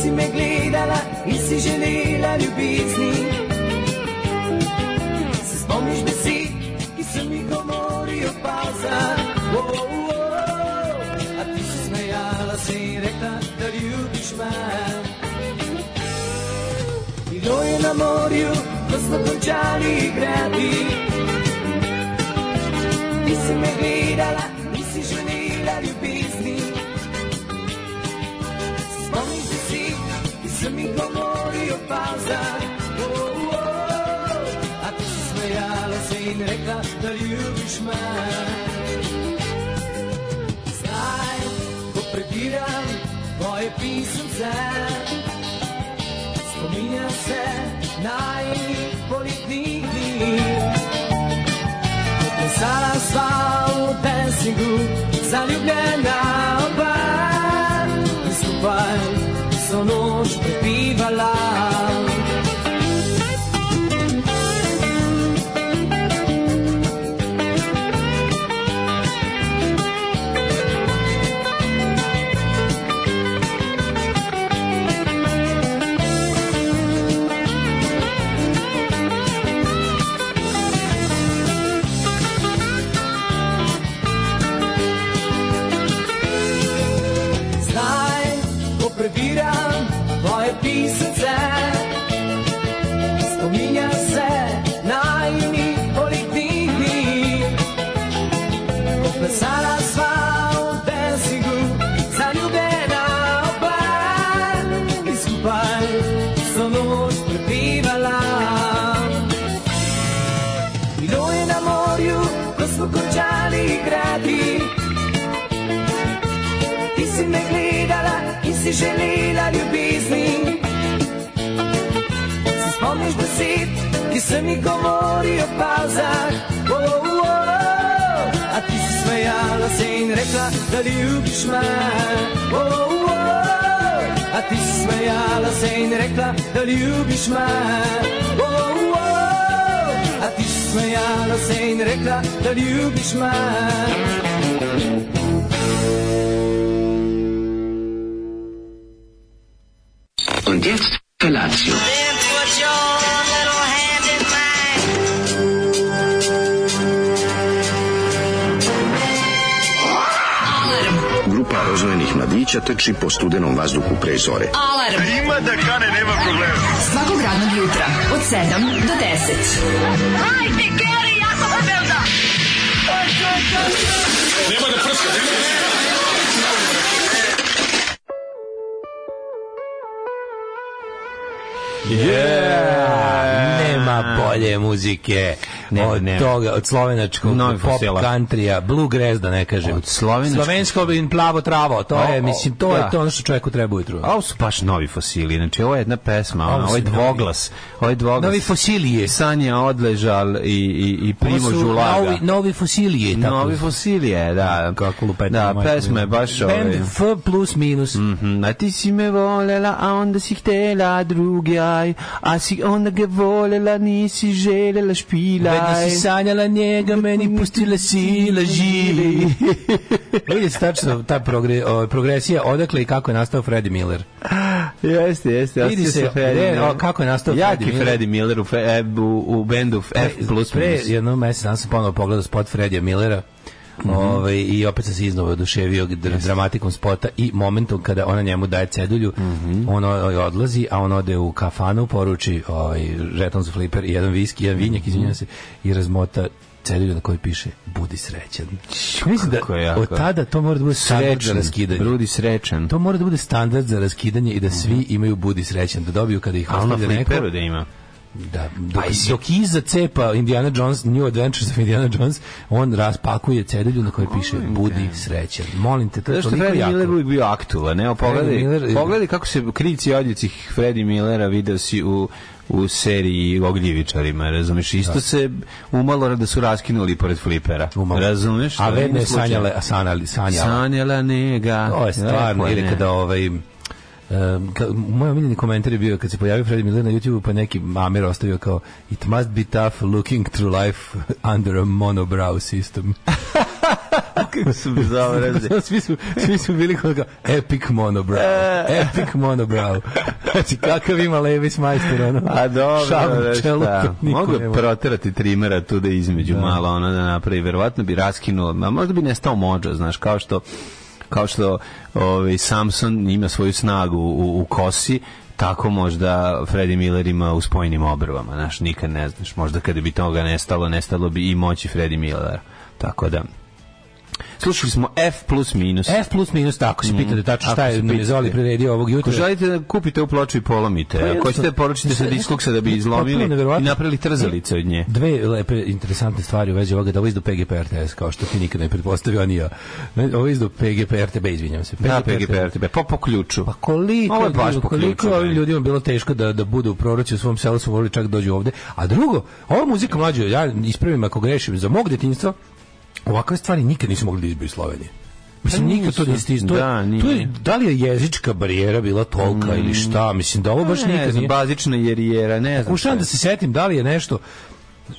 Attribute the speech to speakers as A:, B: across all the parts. A: si me gledala, nisi želela ljubezni. Se spomniš besed, ki sem jih govoril pauza. Oh, oh, oh. A ti si smejala se in rekla, da ljubiš me. Bilo je na morju, ko smo končali igrati. Ti si me gledala, nisi želela ljubezni. Spomni se si, ti sem mi govorio pauza. Oh, oh, oh. A ti si smejala se in rekla, da ljubiš me. Zdaj, ko prebiram tvoje pisemce, spominjam se najboljih dni. Plesala sva u dancingu, zaljubljena oba. In skupaj so noč prebivala. Zdaj, ko prebiram tvoje pisance, spominjam se najni poletnih dni. Ko plesala sva v dancingu, zaljubljena oba in skupaj so noč prebivala. Bilo je na morju, ko smo končali igrati, ti si me gledala in si želela ljubezni. Se spomniš besed, ki sem jih govoril o pauzah, oh, oh, oh. a ti si smejala se in rekla, da ljubiš me. Oh, oh, oh. A ti si smejala se in rekla, da ljubiš me. Oh, oh, oh. A ti si smejala se in rekla, da ljubiš me.
B: Und jetzt Felatio.
C: Grupa rozvojenih mladića teči po studenom vazduhu pre zore.
D: Alarm svakog radnog jutra od 7 do 10. Hajde, Geri, jako se belda!
E: Yeah! Nema bolje muzike
F: Ne,
E: od
F: ne.
E: toga, od slovenačkog
F: Novi
E: pop
F: fosila.
E: countrya, bluegrass da ne kažem.
F: Od slovenačkog-
E: Slovensko in plavo travo, to
F: O,
E: je,
F: o,
E: mislim, to je
F: da.
E: to ono što čovjeku treba ujutru.
F: A Ovo su baš novi fosili, znači ovo je jedna pesma,
E: Ovo
F: ono,
E: su
F: ovo je
E: novi.
F: dvoglas, ovo je dvoglas.
E: Novi fosilije.
F: Sanja Odležal i, i, i
E: Ovo
F: Primo
E: su
F: Žulaga.
E: Novi, novi fosilije. tako.
F: Novi fosilije, da.
E: Kako lupetanje,
F: Da,
E: majko
F: pesma je
E: mila.
F: baš
E: Band
F: ovaj.
E: F plus minus.
F: Mhm, A ti si me volela, a onda si htela drugi aj, a si onda ga volela, nisi želela špilaj.
E: Vedno si sanjala njega, meni pustila sila živi. Vidite tačno ta progre- ovaj, progresija, odakle i kako je nastao Freddie Miller.
F: Jeste, jeste.
E: Vidi
F: osjeća
E: se,
F: Freddie
E: gde-
F: Miller.
E: o, kako je nastao
F: Jaki
E: Freddie Miller.
F: Freddie Miller u, fe, e, u, u bendu F plus
E: pre
F: minus.
E: jednom mesec dana sam ponovo pogledao spot Fredija Millera
F: Mhm.
E: ovaj, i opet sam se iznova oduševio dr- dramatikom spota i momentom kada ona njemu daje cedulju,
F: Mhm.
E: on o- odlazi, a on ode u kafanu, poruči ovaj, žeton za fliper i jedan viski, jedan
F: Mhm.
E: vinjak, izvinjam se, i razmota cedulju na kojoj piše budi srećan. Mislim
F: kako
E: da
F: je jako.
E: od tada to mora da bude standard za
F: Srećan,
E: raskidanje.
F: Brudi srećan.
E: To mora da bude standard za raskidanje i da
F: Mhm.
E: svi imaju budi srećan, da dobiju kada ih
F: A ono
E: ostavlja neko.
F: fliperu da ima.
E: Da,
F: Pa
E: dok, dok iza cepa Indiana Jones, New Adventures of Indiana Jones, on raspakuje cedelju na kojoj piše Budi srećan. Molim te, to je
F: Zato što
E: toliko
F: Freddie
E: jako.
F: Miller uvijek bio aktualan, evo pogledaj,
E: Freddie Miller-
F: pogledaj kako se krivici i odjeci Freddie Millera video si u u seriji Ogljivičarima, razumeš? Isto se umalo da su raskinuli pored flipera.
E: Umalo.
F: Razumeš?
E: A
F: To
E: vedno
F: nije
E: je
F: slučaj.
E: sanjale, a sanjali, sanjala.
F: Sanjala nega.
E: To je stvarno,
F: Lepo
E: ili
F: ne.
E: kada ovaj... em, ka, moj omiljeni komentar je bio kad se pojavio Freddie Miller na YouTubeu pa neki mamer ostavio kao It must be tough looking through life under a monobrow system.
F: Kako su bizarno rezali.
E: svi, su, svi su bili kod ga, epic monobrow,
F: E.
E: epic monobrow. Znači, kakav ima Levis majster, ono,
F: A Pa dobro,
E: šav
F: znaš
E: u čelu,
F: šta,
E: to niko
F: mogu
E: nema.
F: proterati trimera tu da između malo ono da napravi, verovatno bi raskinuo, a možda bi nestao mođa, znaš, kao što kao što ovaj, Samson ima svoju snagu u, u kosi, tako možda Freddy Miller ima u spojnim obrvama, znaš, nikad ne znaš, možda kada bi toga nestalo, nestalo bi i moći Freddy Millera, tako da... Slušali smo F plus minus.
E: F plus minus, tako se pitate tačno šta
F: Mhm. Ako
E: je
F: se
E: nam je
F: pitate.
E: Zoli priredio ovog
F: Ako
E: jutra.
F: želite da kupite u ploču i polomite, ako
E: jednostavno-
F: hoćete poručite se diskoksa da bi izlomili
E: Potpuno
F: i
E: neverovatno.
F: napravili trzalice od nje.
E: Dve lepe, interesantne stvari u vezi ovoga, da ovo izdu PGP RTS, kao što ti nikad ne pretpostavio, a ni ja. Ne, Ovo izdu PGP RTB, izvinjam se.
F: Da, PGPR tebe, po, po ključu.
E: Pa koliko,
F: Ovo je baš po
E: koliko
F: ključu,
E: ovim
F: ne.
E: ljudima bilo teško da, da budu proroci u svom selu, su volili čak dođu ovde. A drugo, ova muzika mlađa, ja ispravim ako grešim, za mog detinjstva, ovakve stvari nikad nisu mogli da izbiju iz Slovenije. Mislim,
F: Pa
E: nikad to
F: nisu.
E: nisi stis- to je-
F: Da, nije. Mm.
E: to je, da li je jezička barijera bila tolika ili šta, mislim, da ovo baš
F: Pa ne,
E: nikad
F: znam,
E: nije.
F: bazična jerijera, ne znam.
E: Pokušavam
F: šta je.
E: da se setim da li je nešto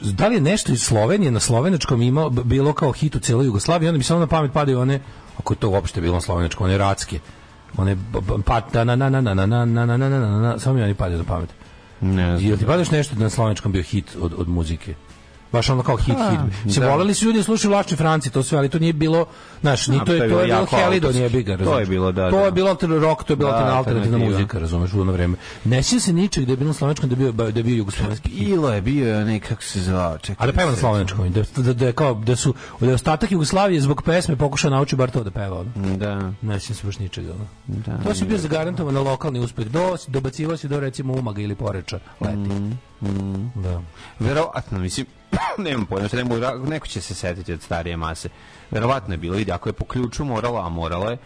E: da li je nešto iz Slovenije na slovenačkom imao b- bilo kao hit u celoj Jugoslaviji onda mi samo na pamet padaju one ako je to uopšte bilo na slovenačkom one ratske one b- b- pa da na na na na na na na na na na na na samo mi oni padaju na pamet
F: Ne znam.
E: jel ti padaš nešto da na slovenačkom bio hit od, od muzike baš ono kao hit hit se
F: da.
E: voleli su ljudi da slušaju Lačni Franci to sve ali to nije bilo znaš ni
F: A,
E: to je to je bilo
F: jako
E: Helidon
F: autorski.
E: je biga
F: To je bilo, da,
E: to
F: da.
E: je bilo alter- rock to je bila
F: Da,
E: alternativna
F: alternativa.
E: muzika razumeš u ono vreme ne sjećam se ničeg da je bilo na slovenačkom da je bio da je bio jugoslovenski hit.
F: Bilo je, bio je onaj, kako se zvao, čekaj.
E: A da peva na
F: se-
E: slovenačkom, da, da, da, je kao, da su da je ostatak Jugoslavije zbog pesme pokušao nauči bar to da peva. Ono.
F: Da.
E: Ne sjećam se baš ničega. Ono.
F: Da,
E: to si bio zagarantovan na lokalni uspeh. Do, dobacivao si do recimo Umaga ili Poreča. Leti.
F: Mm,
E: Da.
F: Verovatno, mislim, nemam pojma, šta ne mogu, ra- neko će se setiti od starije mase. Verovatno je bilo, ide, ako je po ključu morala, a morala je,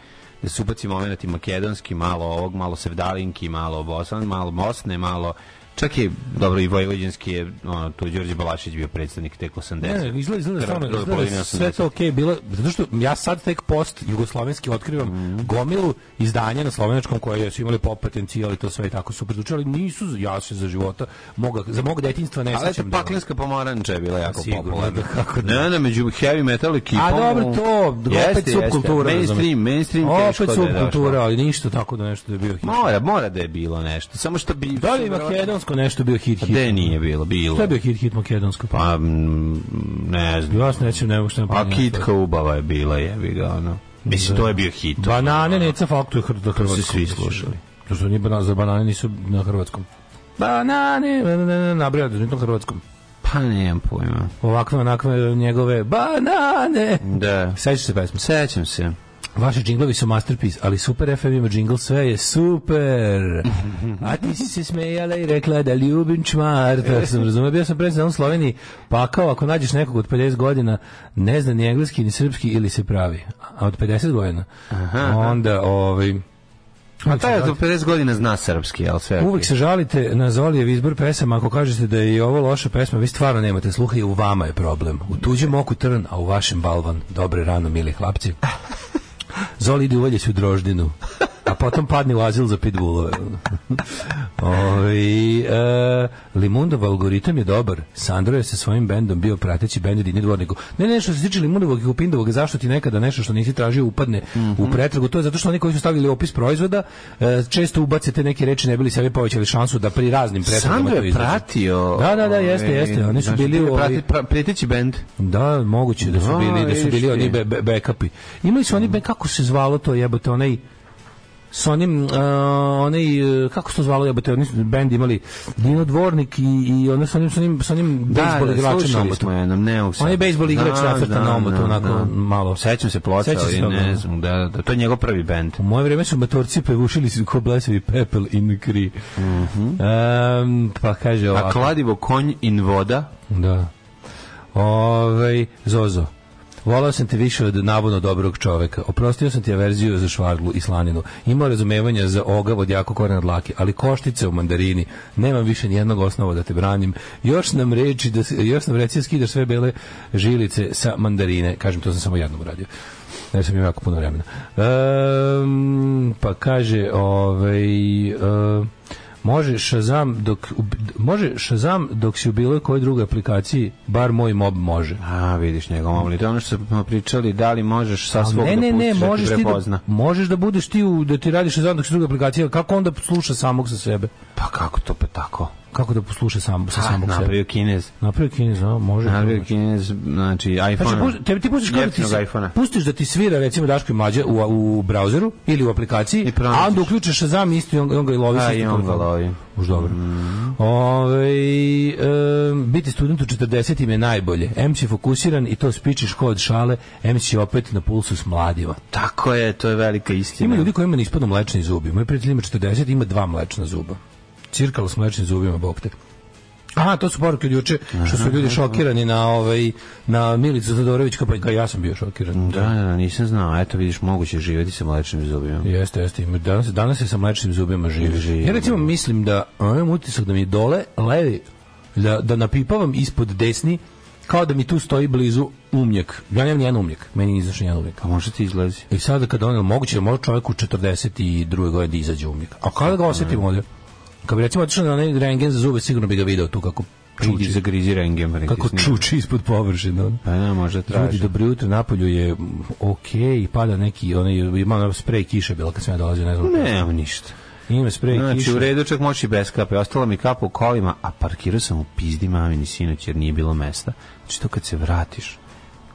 F: da se ubaci moment i makedonski, malo ovog, malo sevdalinki, malo bosan, malo Bosne, malo Čak je, dobro, i vojvođanski je, ono, tu je Đorđe Balašić bio predstavnik tek 80.
E: Ne, ne, izgleda, izgleda
F: Druga
E: stvarno, izgleda
F: polovina
E: sve
F: 80.
E: to okej bilo, zato što ja sad tek post jugoslovenski otkrivam
F: Mhm.
E: gomilu izdanja na slovenačkom koje su imali pop potencijal i to sve i tako su predučali, nisu, ja se za života, moga, za mog detinjstva ne
F: Ali eto,
E: sećam. da-
F: paklenska pomaranča je bila jako
E: Sigurno,
F: popularna.
E: da, kako da.
F: Ne, ne, među heavy metal ekipom.
E: A dobro, to, opet subkultura. razumeš.
F: Mainstream, mainstream teško
E: Opet
F: da je
E: subkultura,
F: došlo.
E: ali ništa tako da nešto da je bio hit.
F: Mora, mora da je bilo nešto. Samo što bi...
E: Da li je makedonsko nešto bio hit hit?
F: Pa Gde nije bilo? Bilo.
E: Šta je bio hit hit makedonsko? Pa,
F: Pa, mm, ne znam.
E: ja se nećem, ne mogu što ne
F: A
E: pamtim.
F: kitka ubava je bila, jebi ga, ono. Mislim, to je bio hit.
E: Banane neca faktu je hr- na hrvatskom.
F: svi slušali.
E: To su nije banane, za banane nisu na hrvatskom. Banane, banane, nabrija, da na hrvatskom.
F: Pa, nemam pojma.
E: Ovakve, onakve, njegove, banane.
F: Da.
E: Sećaš se pesme?
F: Sećam se.
E: Vaši džinglovi su masterpiece, ali Super FM ima džingl, sve je super. A ti si se smejala i rekla da ljubim čmar. Da sam razumio, bio sam predstavljan u Sloveniji, pa kao ako nađeš nekog od 50 godina, ne zna ni engleski ni srpski ili se pravi. A od 50 godina? Onda, ovaj...
F: A taj od 50 godina zna srpski, ali sve...
E: Pa, Uvijek se žalite na Zolijev izbor pesama ako kažete da je i ovo loša pesma, vi stvarno nemate sluha i u vama je problem. U tuđem oku trn, a u vašem balvan. Dobre rano, mili hlapci. Zoli ide uvalje se u droždinu, a potom padne u azil za pitbullove. Ovi, e, Limundov algoritam je dobar. Sandro je sa svojim bendom bio prateći bend Dini Dvorniku. Ne, ne, što se tiče Limundovog i Kupindovog, zašto ti nekada nešto što nisi tražio upadne
F: Mhm.
E: u pretragu? To je zato što oni koji su stavili opis proizvoda e, često ubace te neke reči ne bili sebi povećali šansu da pri raznim pretragama
F: Sandro
E: to
F: je
E: izađe.
F: pratio...
E: Da, da, da,
F: ovaj,
E: jeste, jeste. Oni su
F: znači,
E: bili u ovi-
F: prati- pra- Preteći bend.
E: Da, moguće da su
F: Da,
E: bili, da su
F: vidiš
E: bili oni
F: ti.
E: be, be, backupi. Imali su oni, be, kako se zvalo to jebote, onaj s onim, uh, onaj, uh, kako se to zvalo jebote, oni su band imali Dino Dvornik i, i ono s onim, s onim, s onim bejsbol igračem na
F: slušali
E: omotu.
F: smo jednom, ne mogu
E: On je bejsbol igrač nacrtan na omotu, onako malo.
F: Sećam se ploča,
E: Sećam se ono-
F: ali
E: toga, da.
F: ne znam, da, da, to je njegov prvi band.
E: U moje vreme su matorci pevušili su ko blesavi pepel in kri.
F: Mhm.
E: Em, pa kaže
F: A
E: ovako.
F: kladivo konj in voda,
E: Da. Ovaj Zozo. Volao sam te više od navodno dobrog čoveka. Oprostio sam ti averziju za švarglu i slaninu. Imao razumevanja za ogav od jako korena dlake, ali koštice u mandarini. Nemam više nijednog osnova da te branim. Još nam reči da se- još nam reci da skidaš sve bele žilice sa mandarine. Kažem to sam samo jednom uradio. Ne sam imao jako puno vremena. Ehm, pa kaže, ovaj e, Može Shazam dok može Shazam dok si u bilo kojoj drugoj aplikaciji, bar moj mob može.
F: A, vidiš njegov mobil. To je ono što smo pričali, da li možeš sa
E: A
F: svog
E: ne, ne,
F: da
E: ne,
F: pustiš da
E: možeš
F: ti
E: ti
F: prepozna.
E: da, možeš da budeš ti u, da ti radiš Shazam dok si u drugoj aplikaciji, ali kako onda sluša samog sa sebe?
F: Pa kako to pa tako?
E: Pa Kako da posluša sam, sa
F: A,
E: samog sebe?
F: napravio kinez.
E: Napravio kinez, a, može.
F: Napravio kinez, znači, iPhone.
E: Znači, pusti, te, ti pustiš kao da ti, se-
F: iPhone.
E: pustiš da ti svira recimo Daško i Mlađa u, u brauzeru ili u aplikaciji,
F: I pronađeš.
E: a onda uključiš Shazam isto i on, on ga i lovi.
F: A,
E: sa istim
F: i on ga
E: telefonom.
F: lovi. Mhm.
E: Už dobro. Ovaj, em, biti student u 40 je najbolje. M si fokusiran i to spičiš ko od šale, M si opet na pulsu s mladima.
F: Tako je, to je velika istina.
E: Ima ljudi koji imaju ispadnu mlečni zubi. Moj prijatelj ima 40, ima dva mlečna zuba. Cirkalo s mlečnim zubima, bog te. A, to su poruke od juče, što su ljudi šokirani na ovaj na Milicu Todorović, kao pa kao ja sam bio šokiran.
F: Da, da, da, nisam znao. Eto, vidiš, moguće je živjeti sa mlečnim zubima.
E: Jeste, jeste. ima- Danas, danas se sa mlečnim zubima živi.
F: Živi.
E: Ja recimo mislim da a, imam utisak da mi dole levi, da, da napipavam ispod desni, kao da mi tu stoji blizu umnjak. Ja nemam nijedan umnjak, meni nije izašao nijedan umnjak.
F: A Pa možda ti izlazi?
E: I sada kada on je moguće, može čovjek u 42. godine izađe umnik. A kada ga osetim ovdje? Kad bi recimo otišao na onaj rengen za zube, sigurno bi ga video tu kako
F: Čuči.
E: čuči,
F: Zagrizi rengem.
E: kako čuči ispod površine. ono.
F: Pa ne, možda
E: Ljudi,
F: traži.
E: dobro jutro, napolju je ok, pada neki, onaj, ima ono sprej kiše bila kad sam ja dolazio, ne znam.
F: Nemam ništa.
E: Ima sprej
F: Znači,
E: kiše.
F: u redu čak moći bez kape. Ostala mi kapa u kolima, a parkirao sam u pizdi mamini sinoć jer nije bilo mesta. Znači, to kad se vratiš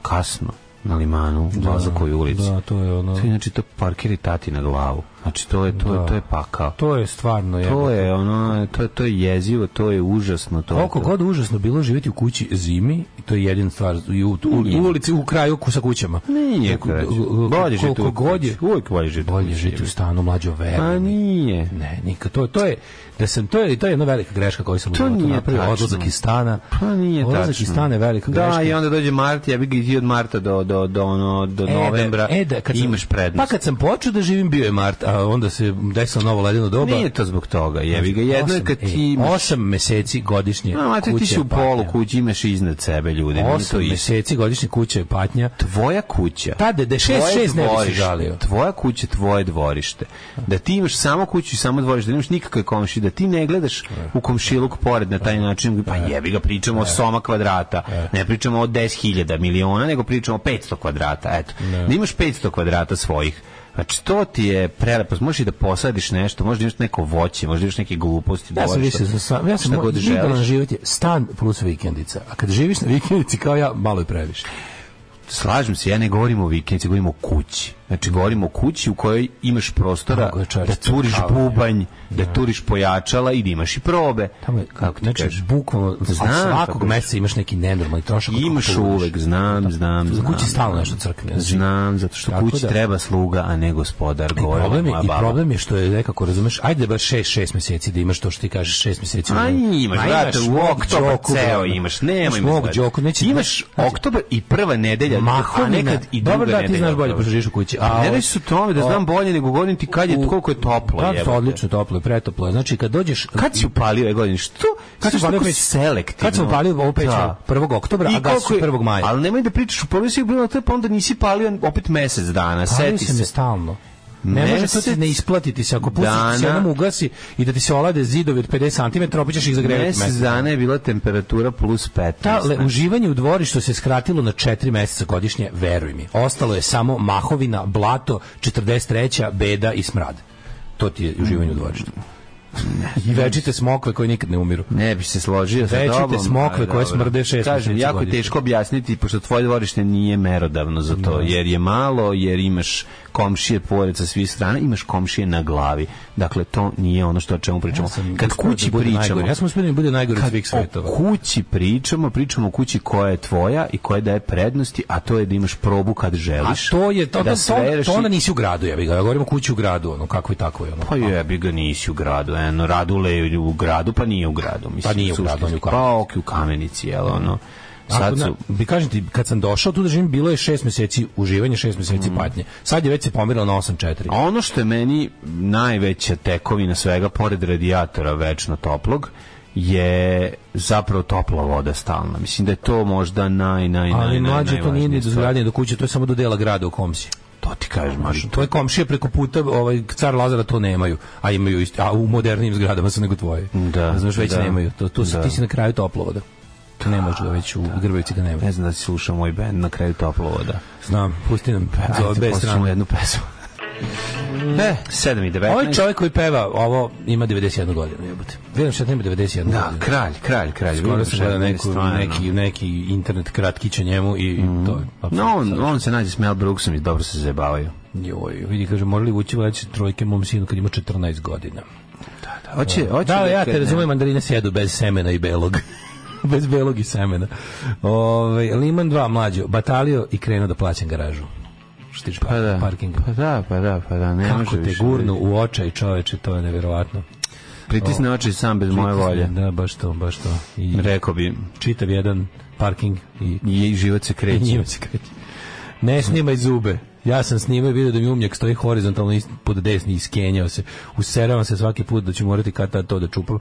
F: kasno na limanu, u Lazakovoj ulici,
E: Da, to je ono...
F: to je, znači, to parkiri tati na glavu. Znači, to je, to je,
E: Da.
F: to je pakao.
E: To je stvarno
F: To
E: jebote.
F: je ono, to je, to je jezivo, to je užasno, to je
E: Koliko
F: to.
E: god užasno bilo živjeti u kući zimi, to je jedina stvar i u, u, u ulici, u kraju ku- sa kućama.
F: Nije
E: Koliko-
F: krađe. Bolje
E: koliko
F: žiti u
E: god
F: kući.
E: je,
F: Uvijek bolje žiti u
E: bolje
F: kući,
E: žiti u
F: jebi.
E: stanu mlađo
F: Pa
E: veru.
F: nije.
E: Ne, nikad. To, to je da sam to je to je jedna velika greška koju sam u
F: To
E: životu
F: nije
E: napravio
F: tačno.
E: odlazak iz stana.
F: Pa nije tačno.
E: odlazak iz stana je velika
F: da,
E: greška.
F: i onda dođe mart, ja bih ti od marta do, do, do, ono, do
E: E, da-
F: novembra
E: e, da, kad sam-
F: imaš prednost.
E: Pa kad sam počeo da živim bio je mart, a onda se desilo novo ledeno doba.
F: Nije to zbog toga, jebi ga. Jedno je
E: Osam,
F: kad
E: e,
F: ti imaš...
E: osam meseci godišnje.
F: No, mate, ti
E: kuće
F: si u
E: patnja.
F: polu kući, imaš iznad sebe ljudi. nije to
E: Osam
F: isto.
E: meseci godišnje kuće je patnja.
F: tvoja kuća.
E: Tada da je šest-
F: tvoje
E: šest ne bi se
F: dvorište,
E: žalio.
F: Tvoja kuća, tvoje dvorište. Da ti imaš samo kuću i samo dvorište, da nemaš nikakve komšije, da ti ne gledaš u komšiluk pored na taj način, pa jebi ga, pričamo o soma kvadrata, ne pričamo o 10.000 miliona, nego pričamo o 500 kvadrata, eto. Da imaš 500 kvadrata svojih. Znači, to ti je prelepo. Možeš i da posadiš nešto, možeš da imaš neko voće, možeš da imaš neke gluposti.
E: Ja sam
F: dvorišta,
E: više za sam, ja sam
F: šta
E: moj
F: god
E: idealan
F: želiš.
E: život je stan plus vikendica. A kad živiš na vikendici kao ja, malo je previše.
F: Slažem se, ja ne govorim o vikendici, govorim o kući. Znači, govorim o kući u kojoj imaš prostora
E: Kako je čovječe,
F: da turiš
E: spavanje.
F: bubanj, da turiš pojačala i da imaš i probe.
E: Tamo je,
F: kako ti
E: znači,
F: kažeš?
E: bukvalno,
F: Znam
E: svakog
F: kako je.
E: meseca imaš neki nenormalni trošak. od
F: Imaš
E: kupovine.
F: uvek, znam, znam,
E: Za
F: znam.
E: kući stalno nešto crkne. znači.
F: Znam, zato što
E: Tako
F: kući
E: da-
F: treba sluga, a ne gospodar.
E: I
F: govorila
E: problem, je,
F: moja
E: I
F: baba.
E: problem je što je nekako, razumeš, ajde baš 6 6 meseci da imaš to što ti kažeš 6 meseci.
F: A imaš,
E: Ma
F: brate,
E: imaš
F: u
E: mog
F: oktobar
E: Đoku,
F: ceo
E: brate.
F: imaš, nemoj
E: Imaš
F: mi
E: mog
F: zezati.
E: Đoku, neće- Znači-
F: Imaš oktobar i prva nedelja, a
E: Mahovina.
F: nekad i druga
E: Dobro, da, ti
F: nedelja
E: znaš bolje,
F: oktobra.
E: pošto živiš u kući. A, ovaj-
F: Ne
E: o-
F: radi se o tome da znam bolje nego govorim ti kad je,
E: u-
F: koliko je toplo.
E: Da,
F: jebote.
E: odlično toplo, je, pretoplo. je. Znači, kad dođeš...
F: Kad si upalio ove godine? Što?
E: Kad
F: Što
E: sam palio
F: tako
E: peć?
F: selektivno?
E: Kad sam palio ovu peć?
F: Da.
E: 1. oktobra, a
F: I
E: gas
F: koliko je-
E: 1. maja.
F: Ali nemoj da pričaš, u prvi si bilo to, pa onda nisi palio opet mesec dana,
E: Palio
F: seti
E: sam je
F: se.
E: stalno. Ne može to ti
F: Mesec
E: ne isplatiti se. Ako pustiš da se
F: dana-
E: jednom ugasi i da ti se olade zidovi od 50 cm, opet ćeš ih zagrevati
F: Mesec dana je bila temperatura plus 15.
E: Ta le,
F: znači.
E: uživanje u dvorištu se skratilo na 4 meseca godišnje, veruj mi. Ostalo je samo mahovina, blato, 43. beda i smrad. To ti je uživanje u dvorištu. I večite smokve koje nikad ne umiru.
F: Ne bi se složio sa
E: Večite
F: tobom.
E: smokve
F: ali
E: koje
F: dobro.
E: smrde šest
F: Kažem,
E: meseci
F: jako je
E: godišnje.
F: teško objasniti, pošto tvoje dvorište nije merodavno za to, jer je malo, jer imaš komšije pored sa svih strana, imaš komšije na glavi. Dakle, to nije ono što o čemu pričamo. Kad
E: uspeo da
F: kući
E: bude
F: pričamo,
E: najgori. Ja sam uspio da mi bude najgori od svih
F: o
E: svetova.
F: kući pričamo, pričamo o kući koja je tvoja i koja daje prednosti, a to je da imaš probu kad
E: A
F: želiš.
E: to je to,
F: da
E: da to,
F: svereš
E: to
F: i-
E: onda nisi u gradu, ja bih ga. Ja govorim o kući u gradu, ono kako i tako je ono.
F: Pa jebi ga nisi u gradu, eno, Radule je u gradu, pa nije u gradu. Mislim,
E: Pa nije u gradu, on je u
F: suštinski. Pa ok, u kamenici, jel, ono.
E: Sad
F: Sad su,
E: bi kažem ti, kad sam došao tu da živim, bilo je šest meseci uživanje, šest meseci patnje. Sad je već se pomerilo na 8-4.
F: A ono što je meni najveća tekovina svega, pored radijatora večno toplog, je zapravo topla voda stalna. Mislim da je to možda naj, naj, naj,
E: Ali
F: naj,
E: mlađe to nije
F: najvažnija
E: ni do
F: stvar.
E: zgradnje do kuće, to je samo do dela grada u kom si.
F: To ti kažem, ali
E: Tvoje komšije preko puta, ovaj car Lazara to nemaju, a imaju isto, a u modernim zgradama su nego tvoje.
F: Da,
E: Znaš, već
F: da.
E: nemaju. To tu
F: Da.
E: se ti si na kraju toplovoda. To ne može da već u Grbavici ga nema.
F: Pa Ne znam da si slušao moj band na kraju toplova, da.
E: Znam, pusti nam za
F: Ajde,
E: bez
F: poslušamo
E: strane.
F: jednu pesmu. E, 7 i 19.
E: Ovaj čovjek koji peva, ovo ima 91 godinu, jebote. Vidim šta ima 91
F: Da,
E: godinu.
F: kralj, kralj, kralj.
E: Skoro
F: Vidim
E: sam
F: šta je
E: gledao neku,
F: stvarno. Mhm.
E: neki, neki internet kratkić o njemu i to
F: No,
E: je. apsolutno
F: on, on se nađe s Mel Brooksom i dobro se zabavaju.
E: Joj, vidi, kaže, morali ući vraći trojke mom sinu kad ima 14 godina.
F: Hoće, hoće
E: Da, ja
F: kad-
E: te razumijem, mandarine sjedu bez semena i belog. bez belog i semena. Ove, Liman 2, mlađo, batalio i krenuo da plaćam garažu. Što tiče
F: Pa da,
E: parking.
F: pa da, pa da, pa da, ne
E: Kako
F: može
E: te
F: više.
E: gurnu u očaj čoveče, to je nevjerovatno.
F: Pritisne oči sam bez moje volje.
E: Da, baš to, baš to. I
F: Rekao bi,
E: čitav jedan parking i
F: i život se
E: I
F: kreće.
E: njima se kreće. Ne snimaj zube. Ja sam snimao i vidio da mi umnjak stoji horizontalno is- pod desni i skenjao se. Useravam se svaki put da ću morati kad tad to da čupam.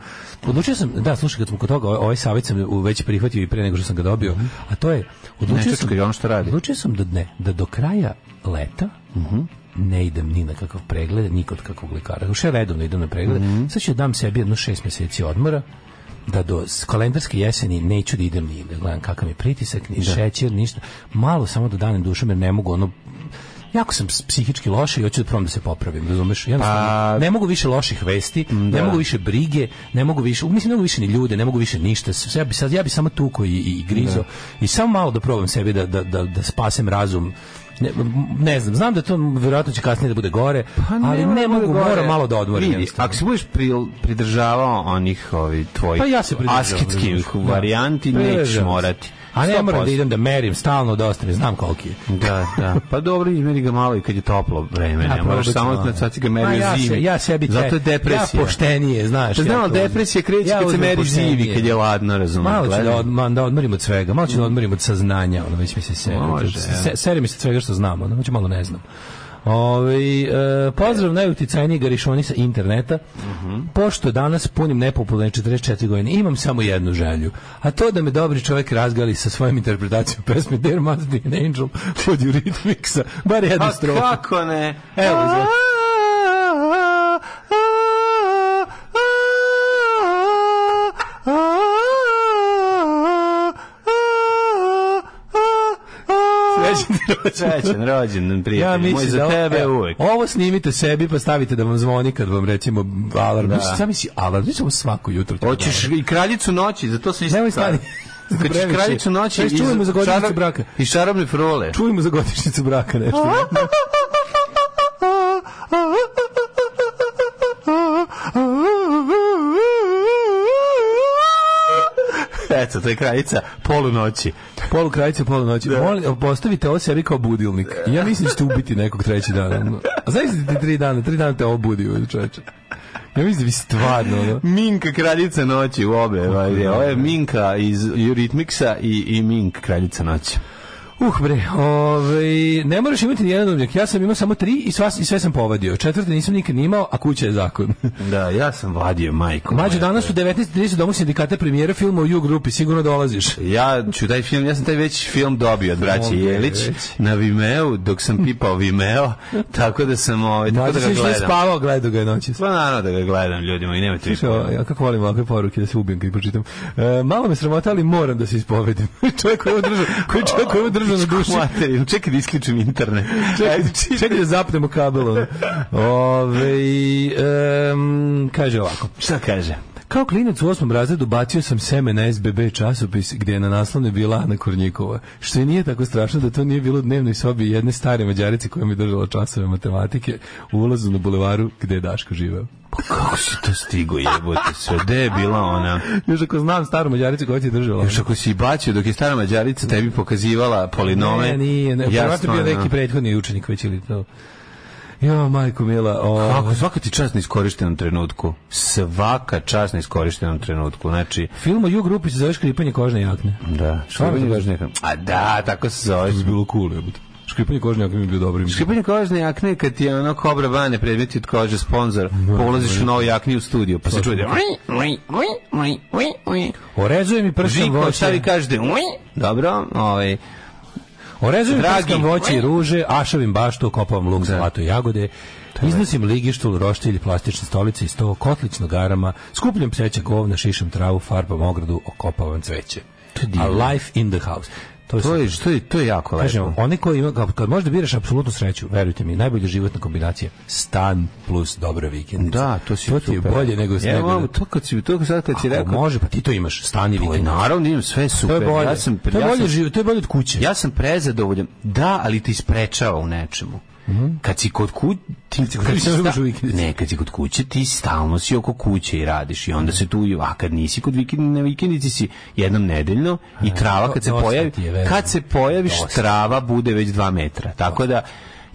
E: Odlučio sam, da, slušaj, kad smo kod toga, ovaj savjet sam u- već prihvatio i pre nego što sam ga dobio, a to je, odlučio
F: Ne
E: sam,
F: čekaj, ono što radi.
E: odlučio sam da ne, da do kraja leta ne idem ni na kakav pregled, ni kod kakvog lekara. Još ja redovno idem na pregled. Sad ću da dam sebi jedno šest mjeseci odmora, da do s- kalendarske jeseni neću da idem ni da gledam kakav mi je pritisak, ni šećer, ništa. Malo samo da danem dušom jer ne mogu ono jako sam ps- psihički loše i hoću da probam da se popravim, razumeš? Jednostavno, ne mogu više loših vesti, ne mogu više brige, ne mogu više, mislim ne mogu više ni ljude, ne mogu više ništa. S- Ja bi sad ja bi samo tuko i, i grizo i samo malo da probam sebi da, da, da, da spasem razum. Ne, m- ne znam, znam da to vjerojatno će kasnije da bude gore, ali
F: Pa mora
E: ne
F: da bude
E: mogu,
F: gore.
E: moram malo da odmorim.
F: Vidi,
E: jednostavno.
F: ako se budeš pri- pridržavao onih ovi tvojih
E: Pa ja se pridržavam,
F: asketskih
E: razumeš, da.
F: varijanti, nećeš
E: Pridržavam se.
F: morati.
E: A ne moram da
F: 100%.
E: idem da merim stalno da ostavim, znam koliki je.
F: Da, da. Pa dobro, izmeri ga malo i kad je toplo vreme. ne
E: Ja
F: moraš
E: probit ću
F: samo
E: malo.
F: na sad si ga
E: Ma,
F: merio
E: ja se-
F: zimi.
E: ja sebi te-
F: Zato je depresija.
E: Ja poštenije, znaš.
F: Pa znam,
E: ja
F: ali
E: to-
F: depresija kreće kad se
E: uzmem
F: meri
E: poštenije.
F: zimi, kad je ladno, razumem.
E: Malo ću da, od, ma, da odmorim od svega, malo ću da odmorim od saznanja, ono već mi se seri.
F: Mm. Može,
E: se, seri mi se od svega što znam, ono već malo ne znam. Ovaj e, pozdrav najuticajniji garišoni sa interneta.
F: Mhm.
E: Pošto danas punim nepopularne 44 godine, imam samo jednu želju, a to da me dobri čovjek razgali sa svojom interpretacijom pesme There Must Be an Angel od Eurythmicsa, bar jednu
F: Pa
E: strofu.
F: kako ne? Pa
E: Evo, izvoli.
F: Srećan rođendan. Srećan rođendan, prijatelj.
E: Ja
F: Moj
E: mislim
F: za
E: da ovo-
F: tebe
E: evo,
F: uvek.
E: Ovo snimite sebi pa stavite da vam zvoni kad vam recimo alarm. Da. Sam misli alarm, mislim ovo svako jutro.
F: Hoćeš i kraljicu noći, zato sam
E: Nemoj
F: isto
E: stani.
F: Kad ćeš
E: Previše.
F: kraljicu noći
E: Znaš,
F: iz-
E: čujemo za godišnjicu
F: čarap-
E: braka.
F: I šarobne frole.
E: Čujemo za godišnjicu braka nešto.
F: Eto, to je kraljica polu noći.
E: Polu krajicu, polu noći. Molim, postavite ovo sebi kao budilnik. I Ja mislim da ćete ubiti nekog treći dan. A zamislite ti tri dana, tri dana te obudi, ovaj čoveče. Ja mislim da vi stvarno, ono.
F: Minka kraljica noći u obe. valjda. Ovo je Minka iz Eurythmicsa i, i Mink kraljica noći.
E: Uh bre, ovaj, ne moraš imati ni jedan umljak. Ja sam imao samo tri i, sva, i sve sam povadio. Četvrte nisam nikad ni imao, a kuća je zakon.
F: Da, ja sam vadio majku.
E: Mađo,
F: moja.
E: danas u 19.30 domu sindikata premijera filma u U grupi, sigurno dolaziš.
F: Ja ću taj film, ja sam taj već film dobio od braće
E: Mogu je
F: Jelić
E: već.
F: na Vimeo, dok sam pipao Vimeo, tako da sam ovaj, tako
E: Mađo
F: da
E: se
F: ga
E: još nije
F: gledam.
E: spavao, gledao ga je noćas.
F: Pa naravno da ga gledam ljudima i nemojte vi
E: Slušaj, ovo, ja kako volim ovakve poruke da se ubijem kad ih pročitam. E, malo me sramota, ali moram da se ispovedim. čovjek koji je održao, koji čovjek koji je održao na duši.
F: Materinu, čekaj da isključim internet.
E: Čekaj, čekaj da zapnemo kabel. ono. Ove, em, kaže ovako.
F: Šta kaže?
E: Kao klinac u osmom razredu bacio sam seme na SBB časopis gdje je na naslovnoj bila Ana Kornjikova. Što i nije tako strašno da to nije bilo u dnevnoj sobi jedne stare mađarice koja mi je držala časove matematike u ulazu na bulevaru gdje je Daško živeo.
F: Pa Kako si to stigo jebote sve? Gde je bila ona?
E: Još ako znam staru mađaricu koja ti je držala.
F: Još ako si bacio dok je stara mađarica tebi pokazivala polinome.
E: Ne, nije, ne, verovatno je bio neki prethodni učenik već ili to. Jo, majko mila, o,
F: Kako, svaka ti čast na iskorištenom trenutku. Svaka čast na iskorištenom trenutku. Znači,
E: film o U grupi se zove škripanje kožne jakne.
F: da.
E: Škripanje
F: Škripanje kožne jakne. A da, tako se zove.
E: Bilo cool, jebote. Škripanje kožne jakne mi je bio dobro ime.
F: Škripanje kožne jakne kad ti je ono kobra bane predmeti od kože sponsor, polaziš u novu jakni u studiju, pa se čuje da-
E: Orezuje mi pršan
F: Žiko, šta vi
E: voće.
F: kažete? Dobro, ovaj,
E: Orezujem
F: Dragi.
E: prskam voće i ruže, ašavim baštu, okopavam luk, zlato i jagode, iznosim ligištul, roštilj, plastične stolice i sto, kotlić nogarama, skupljam pseća govna, šišam travu, farbam ogradu, okopavam cveće. A life in the house. To je,
F: To
E: super.
F: je, to je, to je jako lepo.
E: Kažem, oni koji ima, kad- kad možda biraš apsolutnu sreću, verujte mi, najbolja životna kombinacija stan plus dobra vikendica.
F: Da, to si
E: to ti je
F: super.
E: bolje nego
F: Ja,
E: nego-
F: mamo, to kad si, to sad kad si
E: Ako
F: rekao,
E: može, pa ti to imaš, stan i
F: Pa
E: vikendica.
F: naravno, imam sve
E: To je
F: super.
E: bolje.
F: Ja sam,
E: to je
F: ja
E: bolje
F: sam,
E: živ, to je bolje od kuće.
F: ja sam prezadovoljan. Da, ali ti isprečava u nečemu.
E: Mhm.
F: Kad si kod kuće, ti, kad
E: kuće,
F: si
E: ne možeš
F: sta-
E: u vikendici.
F: ne, kad si kod kuće, ti stalno si oko kuće i radiš i onda se tu, a kad nisi kod vikend, na vikendici si jednom nedeljno i trava
E: E, to-
F: kad se
E: dosta
F: pojavi,
E: ti je, verujem.
F: kad se pojaviš,
E: Dosta.
F: trava bude već dva metra. Tako da,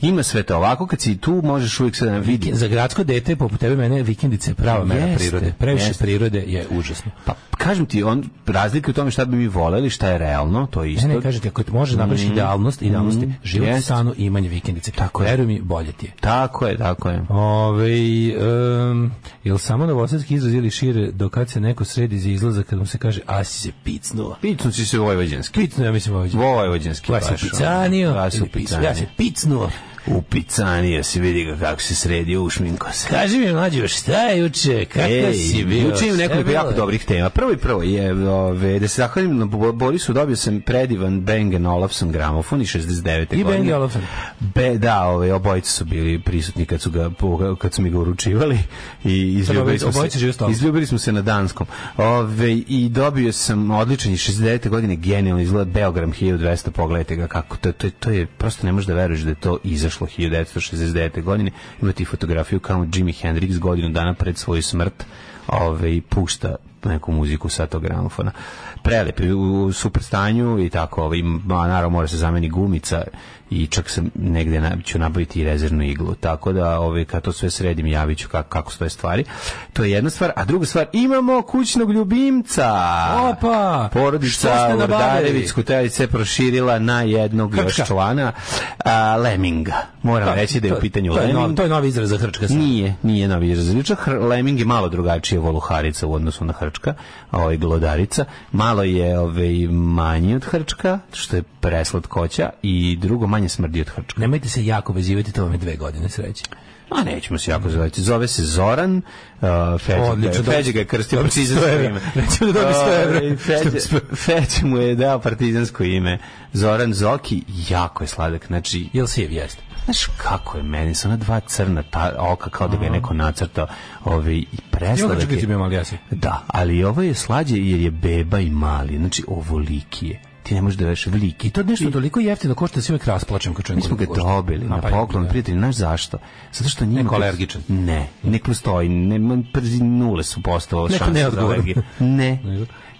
F: ima sve to. Ovako, kad si tu, možeš uvijek sve da vidi.
E: Za gradsko dete, poput tebe mene, vikendice je prava mera
F: Jeste,
E: prirode. Previše
F: jeste.
E: prirode je užasno.
F: Pa, kažem ti, on, razlika je u tome šta bi mi voleli, šta je realno, to je isto.
E: Ne, ne, kažete, ako ti može napraviš idealnost, idealnost je život u
F: Mhm. jeste.
E: stanu i imanje vikendice. Tako Veruj mi, bolje ti je.
F: Tako je, tako je.
E: Ove, um, jel samo novosadski izlaz ili šire, do kad se neko sredi za izlazak, kad mu se kaže, a si se picnula.
F: Picnu si se vojvođanski.
E: Picnuo, ja mislim, ovdje.
F: Vojvođanski
E: Ja se
F: baš,
E: picanio.
F: ono. Ja se
E: ili pic- Ja se
F: picanio.
E: picnuo.
F: U picanija si vidi ga kako se sredio, ušminko se.
E: Kaži mi, mlađo, šta je juče? Kako si bio?
F: juče imam
E: Šta je
F: nekoliko
E: bilo?
F: jako dobrih tema. Prvo i prvo je, ove, da se zahvalim na Bo- Borisu, dobio sam predivan Bang Olufsen gramofon i 69.
E: I
F: godine.
E: Bengi Olofan.
F: Be, da, ove, obojice su bili prisutni kad su, ga, po- kad su mi ga uručivali i izljubili
E: obojice-
F: smo,
E: obojice žive s
F: se,
E: tobom.
F: izljubili smo se na danskom. Ove, I dobio sam odličan i 69. godine genijalno izgleda Beogram 1200, pogledajte ga kako, to, to, to je, prosto ne možeš da veruješ da je to izašlo 1969. godine. Ima ti fotografiju kao Jimi Hendrix godinu dana pred svoju smrt ove, i pušta neku muziku sa tog gramofona. Prelep je u super stanju i tako, ovaj, ma, naravno mora se zameni gumica i čak sam negde na, ću nabaviti i rezervnu iglu, tako da ovaj, kad to sve sredim javit ću kako, kako stoje stvari. To je jedna stvar, a druga stvar, imamo kućnog ljubimca!
E: Opa! Što ste
F: Porodica
E: nabavili?
F: Urdarević Kutelj se proširila na jednog
E: Krčka.
F: još člana, a, Leminga. Moram reći da je u pitanju
E: Pa, to, je novi,
F: Leming.
E: to je novi izraz za hrčka sam.
F: Nije, nije novi izraziviča. Lemming je malo drugačije voluharica u odnosu na hrčka, a ovaj glodarica. Malo je ovaj, manji od hrčka, što je preslatkoća, i drugo manje smrdi od hrčka.
E: Nemojte se jako vezivati, to vam je dve godine sreće.
F: A nećemo se jako zvati. Zove se Zoran, uh, Feđa,
E: Odlično,
F: ga-
E: dobro.
F: Feđa ga je krstio
E: Dobro,
F: partizansko
E: 100 evra.
F: ime.
E: Recimo da dobi 100 evra.
F: Ovaj, Feđa, Feđa mu je dao partizansko ime. Zoran Zoki, jako je sladak. Znači,
E: Jel sijev jeste?
F: Znaš kako je meni, su ona dva crna ta, oka kao da ga je neko nacrtao ovi, i presladak
E: čekaj, ti mi
F: je.
E: je mali jasi.
F: Da, ali ovo je slađe jer je beba i mali, znači ovoliki je. Ti ne možeš da veš veliki.
E: I to nešto toliko jeftino košta da se uvijek rasplačem kad čujem
F: Mi smo ga
E: koliko košta.
F: dobili
E: A,
F: na
E: pa je,
F: poklon,
E: da.
F: prijatelji, znaš zašto? Zato što njima...
E: Neko alergičan.
F: Ne, neko stoji, ne, man, przi nule su postao
E: Neko
F: šanse za
E: neodgovoran.
F: alergiju. Ne,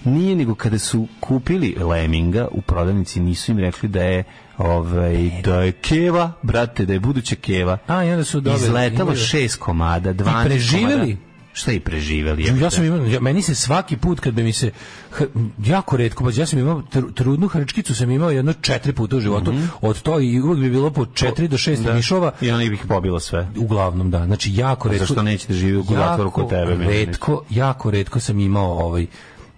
F: nije nego kada su kupili Leminga u prodavnici, nisu im rekli da je ovaj, da je keva, brate, da je buduća keva.
E: A, i onda su dobili.
F: Izletalo
E: imaju-
F: šest komada, 12
E: preživeli?
F: komada. Šta i preživeli?
E: Ja
F: jebote?
E: sam imao, ja, meni se svaki put kad bi mi se, hr- jako redko, pa ja sam imao tr- trudnu hrčkicu, sam imao jedno četiri puta u životu,
F: Mhm.
E: od to i uvijek bi bilo po četiri do šest mišova,
F: I oni bih pobila sve.
E: uglavnom da, znači jako redko.
F: Zašto neće da živi u zatvoru kod tebe? mi je
E: Redko, jako redko sam imao ovaj,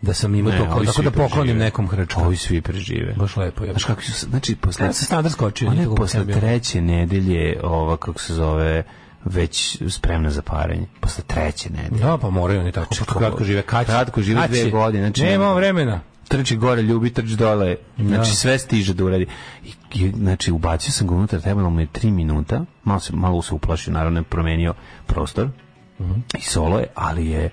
E: da sam imao
F: Ne,
E: to kao,
F: ovi
E: tako
F: svi
E: da poklonim
F: prežive.
E: nekom hrčku.
F: Ovi svi prežive.
E: Baš lepo je.
F: Znaš kako su, se- znači, posle...
E: Ja sam standard skočio,
F: Ona
E: nije
F: je
E: to kako
F: posle
E: sam bio.
F: treće nedelje, ova, kako se zove, već spremna za parenje. Posle treće nedelje.
E: Da, pa moraju oni tako,
F: Znači,
E: pošto kratko
F: kako-
E: žive. Kad će-
F: kratko žive
E: kad
F: dve
E: će?
F: godine, znači-
E: Nemamo vremena.
F: Trči gore, ljubi, trči dole. Znači, sve stiže da uradi. I, i, znači, ubacio sam ga unutra, trebalo mu je tri minuta. Malo se, malo se uplašio, naravno je promenio prostor.
E: Mhm.
F: I solo je, ali je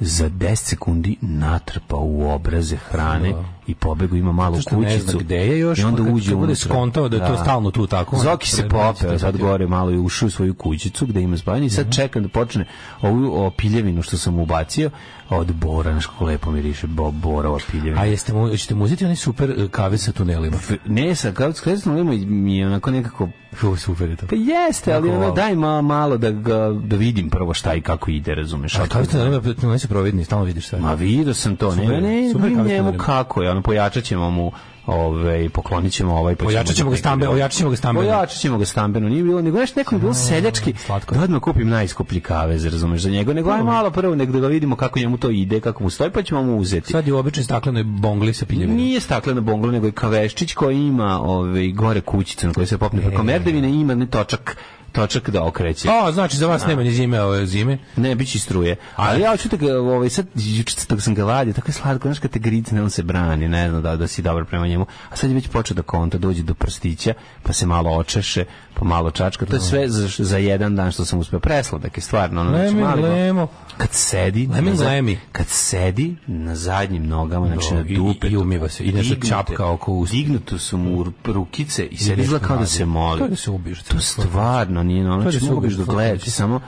F: za 10 sekundi natrpao u obraze hrane i pobegu ima malu
E: Zato što
F: kućicu.
E: ne zna gde je još,
F: I onda
E: pa kad-
F: uđe
E: kad bude
F: unutra.
E: skontao da je to stalno tu tako, onda
F: Zoki se
E: treba da
F: popeo
E: će to
F: sad
E: biti.
F: gore malo i ušao u svoju kućicu gde ima spavanje i sad
E: Mhm.
F: čekam da počne ovu o, piljevinu što sam mu ubacio od bora, znaš kako lepo miriše bo, borova piljevina.
E: A jeste mu, ćete mu uzeti onaj super eh, kave sa tunelima?
F: F- Ne, sa kao skresno limo mi je onako nekako...
E: Kako super je to.
F: Pa jeste, ali
E: Jako
F: ono,
E: vau.
F: daj ma, malo da, ga, da vidim prvo šta i kako ide, razumeš.
E: A kave sa tunelima, oni su providni, stalno vidiš sve.
F: Ma vidio sam to, ne,
E: Super,
F: ne,
E: super
F: ne,
E: kako
F: njemu
E: to vidim.
F: kako je, ono, pojačat ćemo mu ovaj poklonit ćemo ovaj pa
E: Ojačat ćemo ga stambeno, ojačat ćemo ga stambeno.
F: Ojačat ćemo ga stambeno, nije bilo, nego nešto nekom je bilo seljački.
E: slatko.
F: Da odmah kupim najskuplji kavez, razumeš, za njega, nego aj malo prvo nek da ga vidimo kako njemu to ide, kako mu stoji, pa ćemo mu uzeti.
E: Sad je u običnoj staklenoj bongli sa piljevinom.
F: Nije staklena bongla, nego je kaveščić koji ima ovaj, gore kućicu na koju se popne preko merdevine i ima ne točak, točak da okreće.
E: O, znači za vas nema ni zime, ove zime.
F: Ne, bit će i struje. Ali ja hoću da ga, ovaj, sad, juče tako sam ga vadio, tako je slatko, znaš kad te gricne, on se brani, ne znam da, da si dobar prema njemu. A sad je već počeo da konta, dođe do prstića, pa se malo očeše, pa malo čačka. To je sve za, za jedan dan što sam uspeo presladak je stvarno. Ono, znači,
E: Leming,
F: mali,
E: lemo.
F: kad sedi,
E: Leming,
F: na za-
E: lemi.
F: kad sedi na zadnjim nogama, znači na
E: i-
F: dupe,
E: i umiva se, i nešto
F: dignute-
E: čapka oko usta.
F: Dignute su mu r- rukice i sedi izgleda kao da se moli.
E: To je da se Pa ubiješ.
F: To stvarno nije, ono,
E: da
F: znači,
E: se
F: mogu biš
E: ubiješ,
F: da
E: to-
F: gledaš, samo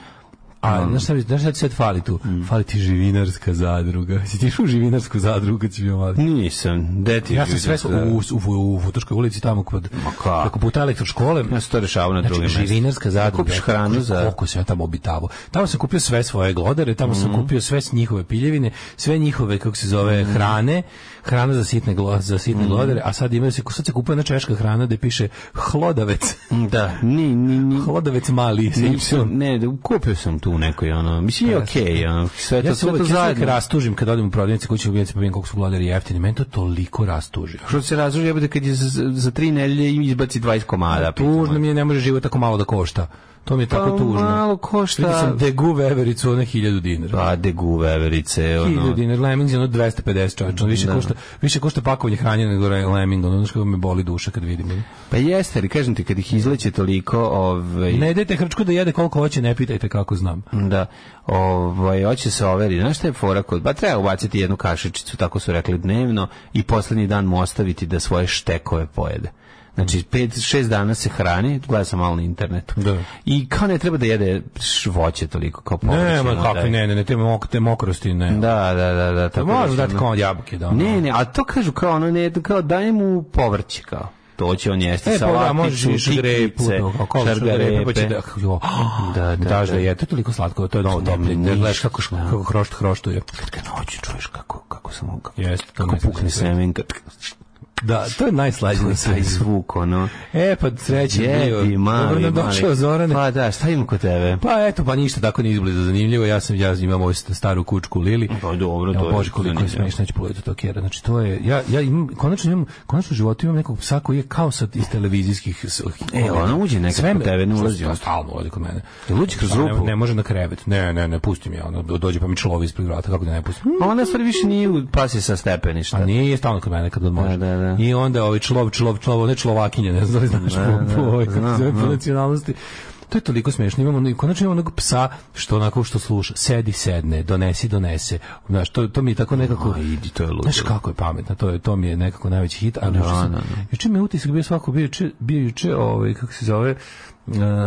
E: A znaš šta, mi- znaš šta ti sad fali tu?
F: Mm.
E: Fali ti živinarska zadruga. Si ti išao u živinarsku zadrugu kad si bio mali?
F: Nisam, deti.
E: Ja sam sve u, u, u, u Futoškoj ulici tamo kod
F: kako?
E: preko puta elektroškole.
F: Ja sam to rešavao na
E: Znači,
F: drugim mestima.
E: živinarska zadruga.
F: Kupiš hranu za-
E: Koliko sam ja tamo obitavao. Tamo sam kupio sve svoje glodare, tamo
F: Mhm.
E: sam kupio sve s njihove piljevine, sve njihove, kako se zove, hrane, hrana za sitne, glo, za sitne
F: Mhm.
E: glodare, a sad imaju se, sad se kupuje na češka hrana gde piše hlodavec.
F: Da, ni, ni, ni.
E: hlodavec mali, sa Y.
F: Nisam, ne, da, kupio sam tu u nekoj, ono, mislim je okej, ono, sve to,
E: Ja se
F: sve
E: uvek
F: to
E: ja se uvek
F: zajedno.
E: rastužim kad odem u prodavnice kuće u Bijelice pa vidim koliko su glodari jeftini. Meni to toliko rastuži.
F: Što se razruži, jebate, kad je za, za tri nedelje im izbaci 20 komada.
E: Pa
F: pa
E: Tužno mi je, ne može život tako malo da košta. To mi je tako tužno.
F: malo košta.
E: Vidio sam Degu Vevericu, ona 1000 dinara.
F: Pa, degu, veverice, ono.
E: 1000 dinara, Lemmings je ono 250 čovječ, ono više,
F: Da.
E: košta, više košta pakovanje hranje nego re- Lemming, ono znaš kako me boli duša kad vidim. ono.
F: Pa jeste, ali kažem ti, kad ih izleće toliko, ovaj...
E: Ne dajte hrčku da jede koliko hoće, ne pitajte kako znam.
F: Da, ovaj, hoće se overi. Znaš šta je fora kod? Ba, treba ubaciti jednu kašičicu, tako su rekli dnevno, i poslednji dan mu ostaviti da svoje štekove pojede. Znači, pet, šest dana se hrani, gleda sam malo na internetu.
E: Da.
F: I kao ne treba da jede š- voće toliko kao povrće.
E: Ne, ma
F: ono,
E: kakvi,
F: da je-
E: ne, ne, ne, te, mok, te mokrosti, ne.
F: Da, da, da, da.
E: Da,
F: Tako
E: možeš
F: da
E: dati kao jabuke, da. ono.
F: Ne, ne, a to kažu kao ono, ne, kao daj mu povrće kao. To će on jesti
E: E, pa da,
F: salaticu,
E: možeš i šargarepu,
F: tikvice,
E: to, kao- kao šargarepe, pa će da, jo,
F: Da, da,
E: daš da
F: da.
E: je, to je toliko slatko, to je novo topljenje,
F: ništa.
E: ne gledaš kako, šk- kako hrošt hroštuje.
F: Kad ga noću čuješ kako, kako sam, kako,
E: Jeste, to
F: kako
E: ne znam
F: pukne
E: sve.
F: semenka.
E: Da, to je najslađe na
F: taj
E: svetu.
F: zvuk, ono.
E: E, pa sreće
F: Jedi, mali,
E: Dobro nam došao,
F: mali.
E: Zorane.
F: Pa da, šta imam kod tebe?
E: Pa eto, pa ništa tako ni izbliza zanimljivo. Ja sam ja imam ovu staru kučku Lili.
F: Pa dobro, to
E: Evo,
F: je
E: Bože, koliko je
F: zanimljivo.
E: smešno će poletu to kjera. Znači to je ja ja imam konačno imam konačno u životu imam nekog psa koji je kao sad iz televizijskih s-
F: E, ona uđe nekad
E: Sve
F: kod
E: me-
F: tebe, ne ulazi
E: Što-
F: on.
E: Stalno ulazi kod mene.
F: Jel uđe kroz
E: Pa ne-
F: rupu?
E: Ne, može na krevet. Ne, ne, ne pustim ja. Ona dođe pa mi človi ispred vrata kako da ne pustim.
F: Pa ona stvari više nije u pasi sa stepeništa.
E: A Pa nije stalno kod mene kad god
F: Da,
E: može.
F: da, da.
E: I onda ovaj člov, člov, člov, ne človakinja, ne znam da li znaš po, po, ovoj, kako se
F: znam,
E: zove, po
F: znam.
E: nacionalnosti. To je toliko smiješno. Imamo i konačno imamo onog psa što onako što sluša, sedi, sedne, donesi, donese. Znaš, to, to mi je tako nekako...
F: A, Pa idi, to je ludilo.
E: Znaš kako je pametno, to je to mi je nekako najveći hit, ali juče sam-
F: da, da.
E: juče mi je utisak bio svako bio juče, bio juče ovaj kako se zove e,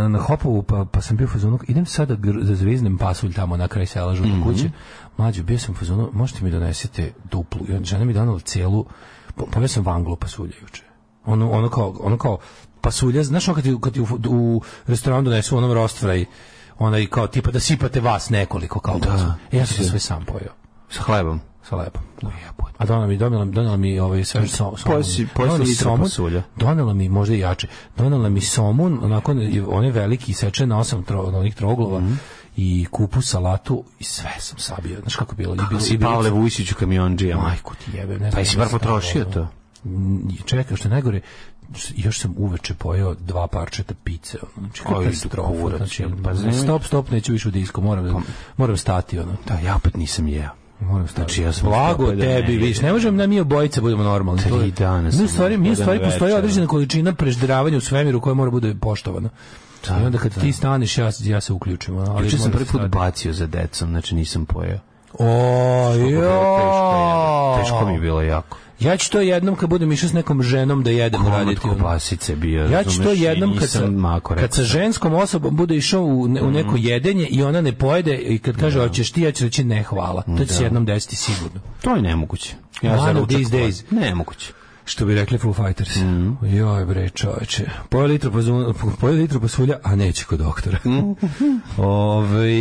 E: na Hopovu, pa, pa sam bio u fazonu, idem sada da, gr- da zviznem pasulj tamo na kraj sela
F: Mhm.
E: žute kuće. Mlađo, bio sam u fazonu, možete mi donesete duplu. I onda žena mi donela celu, po- pojeo sam vanglo pasulja juče. Ono, ono kao, ono kao pasulja, znaš ono kad ti, kad ti u, u restoranu donesu onom rostvraj, onaj kao tipa da sipate vas nekoliko kao da. E, ja sam to sve sam pojeo
F: Sa hlebom.
E: sa lepom. A donela mi, donela, donela mi ovaj svež so, somun.
F: Pojesi- pojesi
E: Donela mi
F: litra
E: somun,
F: pasulja.
E: Donela mi možda i jače. Donela mi somun, onako one veliki seče na osam tro, na onih troglova
F: Mhm.
E: i kupu salatu i sve sam sabio. Znaš kako je bilo? Kako
F: Si Pavle Vujsić u kamionđijama.
E: Majku ti jebem, ne znam.
F: Pa jesi bar
E: šta je
F: potrošio
E: ono.
F: to?
E: Mm, Čekaj, što je najgore, još sam uveče pojeo dva parčeta pice. ono, Znači,
F: Aj,
E: katastrofa.
F: kurac,
E: Znači,
F: jel, pa
E: pa,
F: nemoj.
E: stop, stop, neću više u disko, moram, da- moram stati. Ono.
F: Pa- Da, ja opet nisam jeo.
E: Moram staviti.
F: Znači, ja sam
E: Blago
F: uspeo da ne
E: tebi,
F: jedem.
E: viš, ne možemo da mi obojice budemo normalni. To je-
F: Tri dana
E: Mi
F: sam
E: u stvari, mi u
F: jedan
E: stvari postoji
F: večer.
E: određena količina prežderavanja u svemiru koja mora bude poštovana. I onda kad ti staneš, ja, ja se uključim. ono, Ali
F: Juče sam
E: moram
F: prvi put
E: stati.
F: bacio za decom, znači nisam pojeo.
E: O,
F: Bilo je Teško, jebote.
E: jo.
F: teško mi je bilo jako.
E: Ja ću to jednom kad budem išao s nekom ženom da jedem
F: Komad
E: raditi. ono.
F: kobasice bio,
E: Ja ću to
F: razumeš, i
E: jednom kad
F: nisam
E: sa,
F: mako
E: kad sa
F: rekao.
E: ženskom osobom bude išao u, ne- u neko jedenje i ona ne pojede i kad kaže hoćeš ti, ja ću reći ne hvala. To će se jednom desiti sigurno.
F: To je nemoguće.
E: One
F: za
E: of
F: ručak
E: these days.
F: pojel. Nemoguće.
E: Što bi rekli Foo Fighters. Joj bre, čoveče. Poje litru, pozu- poje litru pasulja, a neće kod doktora. Ove,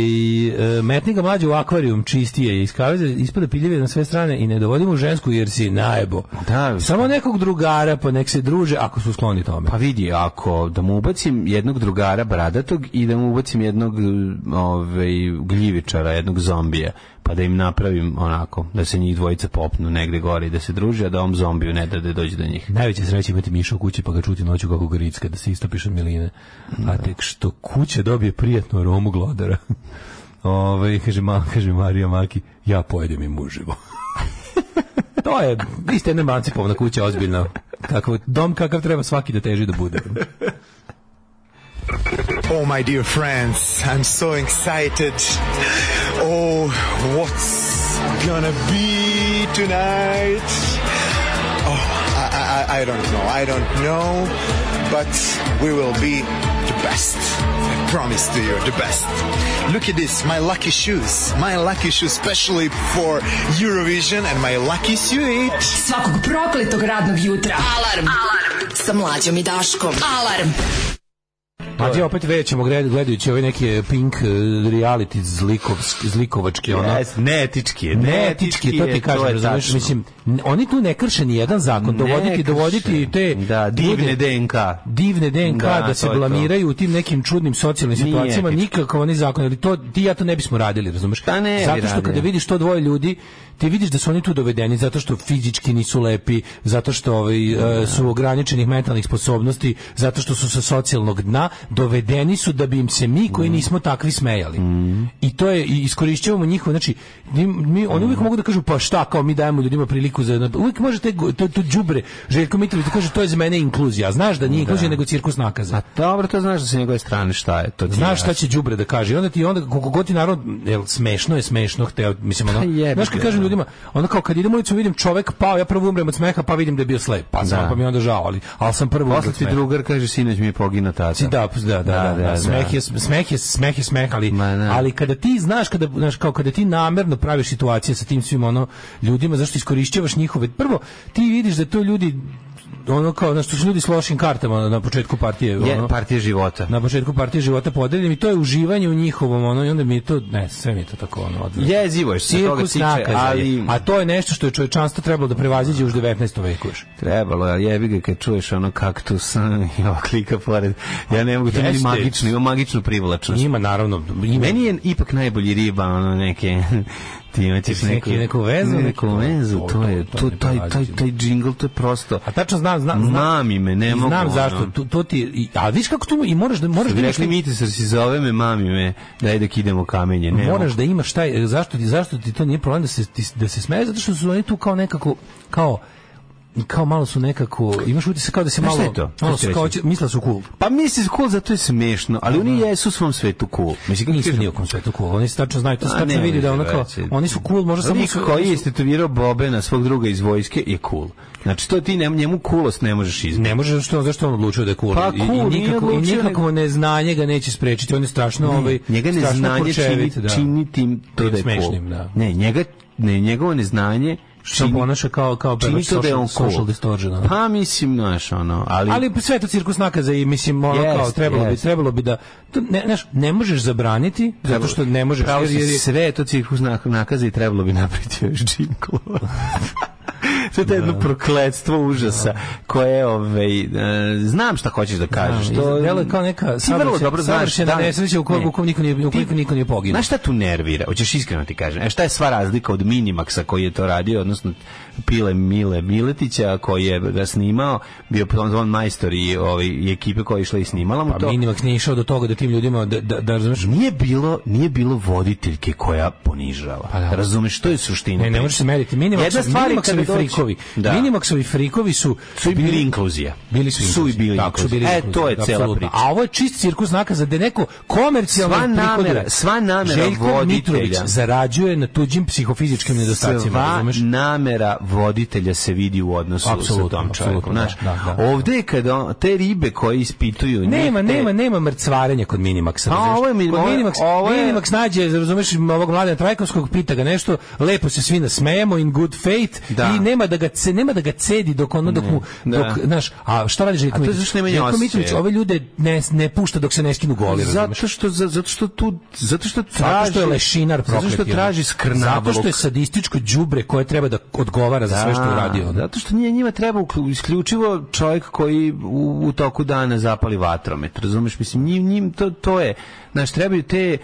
E: metni ga mlađe u akvarijum, čistije je iz kaveze, ispada piljive na sve strane i ne dovodi mu žensku jer si najebo.
F: Da,
E: Samo nekog drugara, pa nek se druže ako su skloni tome.
F: Pa vidi, ako da mu ubacim jednog drugara bradatog i da mu ubacim jednog ovaj, gljivičara, jednog zombija, pa da im napravim onako, da se njih dvojica popnu negde gore i da se druže, a da ovom zombiju ne da da dođe do njih.
E: Najveće sreće imati miša u kući pa ga čuti noću kako gricka da se istopiš od miline. A tek što kuća dobije prijatnu aromu glodara. Ove, kaže, ma, kaže Marija Maki, ja pojedem im muživo. to je, vi ste jedna emancipovna kuća ozbiljna. Kako, dom kakav treba svaki da teži da bude.
G: Oh, my dear friends, I'm so excited. Oh, what's gonna be tonight? Oh, I, I, I- I don't know. I don't know. But we will be the best. I promise to you, the best. Look at this, my lucky shoes. My lucky shoes, specially for Eurovision and my lucky suit.
D: Svakog prokletog radnog jutra. Alarm. Alarm. Sa mlađom i Daškom. Alarm.
E: A gdje opet većemo gled- gledajući ove neke pink eh, reality zlikovski, zlikovački, ono,
F: neetički je.
E: neetički, to ti kažem, razumeš, mislim, n- oni tu ne krše ni jedan zakon, dovoditi, dovoditi te
F: da, divne
E: ljude-
F: DNK.
E: divne DNK da,
F: Da,
E: se
F: to je to.
E: blamiraju u tim nekim čudnim socijalnim
F: Nije
E: situacijama
F: etički.
E: nikakav oni zakon ali to ti i ja to ne bismo radili razumeš
F: Pa ne bi
E: zato što kada
F: radili.
E: vidiš to dvoje ljudi ti vidiš da su oni tu dovedeni zato što fizički nisu lepi zato što ovaj, e, su ograničenih mentalnih sposobnosti zato što su sa socijalnog dna dovedeni su da bi im se mi koji nismo takvi smejali i to je i iskorišćavamo njihovo znači mi, mi- oni uvijek mogu da kažu pa šta kao mi dajemo ljudima priliku za uvijek možete to, to đubre Željko Mitrović kaže to je za mene inkluzija a znaš da nije inkluzija nego cirkus nakaza
F: Dobro, to znaš da sa njegove strane šta je. To ti je
E: Znaš šta
F: jasno.
E: će đubre da kaže. I Onda ti onda koliko god ti narod jel smešno je smešno hteo mislim
F: Pa
E: ono.
F: jebi
E: Znaš kad
F: ga,
E: kažem
F: da.
E: ljudima, onda kao kad idem u ulicu vidim čovek pao, ja prvo umrem od smeha, pa vidim da je bio slep. Pa znam,
F: Da.
E: pa mi je onda žao, ali al sam prvo umrem
F: Posle
E: od
F: ti
E: smeha.
F: drugar kaže, sinoć mi je pogino tata.
E: Si da, da, da, da, da, Smeh je smeh je smeh je smeh, ali
F: Ma, da.
E: ali kada ti znaš kada znaš kao kada ti namerno praviš situacije sa tim svim ono ljudima zašto iskorišćavaš njihove prvo ti vidiš da to ljudi ono kao znaš, to su ljudi s lošim kartama na početku partije ono,
F: Je, partija života.
E: na početku partije života podeljeni i to je uživanje u njihovom ono i onda mi je to ne sve mi je to tako ono odvratno.
F: Jezivo je, što se toga
E: Cirkus
F: tiče,
E: nakaza je.
F: ali...
E: a to je nešto što je čovječanstvo trebalo da prevaziđe još 19. veku još.
F: Trebalo, ali jebi ga kad čuješ ono kaktus i ova klika pored. Ja ne mogu, to meni
E: Jeste.
F: magično, ima magičnu privlačnost.
E: Ima naravno ima
F: Meni je ipak najbolji riba, ono neke... Ti imaćeš
E: Neki-
F: neku,
E: neku vezu,
F: neku
E: neki-
F: vezu,
E: to-
F: to je,
E: to-
F: to,
E: to mi je
F: taj, taj,
E: prevaziđeno.
F: taj džingl, to je prosto...
E: A tačno znam, znam, znam.
F: Mami me, ne
E: I
F: mogu.
E: Znam
F: ono.
E: zašto. To, to ti, i- a viš kako tu i moraš da moraš da
F: Bi
E: imaš
F: Rekli mi ti si zove me, mami me, daj dok idemo u kamenje. Ne,
E: moraš da imaš taj e, zašto ti zašto ti to nije problem da se ti- da se smeješ zato što su oni tu kao nekako kao kao malo su nekako imaš utisak kao da se
F: Znaš
E: malo
F: šta je to? Šta
E: malo
F: ću
E: su kao
F: reći?
E: misle su cool
F: Pa misli su cool, zato je smešno, ali oni jesu u svom svetu cool. Mislim, kako
E: nisu
F: kažem,
E: ni u kom svetu cool. Oni se tačno znaju, to se
F: A
E: tačno
F: ne,
E: vidi da
F: ne,
E: ono
F: ne,
E: kao,
F: veći.
E: oni su cool, možda samo
F: Lik
E: su...
F: koji je istetovirao Bobe na svog druga iz vojske je cool. Znači to ti ne, njemu kulost ne možeš izbiti.
E: Ne može što zašto on odlučio da je cool.
F: Pa
E: I- i,
F: cool, nije
E: nikako, i
F: odlučio,
E: nikakvo neznanje ga neće sprečiti. On je strašno ovaj
F: Njega neznanje čini,
E: da.
F: čini tim to
E: Tim
F: da je
E: smešnim,
F: cool.
E: da.
F: Ne, njega, ne, njegovo neznanje
E: što
F: čini,
E: ponaša kao kao
F: čini
E: pevač
F: to da je
E: social-
F: on cool.
E: social distortion. ono.
F: Pa mislim, znaš, ono, ali...
E: ali sve je to cirkus nakaza i mislim ono
F: Jest,
E: kao trebalo bi
F: jest.
E: trebalo bi da to ne znaš, ne možeš zabraniti zato što ne možeš
F: Pravo
E: jer-
F: si,
E: jer je-
F: sve je to cirkus nak- nakaza i trebalo bi napraviti još džinglova. to je to jedno prokledstvo užasa koje ovaj e, znam šta hoćeš da kažeš to
E: Delo je kao neka
F: Ti vrlo
E: savršena-
F: dobro znaš,
E: savršena
F: da.
E: nesreća u kojoj
F: Ne.
E: u kojoj niko nije u kojoj niko nije poginuo
F: Znaš šta tu nervira? Hoćeš iskreno ti kažem. E šta je sva razlika od Minimaxa koji je to radio, odnosno Pile Mile Miletića koji je ga snimao, bio on, on majstor i, ovaj, i ekipe koja je išla i snimala mu
E: Pa
F: to.
E: Minimax nije išao do toga da tim ljudima da da, da razumeš
F: Nije bilo, nije bilo voditeljke koja ponižava.
E: Pa da.
F: Razumeš, to je suština.
E: Ne, ne može se meriti. Minimax,
F: Jedna stvar je kada
E: Minimaxovi
F: dođe-
E: frikovi.
F: Da.
E: Minimaxovi frikovi su
F: Su i bili inkluzija.
E: Bili su,
F: Su i
E: inkluzivni.
F: bili
E: Tako su
F: inkluzivni.
E: bili
F: E,
E: inkluzivni,
F: to je cela
E: apsolutno.
F: priča.
E: A ovo je čist cirkus nakaz da neko komercijalno
F: Sva namera-
E: prihoduje.
F: sva namera
E: Željko
F: voditelja.
E: Mitrović zarađuje na tuđim psihofizičkim nedostacima,
F: Sva
E: razumeš?
F: namera voditelja se vidi u odnosu
E: Apsolutno,
F: sa tom
E: apsolutno,
F: čovjekom. Znaš,
E: da, da, da.
F: ovde je kada on- te ribe koje ispituju... njih,
E: Nema,
F: te-
E: nema, nema mrcvarenja kod Minimaxa.
F: A, Pa,
E: razumeš?
F: ovo je min-
E: kod
F: ovo je-
E: Minimax,
F: ovo je-
E: Minimax nađe, razumeš, ovog Mladena Trajkovskog, pita ga nešto, lepo se svi nasmejemo, in good faith,
F: Da.
E: i nema da da ga ce, nema da ga cedi dok ono dok mu
F: da.
E: dok znaš, a šta radi Željko
F: A to je
E: Mitrović?
F: zašto nema
E: Željko
F: osjećaja.
E: Mitrović ove ljude ne ne pušta dok se ne skinu goli, razumeš?
F: Zato što za- zato što tu zato što traži
E: Zato što je lešinar prokleti.
F: Zato što
E: ono.
F: traži skrnavluk.
E: Zato što je sadističko đubre koje treba da odgovara za sve što je uradio. ono.
F: Zato što nije njima treba uklu- isključivo čovjek koji u, u toku dana zapali vatromet, razumeš? Mislim, njim, njim to, to je, znaš, trebaju te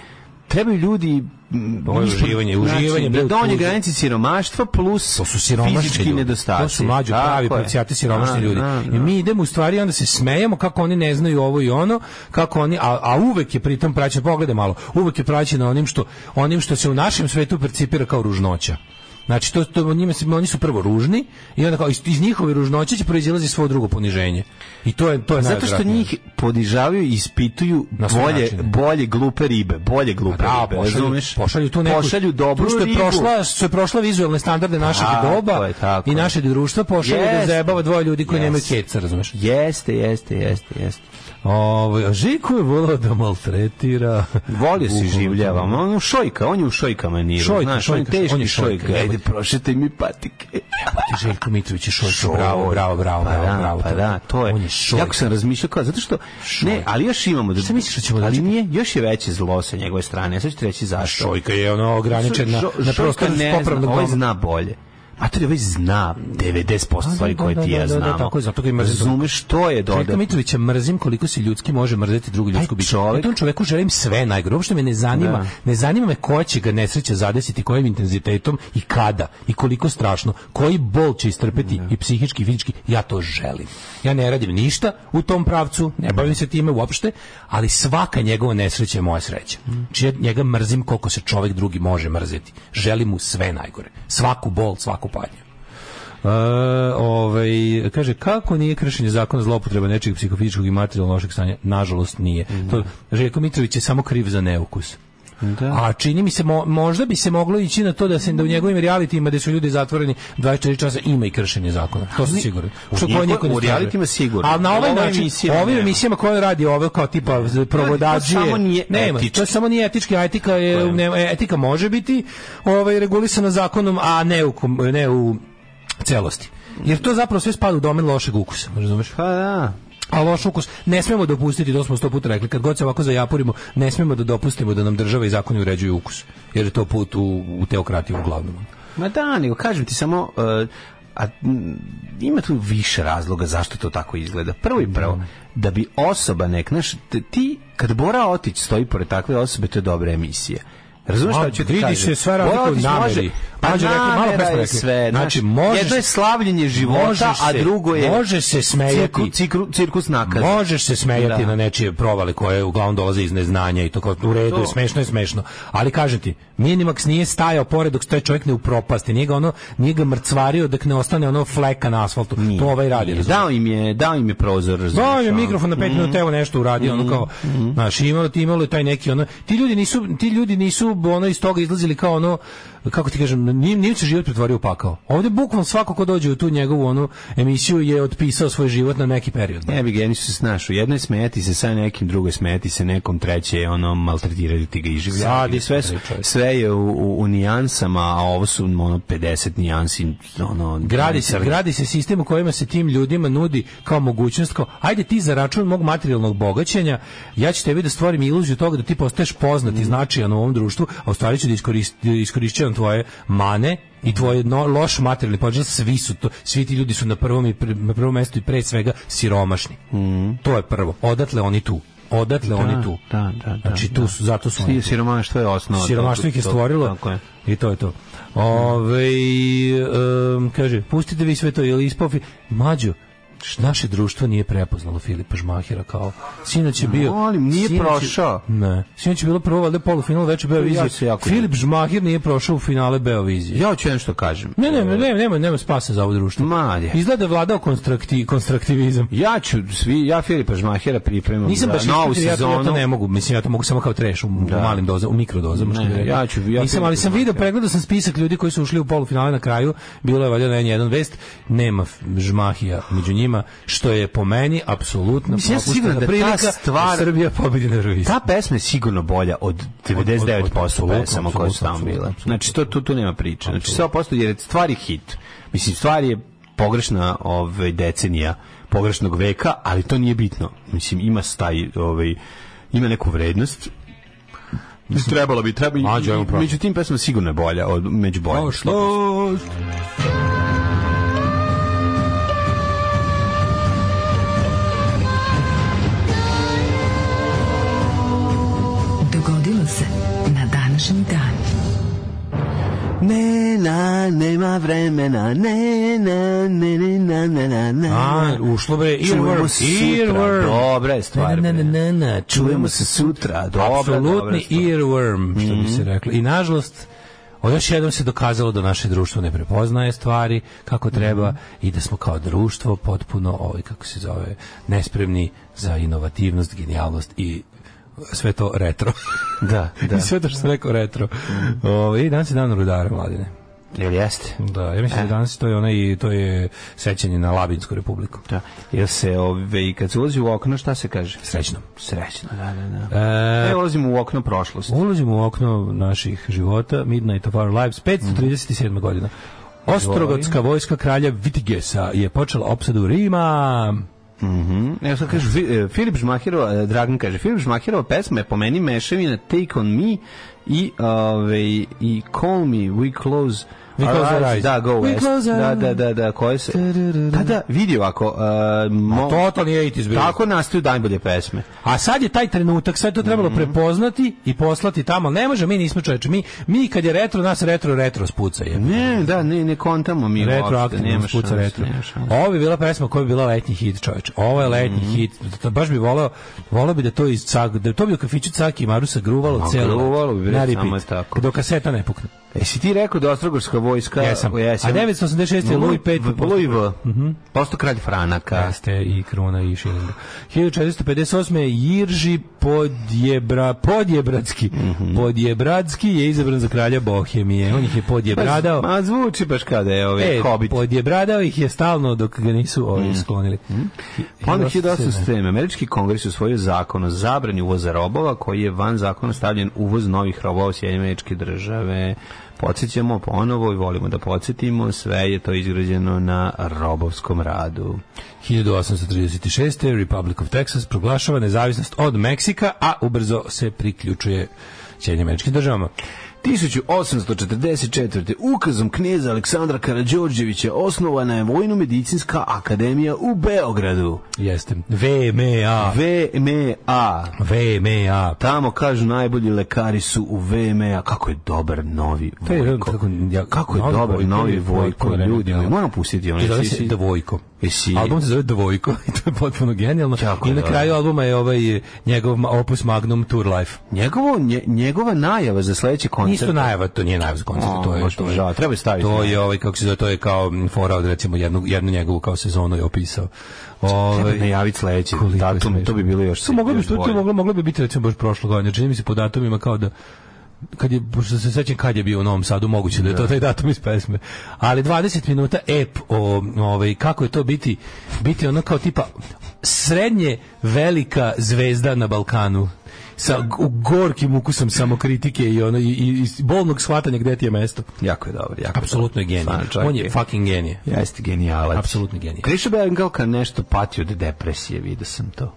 F: trebaju ljudi mm,
E: Ovo je
F: ispod-
E: uživanje,
F: znači,
E: uživanje,
F: na
E: bre, u
F: donje
E: tuđi.
F: granici siromaštva plus
E: To su siromašni
F: fizički
E: ljudi.
F: nedostaci.
E: To su mlađi pravi
F: Tako je.
E: procijati siromašni
F: Da,
E: ljudi.
F: da, da.
E: I mi idemo u stvari i onda se smejemo kako oni ne znaju ovo i ono, kako oni a, a uvek je pritom praćeno pogledaj malo. Uvek je praćeno onim što onim što se u našem svetu percipira kao ružnoća. Znači to, to njima se, oni su prvo ružni i onda kao iz, iz njihove ružnoće će proizilazi svo drugo poniženje. I to je to je
F: Zato što
E: najodvratnije.
F: njih podižavaju i ispituju
E: Na sve
F: bolje,
E: načine.
F: bolje glupe ribe, bolje glupe
E: Da,
F: ribe,
E: pošalju,
F: razumeš?
E: pošalju tu neku
F: Pa pošalju dobru
E: tu što je
F: ribu.
E: prošla, što je prošla vizualne standarde našeg
F: Tako
E: doba
F: je, tako
E: i
F: je.
E: našeg društva pošalju da
F: Jeste.
E: zajebava dvoje ljudi koji
F: Jeste.
E: nemaju keca, razumeš?
F: Jeste, jeste, jeste, jeste.
E: Ovaj a Žiko je volao da maltretira.
F: Volio si življavam, on u šojka, on je u šojka maniru,
E: Šojka,
F: znaš, on je
E: šojka,
F: teški
E: on je šojka,
F: šojka.
E: evo
F: Ajde,
E: ti.
F: prošetaj mi patike.
E: Ti Željko Mitrović je šoj, bravo, bravo, bravo,
F: pa
E: bravo,
F: da,
E: bravo.
F: Pa da, to je.
E: On je šoj.
F: Jako sam razmišljao kao, zato što, ne, ali još imamo.
E: Šta misliš da ćemo
F: Ali
E: dočekati?
F: nije, još je veće zlo sa njegove strane, ja sad ću ti reći zašto.
E: Šojka je ono ograničen na,
F: Šo-
E: na
F: Šoška
E: prostor
F: ne zna,
E: popravnog
F: ovaj
E: doma.
F: zna bolje. A to je ovaj zna 90% stvari
E: A, da,
F: koje
E: da,
F: ti
E: da,
F: ja
E: da, da,
F: znamo.
E: tako je, zato ga i mrzim.
F: Razumeš, to je
E: Željka
F: dodatno.
E: Mitrovića mrzim koliko se ljudski može mrzeti drugo ljudsko biće.
F: čovek-
E: Ja E, tom čoveku želim sve najgore. Uopšte me ne zanima,
F: Da.
E: ne zanima me koja će ga nesreća zadesiti, kojim intenzitetom i kada i koliko strašno, koji bol će istrpeti i psihički i fizički. Ja to želim. Ja ne radim ništa u tom pravcu, ne bavim se time uopšte, ali svaka njegova nesreća je moja sreća.
F: Mm.
E: Znači ja njega mrzim koliko se čovek drugi može mrzeti. Želim mu sve najgore. Svaku bol, svaku patnju. E, ovaj, kaže, kako nije kršenje zakona zloupotreba nečeg psihofizičkog i materijalno lošeg stanja? Nažalost nije.
F: Mhm.
E: To, Željko Mitrović je samo kriv za neukus. A čini mi se, mo- možda bi se moglo ići na to da se da u njegovim realitijima gde su ljudi zatvoreni 24 časa ima i kršenje zakona. To sam siguran. Što
F: njegov-
E: koji niko ne
F: u
E: istražuje.
F: realitima sigurno.
E: Ali na ovaj
F: U ovim
E: način,
F: emisijama
E: ovim
F: nema.
E: emisijama koje radi ovo kao tipa provodađije.
F: samo nije
E: nema,
F: etički.
E: to samo nije etički, a etika, je, ne, etika može biti ovaj, regulisana zakonom, a ne u, kom- ne u celosti. Jer to zapravo sve spada u domen lošeg ukusa, razumeš?
F: Pa da.
E: A loš ukus ne smemo dopustiti, to smo sto puta rekli, kad god se ovako zajapurimo, ne smemo da dopustimo da nam država i zakoni uređuju ukus. Jer je to put u, u teokratiju uglavnom.
F: Ma da, nego kažem ti samo uh, a, m, ima tu više razloga zašto to tako izgleda. Prvo i prvo, da bi osoba nek, znaš, t- ti, kad Bora Otić stoji pored takve osobe, to je dobra emisija. Razumeš
E: Ma,
F: šta ću ti
E: vidi
F: kažem?
E: se sva razlika
F: Bora
E: u
F: Otić
E: nameri.
F: može- Pa
E: Mlađe rekli, malo
F: namera
E: pre smo
F: je
E: rekli.
F: sve.
E: Znači,
F: Znači,
E: možeš-
F: jedno je slavljenje života,
E: možeš
F: a
E: se-
F: drugo je
E: možeš se smejati.
F: cirku- cikru- cirkus nakaza.
E: Možeš se smejati
F: Da.
E: na nečije provale koje uglavnom dolaze iz neznanja i to kao u redu, je, smešno je smešno. Ali kažem ti, Minimax nije stajao pored dok stoje čovjek ne upropasti, nije ga ono, nije ga mrcvario dok ne ostane ono fleka na asfaltu. To ovaj radi. razumeš?
F: Dao im je, dao im je prozor. razumeš,
E: Da, on je
F: ono.
E: mikrofon na 5 minuta evo nešto uradio, ono kao, znaš, imalo ti imalo je taj neki ono, ti ljudi nisu ti ljudi nisu ono iz toga izlazili kao ono kako ti kažem, nije nije se život pretvorio u pakao. Ovde bukvalno svako ko dođe u tu njegovu onu emisiju je otpisao svoj život na neki period.
F: Ne bi ga, ja nisu se snašu. Jedno je smejati se sa nekim, drugo je smejati se nekom, treće je ono maltretirati ga i življavati.
E: Sadist,
F: Sve, su-
E: čovječe.
F: sve je u, u, u nijansama, a ovo su ono 50 nijansi. Ono,
E: Gradi se, gradi se sistem u kojima se tim ljudima nudi kao mogućnost kao ajde ti za račun mog materijalnog bogaćenja ja ću tebi da stvorim iluziju toga da ti postaješ poznat
F: Mm.
E: i značajan u ovom društvu, a u stvari ću da iskorist- iskorišćavam tvoje mane i tvoj no, loš materijalni položaj svi su to svi ti ljudi su na prvom i pre- na prvom mestu i pre svega siromašni. To je prvo. Odatle oni tu. Odatle oni tu.
F: Mm. da, da, da,
E: znači tu su, zato su oni tu.
F: Siromaštvo je osnova.
E: Siromaštvo ih je
F: To- to-
E: stvorilo.
F: Tako je.
E: I to je to. Ove, kaže, pustite vi sve to, ili ispofi... Mađo, naše društvo nije prepoznalo Filipa Žmahira kao sinoć je bio
F: Molim, nije
E: sinoć je-
F: prošao.
E: ne sinoć je bilo prvo valjda polufinal veče Beovizije
F: Ja se jako
E: Filip Žmahir nije prošao u finale Beovizije
F: Ja hoću nešto kažem.
E: ne ne ne nema nema spasa za ovo društvo
F: Ma, je.
E: izgleda je vladao konstrukti, konstruktivizam
F: Ja ću svi, ja Filipa Žmahera pripremam
E: nisam
F: za
E: baš
F: novu
E: ispratio, ja to,
F: sezonu.
E: ja to ne mogu, mislim ja to mogu samo kao treš u, u malim dozama, u mikrodozama. što
F: Ne,
E: bi rekao.
F: ja ću- ja
E: nisam, ali sam video, pregledao sam spisak ljudi koji su ušli u polufinale na kraju, bilo je valjda na jedan vest, nema f- žmahija među njima, što je po meni apsolutno
F: Mislim, ja sam
E: propuštena
F: siguran da ta
E: prilika
F: stvar-
E: da Srbija pobedi na Euroviziji.
F: Ta pesma je sigurno bolja od 99%
E: apsolutno,
F: pesama koje su
E: apsolutno,
F: tamo bile.
E: apsolutno.
F: Znači to tu, tu nema priče. Znači 100% jer je stvari hit. Mislim stvar je pogrešna ovaj, decenija pogrešnog veka, ali to nije bitno. Mislim, ima staj, ovaj, ima neku vrednost Trebalo bi, treba
E: Mađo, ajmo probati.
F: među tim pesma sigurno je bolja od među bolja.
D: Dogodilo se na današnji dan.
F: Ne, na, nema vremena, ne, na, ne, ne, na, na, na, na.
E: A, ušlo bre,
F: Čujemo
E: earworm,
F: se sutra,
E: earworm.
F: dobra je stvar.
E: Ne,
F: bre.
E: ne, ne, ne,
F: Čujemo se sutra, dobra, dobra
E: Apsolutni
F: stvar. Mhm.
E: earworm, što bi se reklo. I nažalost, o, još jednom se dokazalo da naše društvo ne prepoznaje stvari kako
F: Mhm.
E: treba i da smo kao društvo potpuno, ovaj, kako se zove, nespremni za inovativnost, genijalnost i sve to retro.
F: Da, da. Mhm.
E: I sve to što sam rekao retro. Ovo, I danas je dan rudara, mladine.
F: Jel jeste?
E: Da, ja mislim
F: E.
E: da danas to je onaj, to je sećanje na Labinsku republiku.
F: Da. Jel se, ove, i kad se ulazi u okno, šta se kaže?
E: Srećno.
F: Srećno, da, da, da.
E: E,
F: E, ulazimo u okno prošlosti.
E: Ulazimo u okno naših života, Midnight of Our Lives, 537.
F: Mhm.
E: godina. Ostrogotska vojska kralja Vitigesa je počela opsadu Rima.
F: Evo sad kaže, Fi- e, Filip Žmahirova, e, Dragan kaže, Filip Žmahirova pesma je po meni mešavina Take on Me i, ove, i Call Me, We Close
E: We
F: Our
E: Close Our
F: Eyes.
E: Eyes.
F: Da, Go
E: We
F: West.
E: Close Our
F: Da, da, da, da, koje se... Da, da, vidi ovako. e, mo-
E: Totalni 80s bro.
F: Tako nastaju najbolje pesme.
E: A sad je taj trenutak, sad je to
F: Mhm.
E: trebalo prepoznati i poslati tamo. Ne može, mi nismo čoveče. Mi, mi kad je retro, nas retro, retro spuca je.
F: Ne, da, ne, ne kontamo mi uopšte,
E: Retroaktivno
F: nema
E: spuca
F: šanse,
E: retro.
F: nema šanse. Mhm.
E: Ovo bi bila pesma koja bi bila letnji hit, čoveče. Ovo je letnji hit. To- Baš bi voleo, voleo bi da to iz Cak, da to bi u kafiću Caki i Marusa gruvalo
F: Ma,
E: celo. leto.
F: gruvalo bi, bre,
E: Na repeat.
F: samo je tako.
E: Dok kaseta ne pukne.
F: Jesi ti rekao da je Ostrogorska vojska...
E: Jesam. A 986 je Louis V.
F: Louis V. Mhm. Posto kralj Franaka.
E: Jeste i kruna i šilinga. 1458. je Jirži Podjebra, Podjebradski. Podjebradski je izabran za kralja Bohemije. On ih je podjebradao.
F: Ma zvuči baš kada je ovaj
E: E,
F: Hobbit.
E: podjebradao ih je stalno dok ga nisu ovi sklonili.
F: Pa onda
E: 1807.
F: 1807. Američki kongres usvojio zakon o zabrani uvoza robova koji je van zakona stavljen uvoz novih robova u Sjedinjene Američke države. Podsjećamo ponovo i volimo da podsjetimo, sve je to izgrađeno na robovskom radu.
E: 1836. Republic of Texas proglašava nezavisnost od Meksika, a ubrzo se priključuje Sjedinjim američkim državama.
F: 1844. ukazom knjeza Aleksandra Karađorđevića osnovana je Vojno-medicinska akademija u Beogradu.
E: Jeste. VMA.
F: VMA.
E: VMA.
F: Tamo kažu najbolji lekari su u VMA. Kako je dobar novi
E: To je
F: Vojko.
E: kako, ja,
F: Kako je dobar novi Vojko, ljudi moji. Moram pustiti ono.
E: I zove
F: jesi-
E: se Dvojko.
F: Jesi-
E: Album se zove Dvojko i to je potpuno genijalno.
F: Jako
E: I
F: je
E: na
F: dobro.
E: kraju albuma je ovaj eh, njegov ma- opus Magnum Tour Life.
F: Njegovo, nje- njegova najava za sledeći koncert.
E: Isto najava, to nije najava za koncert,
F: O,
E: to je
F: baš
E: to
F: mi
E: je-
F: žao, treba je staviti.
E: To je ovaj kako se zove, to je kao mm, fora od recimo jednu jednu njegovu kao sezonu je opisao.
F: Treba
E: Ovaj
F: najaviti sledeći
E: koliko je
F: datum,
E: smešno.
F: to bi bilo još.
E: To moglo bi
F: još
E: što to
F: bolje.
E: moglo moglo bi biti recimo baš prošle godine. Čini mi se po datumima kao da kad je pošto se sećam kad je bio u Novom Sadu moguće da je to taj datum iz pesme. Ali 20 minuta ep o ovaj kako je to biti biti ono kao tipa srednje velika zvezda na Balkanu sa g- gorkim ukusom samokritike i ono i, i, i bolnog shvatanja gde ti je mesto.
F: Jako je dobar, jako
E: Apsolutno je genije.
F: Stvarno, čovjek
E: On je fucking genije.
F: Jeste genijalac.
E: Apsolutni genije.
F: Krišo Bengalka nešto pati od depresije, vidio sam to.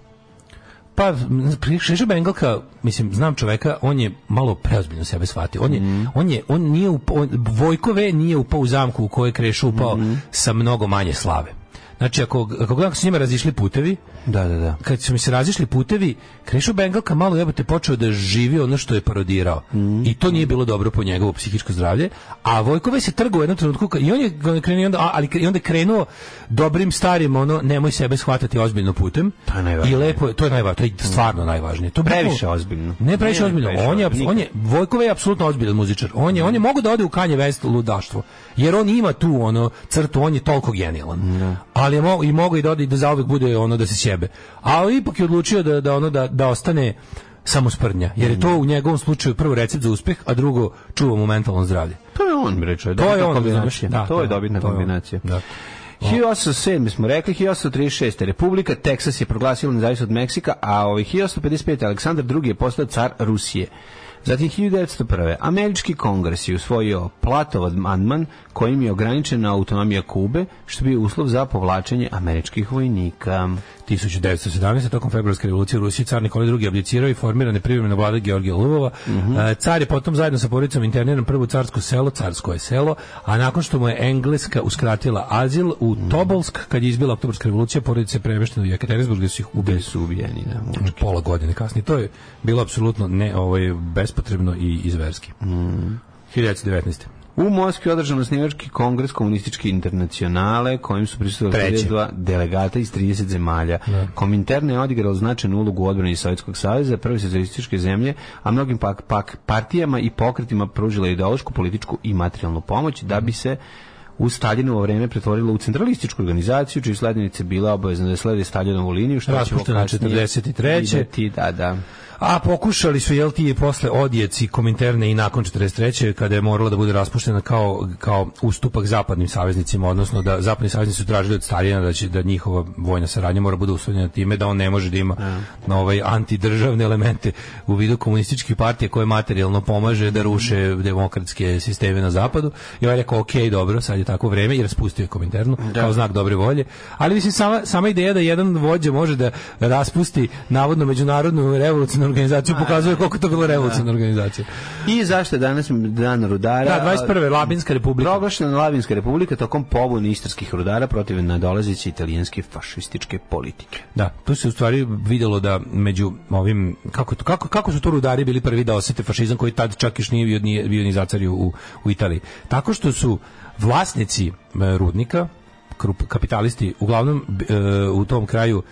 E: Pa, m, pri- Krešo Bengalka, mislim, znam čoveka, on je malo preozbiljno sebe shvatio. On je, on je, on nije upao, on- Vojkove nije upao u zamku u kojoj je Krešo upao sa mnogo manje slave. Znači, ako, ako gledam kako su njima razišli putevi,
F: Da, da, da.
E: kad su mi se razišli putevi, Krešo Bengalka malo jebote počeo da živi ono što je parodirao. I to nije bilo dobro po njegovo psihičko zdravlje. A Vojkove se trgao u jednom trenutku ka- i on je krenuo, onda, a, ali kre- i onda je krenuo dobrim starim ono nemoj sebe shvatati ozbiljno putem.
F: To je najvažnije.
E: I lepo, je- to je najvažnije, to je stvarno najvažnije. To bukvalno-
F: Previše ozbiljno.
E: Ne previše
F: Ne,
E: ozbiljno.
F: previše
E: on je,
F: ozbiljno.
E: on je Vojkove je apsolutno ozbiljan muzičar. On je, on je mogao da ode u Kanye West ludaštvo. Jer on ima tu ono crtu, on je toliko genijalan. Ali je mo, i mogao i da ode i da zauvek bude ono da se sjebe. Ali ipak je odlučio da, da ono da, da ostane samo sprdnja. Jer je to u njegovom slučaju prvo recept za uspeh, a drugo čuva mu mentalno zdravlje.
F: To je on, bre, čovjek.
E: To je
F: dobitna
E: on,
F: kombinacija.
E: znaš, da,
F: to je
E: da,
F: dobitna
E: to je on.
F: kombinacija.
E: Da.
F: 1807 smo rekli, 1836. Republika Teksas je proglasila nezavisnost od Meksika, a ovaj 1855. Aleksandar II je postao car Rusije. Zatim 1901. Američki kongres je usvojio Platov amandman kojim je ograničena autonomija Kube, što bi uslov za povlačenje američkih vojnika.
E: 1917. tokom februarske revolucije u Rusiji car Nikolaj II. abdicirao i formirane privremena vlada Georgija Lvova. E, Car je potom zajedno sa porodicom interniran prvo u carsko selo, carsko je selo, a nakon što mu je Engleska uskratila azil u Tobolsk, kad je izbila oktobarska revolucija, porodice je premeštene u Jekaterinburg gdje su ih ubili.
F: Su ubijeni, da.
E: pola godine kasnije. To je bilo apsolutno ne ovaj, bespotrebno i izverski. Mm. 1919.
F: U Moskvi je održan osnivački kongres komunističke internacionale kojim su prisustvovali
E: Treći.
F: 32 delegata iz 30 zemalja. Kominterna je odigrala značajnu ulogu u odbrani Sovjetskog saveza, prve socijalističke zemlje, a mnogim pak, pak partijama i pokretima pružila ideološku, političku i materijalnu pomoć da bi se u Staljinovo vreme pretvorila u centralističku organizaciju, čiji slednice bila obavezna da slede Staljinovu liniju, što ćemo
E: Raspuštena
F: kasnije
E: 43..
F: videti, Da, da.
E: A pokušali su jel ti i posle odjeci kominterne i nakon 43. kada je morala da bude raspuštena kao, kao ustupak zapadnim saveznicima, odnosno da zapadni saveznici su tražili od Staljina da će da njihova vojna saradnja mora bude uslovljena time da on ne može da ima na ovaj antidržavne elemente u vidu komunističkih partija koje materijalno pomaže da ruše demokratske sisteme na zapadu. I ovaj je rekao, ok, dobro, sad je tako vreme i raspustio je kominternu kao znak dobre volje. Ali mislim, sama, sama ideja da jedan vođa može da raspusti navodno međunarodnu revolucionarnu organizaciju pokazuje koliko je to bila revolucionarna organizacija.
F: I zašto je danas dan rudara?
E: Da, 21. Labinska republika.
F: Proglašena Lavinska republika tokom pobune istarskih rudara protiv nadolazeće italijanske fašističke politike.
E: Da, tu se u stvari videlo da među ovim kako to- kako kako su to rudari bili prvi da osete fašizam koji tad čak još nije bio, nije bio ni zacario u, u Italiji. Tako što su vlasnici e, rudnika, krup- kapitalisti, uglavnom b- e, u tom kraju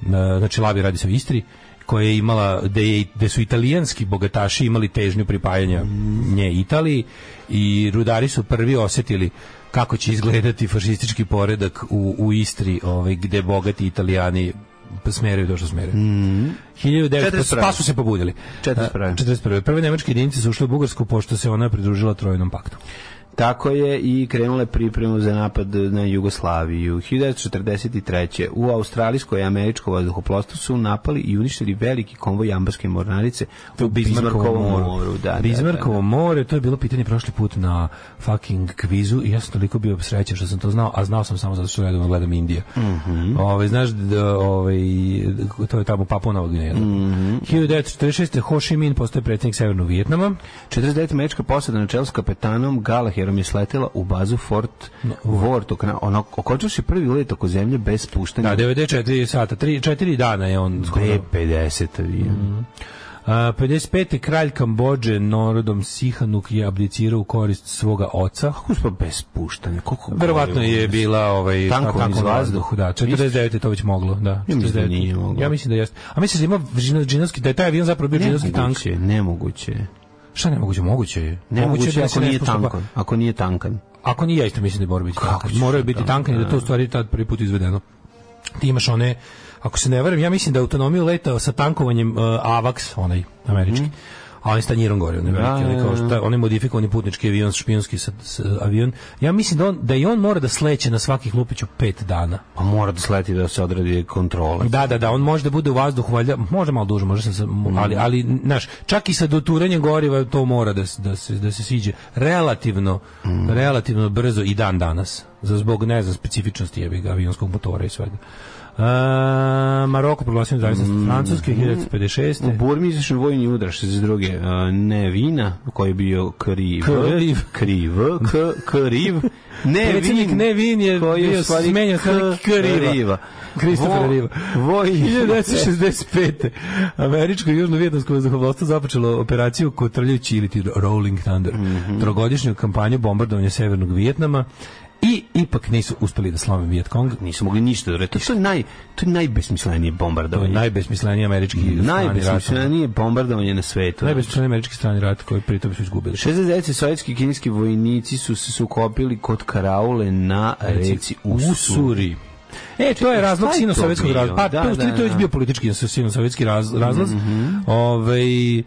E: e, znači Lavi radi se o Istri koja je imala gde, je, gde su italijanski bogataši imali težnju pripajanja nje Italiji i rudari su prvi osjetili kako će izgledati fašistički poredak u, u Istri, ovaj, gde bogati italijani smeraju to što smeraju. Mm. 1900,
F: 41..
E: pa su se pobudili.
F: 41..
E: A, 41. Prve nemačke jedinice su ušle u Bugarsku pošto se ona pridružila Trojnom paktu.
F: Tako je i krenula pripremu za napad na Jugoslaviju. 1943. u Australijsko i američko vazduhoplostvo su napali i uništili veliki konvoj ambarske mornarice u Bizmarkovom moru. Da, da,
E: Bizmarkovo
F: da,
E: more, to je bilo pitanje prošli put na fucking kvizu i ja sam toliko bio srećan što sam to znao, a znao sam samo zato što redovno gledam Indija.
F: Mhm.
E: Ove, znaš, da, ove, to je tamo Papua Nova Gvineja.
F: Mhm.
E: 1946. Ho Chi Minh postaje predsjednik Severnog Vijetnama.
F: da. 49. američka posada na čelu s kapetanom Galaherom je sletela u bazu Fort Worth. oko- Ono, okočuši prvi let oko zemlje bez puštanja
E: Da, 94 sata, 3, 4 dana je on skoro.
F: B-50 avion.
E: A, 55. kralj Kambođe Norodom Sihanuk je abdicirao u korist svoga oca.
F: Kako smo bez puštanja? Koliko
E: Verovatno
F: gorivo?
E: je bila ovaj
F: Tankovi
E: tankovi
F: iz
E: na
F: vazduha.
E: Da, 49 je to već moglo, da.
F: Ja mislim da
E: 49.
F: nije moglo.
E: Ja mislim da jeste. A misliš da ima džino- džinovski da je taj avion zapravo bio džinovski tank?
F: Nemoguće, nemoguće.
E: Šta je nemoguće, moguće je.
F: Nemoguće
E: da
F: ako
E: se ne
F: nije
E: ispoštova-
F: tankan. Ako nije tankan.
E: Ako nije, ja isto mislim da mora biti
F: Kako
E: tankan.
F: će
E: Moraju biti
F: tankan,
E: tankan i da
F: da.
E: to u stvari tad prvi put izvedeno. Ti imaš one Ako se ne varam, ja mislim da je autonomiju letao sa tankovanjem uh, AVAX, onaj američki. A on je s tanjirom gore, on je veliki,
F: Mhm. Da,
E: onaj
F: da,
E: kao
F: da.
E: što taj- onaj modifikovani putnički avion, špijunski sa- sa- avion. Ja mislim da, on, da i on mora da sleće na svakih lupiću pet dana.
F: Pa mora da sleti da se odradi kontrola.
E: Da, da, da, on može da bude u vazduhu, valjda, može malo duže, može se, ali, ali, znaš, čak i sa doturanjem goriva to mora da, se- da, se, da se siđe relativno,
F: Mm.
E: relativno brzo i dan danas, za zbog, ne znam, specifičnosti jebi ga, avionskog motora i svega. E, Maroko proglasio nezavisnost od Francuske 1956.
F: Mm. U Burmi izvršen vojni udar 62. Uh, ne vina, koji je bio kriv.
E: Kriv.
F: Kriv. K, kriv. Ne
E: Predsjednik
F: vin.
E: E, Nevin je
F: koji
E: bio
F: u stvari
E: smenjen od strane
F: K-
E: Kriva. Kristofer
F: Vo-
E: Riva.
F: Vojni udar.
E: 1965. Američko i južno-vjetnamsko vazduhoplovstvo započelo operaciju kotrljajući ili ti Rolling Thunder,
F: Mhm.
E: trogodišnju kampanju bombardovanja Severnog Vijetnama i ipak nisu uspeli da slome Vietkong.
F: Nisu mogli ništa da urede. To je naj, to je najbesmislenije
E: To je
F: bombardovanje.
E: najbesmisleniji američki strani rat.
F: Najbesmislenije bombardovanje na svetu.
E: Najbesmisleniji američki strani rat koji pritom su izgubili.
F: 69. sovjetski i kineski vojnici su se sukopili kod karaule na reci Usuri.
E: Usuri. E, to je razlog
F: šta je
E: sino
F: to
E: sovjetskog
F: bio?
E: razloga. Pa,
F: Da,
E: to, u stvari
F: da,
E: to je već
F: da. Mhm.
E: bio politički sino sovjetski raz, razlaz. Ovaj,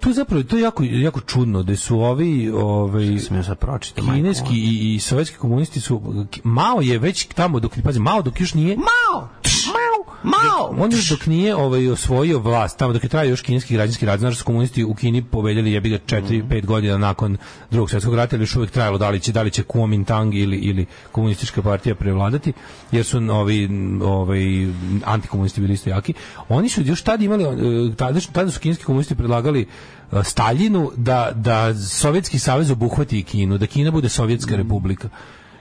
E: tu zapravo, to je jako, jako čudno, da su ovi, ovaj,
F: Sam ja sad pročitao. majko
E: kineski i, i sovjetski komunisti su, malo je već tamo, dok, pazi, malo dok još nije,
F: Mao! Mao! Mao!
E: On još dok nije ovaj, osvojio vlast, tamo dok je trajao još kineski građanski rat, znaš da su komunisti u Kini pobeljali jebi ga 4 5 godina nakon Drugog svjetskog rata, ali još uvek trajalo da li će da li će Kuomintang ili ili komunistička partija prevladati, jer su ovi ovaj antikomunisti bili isto jaki. Oni su još tad imali eh, tada, tada su kineski komunisti predlagali eh, Staljinu da, da Sovjetski savez obuhvati i Kinu, da Kina bude Sovjetska republika.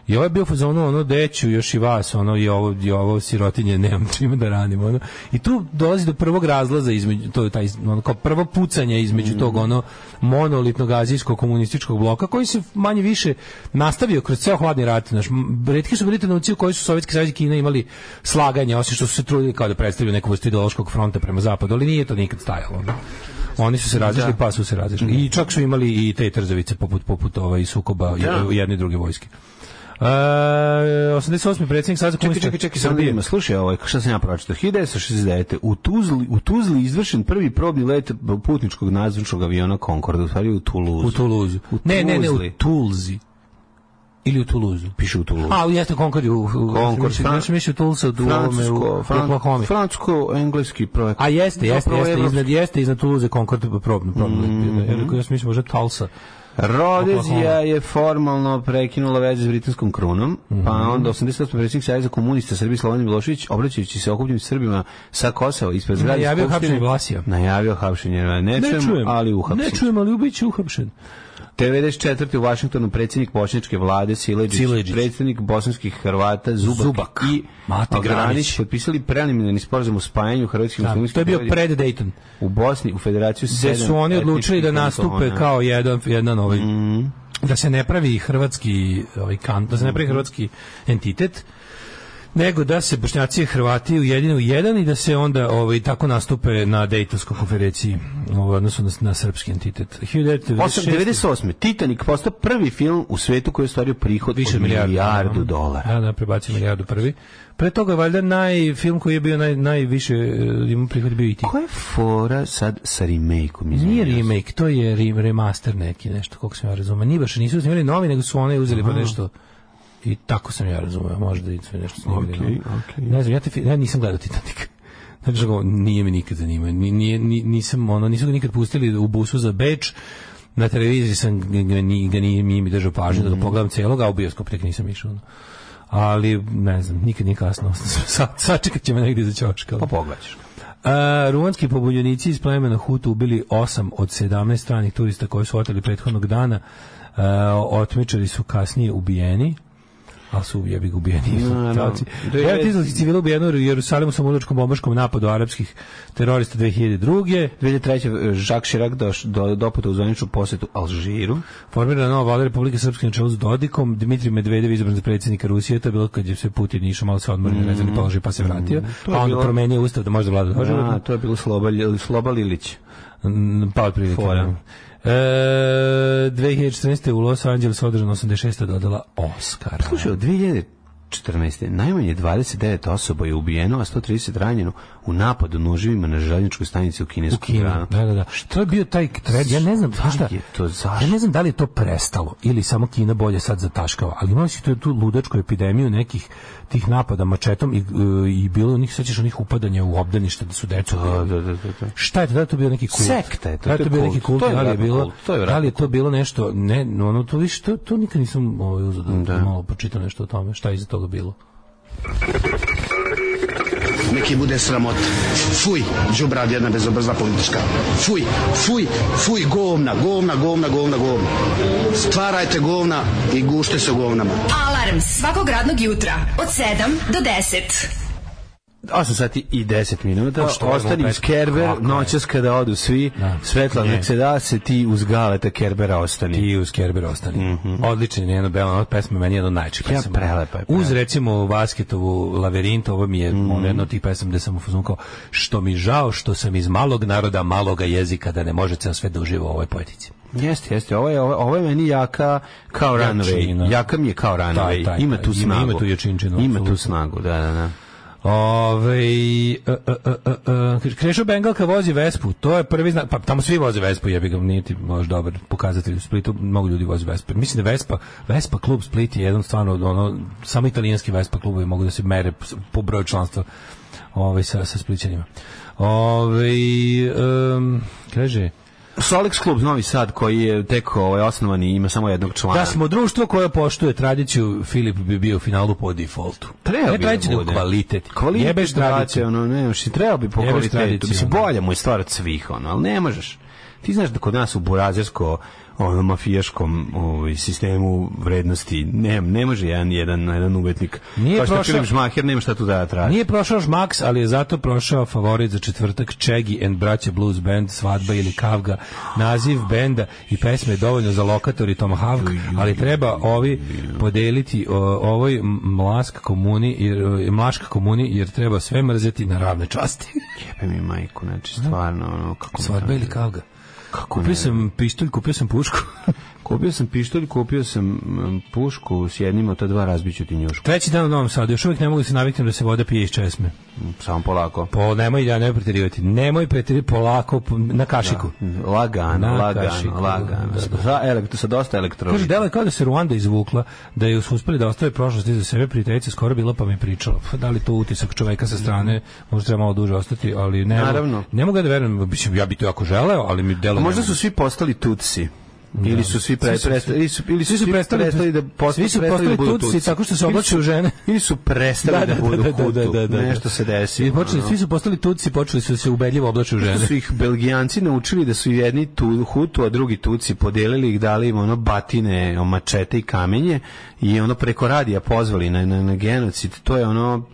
E: I ovo je bio fazonu, ono, deću, još i vas, ono, i ovo, i ovo sirotinje, nemam čime da radim, ono. I tu dolazi do prvog razlaza između, to je taj, ono, kao prvo pucanje između tog, ono, monolitnog azijskog komunističkog bloka, koji se manje više nastavio kroz ceo hladni rat, znaš, m, retki su bili trenuci u kojoj su Sovjetski savez i Kina imali slaganje, osim što su se trudili kao da predstavljaju neku vrstu ideološkog fronta prema zapadu, ali nije to nikad stajalo, ono. Oni su se razišli, pa su se razišli. I čak su imali i te trzavice poput poput ovaj sukoba u jedne i druge vojske. E, 88. E, predsjednik Saveza
F: Čekaj,
E: komunista
F: čekaj, čekaj, samo da vidimo. Slušaj, ovaj, šta sam ja pročitao. 1969. U Tuzli, u Tuzli izvršen prvi probni let putničkog nadzvučnog aviona Concorde, u stvari u Toulouse.
E: u Tuluzu.
F: U
E: Ne, ne, ne, u
F: Tuzli.
E: Tulzi. Ili u Tuluzu.
F: Piše u Toulouse.
E: A, u jeste Concord u, u
F: Concord,
E: mislim,
F: Fran-
E: znaš, mislim, u Tulsa, u ovome, u
F: Francusko,
E: u
F: Fran-
E: Oklahomi.
F: Francusko-engleski projekt.
E: A jeste, jeste,
F: Zapravo Mhm.
E: jeste,
F: evropski.
E: iznad, jeste, iznad Tuluze Concord probno, probno. Ja rekao, ja sam mislim, možda Tulsa.
F: Rodezija
E: Oklahoma.
F: je formalno prekinula vezu s britanskom krunom,
E: Mhm.
F: pa onda 88. predsjednik Saveza komunista Srbije Slobodan Milošević, obraćajući se okupljenim Srbima sa Kosova ispred zgrade
E: Najavio
F: Skupštine-
E: hapšenje Vlasija.
F: Najavio hapšenje, ne, čujem, ali uhapšen.
E: Ne čujem, ali ubiće uhapšen.
F: 94. u Vašingtonu predsjednik bošnjačke vlade Sileđić,
E: Sileđić.
F: predsjednik bosanskih Hrvata Zubak,
E: Zubak.
F: i
E: Mate
F: Granić,
E: Granić.
F: potpisali preliminarni sporazum o spajanju hrvatskih
E: Da,
F: muslimanskih
E: to je bio
F: naroda
E: pred Dayton,
F: u Bosni u Federaciju
E: gde
F: sedam
E: su oni odlučili
F: etničkih
E: da nastupe
F: kantona.
E: kao jedan, jedan ovaj,
F: Mhm.
E: da se ne pravi hrvatski ovaj kan, da se ne pravi hrvatski entitet nego da se Bošnjaci i Hrvati ujedine u jedan i da se onda ovaj tako nastupe na Dejtonskoj konferenciji u odnosu na, na srpski entitet.
F: 8,
E: 1996.
F: 98. Titanic postao prvi film u svetu koji je ostvario prihod
E: više
F: od
E: milijardu,
F: milijardu,
E: da.
F: dolara.
E: Da, da, prebacio milijardu prvi. Pre toga je valjda naj film koji je bio naj, najviše e, imao prihod bio i ti.
F: Koja je fora sad sa remake-om? izvinjam
E: Nije
F: se?
E: remake, to je rem- remaster neki, nešto, koliko sam ja razumeo. Nije baš, nisu snimili novi, nego su one uzeli pa nešto. I tako sam ja razumeo, možda i sve nešto snimili.
F: Okej,
E: novo.
F: okej.
E: Ne znam, ja, te, fi- ja nisam gledao Titanic. Znači, što nije me nikad zanimao. Ni, nije, ni- nisam, ono, nisu ga nikad pustili u busu za Beč. Na televiziji sam ga, ga ni- ga nije, nije mi držao pažnju
F: Mhm.
E: da ga pogledam celog, a u bioskop tek nisam išao. ono. Ali, ne znam, nikad nije kasno. Sa, sačekat će me negdje za ćoška.
F: Pa pogledaš.
E: A, ruanski pobunjenici iz plemena Hutu ubili 8 od 17 stranih turista koji su oteli prethodnog dana. A, otmičari su kasnije ubijeni ali su jebi ga ubijeni Izraelci.
F: da je-
E: Devet izraelskih civila ubijeno u Jerusalimu sa muličkom bombaškom napadu arapskih terorista 2002.
F: 2003. Žak Širak e, doš, do, doputa u zvaničnu posetu Alžiru.
E: Formirana nova vlada Republike Srpske na čelu s Dodikom, Dmitrij Medvedev izabran za predsjednika Rusije, to je bilo kad je se Putin išao malo se odmorio na rezervni položaj pa se vratio,
F: Mhm. To
E: pa
F: je
E: onda
F: bilo-
E: promenio ustav da može da vlada doživotno.
F: A, to je bilo Sloba, Lj- Sloba Lilić.
E: Mm, Pa otprilike.
F: Fora.
E: da. E, 2014. u Los Angeles održano 86. dodala Oscara.
F: Pa, Slušaj, Znači, od 2014. najmanje 29 osoba je ubijeno, a 130 ranjeno u napadu noživima na željezničkoj stanici u
E: u
F: kineskom
E: Kini.
F: Iranu.
E: Da, da, da. To je bio taj trend, ja ne znam
F: Šta
E: šta.
F: je to, zašto?
E: Ja ne znam da li je to prestalo ili samo Kina bolje sad zataškava, ali imali su tu, tu ludačku epidemiju nekih tih napada mačetom i, e, i bilo je onih, sećaš onih upadanja u obdanište da su decu
F: Da,
E: ubijali.
F: da, da, da.
E: Šta je to? Da li je to bio neki kult?
F: Sekta je to,
E: Da li
F: to
E: je
F: je
E: to bio neki
F: kult,
E: kult?
F: to je
E: da li je
F: vjerojatno
E: bilo,
F: kult, to je
E: da li
F: vjerojatno
E: je to bilo nešto, ne, ono, to više, to, to nikad nisam ovaj, uzeo da, malo pročitao nešto o tome, šta je iza toga bilo.
C: Neki bude sramot. Fuj, džubrad jedna bezobrzna politička. Fuj, fuj, fuj, govna, govna, govna, govna, govna. Stvarajte govna i gušte se u govnama.
D: Alarm svakog radnog jutra od 7 do 10.
F: 8 sati i 10 minuta.
E: što je
F: Ostani
E: ovo
F: uz
E: pet-
F: Kerber,
E: Kako je?
F: noćas kada odu svi,
E: Da.
F: svetla
E: Ne.
F: nek se da se ti uz galeta Kerbera ostani. Mhm.
E: I uz Kerber ostani. Odličan je jedno belo od pesme, meni je jedno od najčih
F: Ja,
E: pesama.
F: prelepa je,
E: Uz
F: prelepa. Mhm.
E: recimo Basketovu Laverint, ovo mi je ono jedno od tih pesama gde sam u fazonu kao, što mi žao što sam iz malog naroda, maloga jezika, da ne možete sam sve doživo u ovoj poetici.
F: Jeste, jeste. Ovo je, ovo, ovo je meni jaka kao
E: Jačina.
F: Runway. Jaka mi je kao Runway.
E: Taj, taj,
F: ima
E: taj.
F: tu
E: Ima-
F: snagu.
E: ima tu jačinčinu,
F: Ima tu
E: apsolutno.
F: snagu, da, da, da.
E: Ove, e, e, e, e, e, kaže, Krešo Bengalka vozi Vespu, to je prvi znak, pa tamo svi voze Vespu, jebi ga, nije ti baš dobar pokazatelj u Splitu, mnogo ljudi vozi Vespu. Mislim da Vespa, Vespa klub Split je jedan stvarno, ono, samo italijanski Vespa klubovi mogu da se mere po- po broju članstva ovaj, sa, sa Splićanima. Ove, em, kaže,
F: Solex klub Novi Sad koji je tek ovaj, osnovan i ima samo jednog člana.
E: Da smo društvo koje poštuje tradiciju, Filip bi bio u finalu po defaultu.
F: Treba
E: ne
F: bi da
E: tradiciju, nego
F: bude.
E: kvalitet.
F: Kvalitet
E: Jebeš
F: brate,
E: tradiciju.
F: Ono, ne, još i treba bi po
E: Jebeš
F: kvalitetu.
E: tradiciju,
F: Mislim,
E: ono.
F: bolja mu je stvar od svih, ono, ali ne možeš. Ti znaš da kod nas u burazersko ono, mafijaškom ovaj, sistemu vrednosti ne, ne može jedan, jedan, jedan umetnik.
E: Nije
F: Kao što je
E: prošao-
F: Filip Žmaher, nema šta tu da traži.
E: Nije prošao Žmaks, ali je zato prošao favorit za četvrtak Čegi and Braće Blues Band, Svadba ili Kavga. Naziv benda i pesme je dovoljno za lokator i Tom Havk, ali treba ovi podeliti o, ovoj m- mlask komuni, jer, e, mlaška komuni, jer treba sve mrzeti na ravne časti.
F: Jebe mi majku, znači, stvarno, ono, kako...
E: Svadba ili Kavga.
F: Kako
E: Kupio
F: ne?
E: sam pištolj, kupio sam pušku.
F: Kupio sam pištolj, kupio sam mm, pušku s jednim od ta dva razbiću ti njušku.
E: Treći dan u Novom Sadu, još uvijek ne mogu da se naviknem da se voda pije iz česme.
F: Samo polako.
E: Po, nemoj, ja nemoj preterivati. Nemoj preterivati polako po- na kašiku.
F: Lagano,
E: Na
F: lagano,
E: kašiku,
F: lagano.
E: da,
F: Sa, elektro, sa dosta elektrolita.
E: Kaže, delo je kao da se Ruanda izvukla, da je su uspeli da ostave prošlost iza sebe, prijateljica skoro bila pa mi pričala. Pa, da li to utisak čoveka sa strane, možda treba malo duže ostati, ali ne,
F: Naravno.
E: ne mogu ja da verujem, mislim, ja bi to jako želeo, ali mi delo...
F: Pa Možda
E: ne-
F: su svi postali tutsi. Ili su svi pre,
E: Svi su-
F: prestali, ili su, ili su
E: svi su
F: svi
E: prestali-
F: prestali da post-
E: svi su
F: prestali da
E: postali
F: budu
E: tutsi tako što
F: Ili
E: se
F: su-
E: oblače u žene.
F: Ili su prestali da, budu hutu. Nešto se desi.
E: I počeli,
F: ono.
E: svi su postali tuci, počeli su da se ubedljivo oblače u žene.
F: su ih Belgijanci naučili da su jedni tu, Hutu, a drugi Tuci podelili ih, dali im ono batine, ono, mačete i kamenje i ono preko radija pozvali na, na, na genocid. To je ono,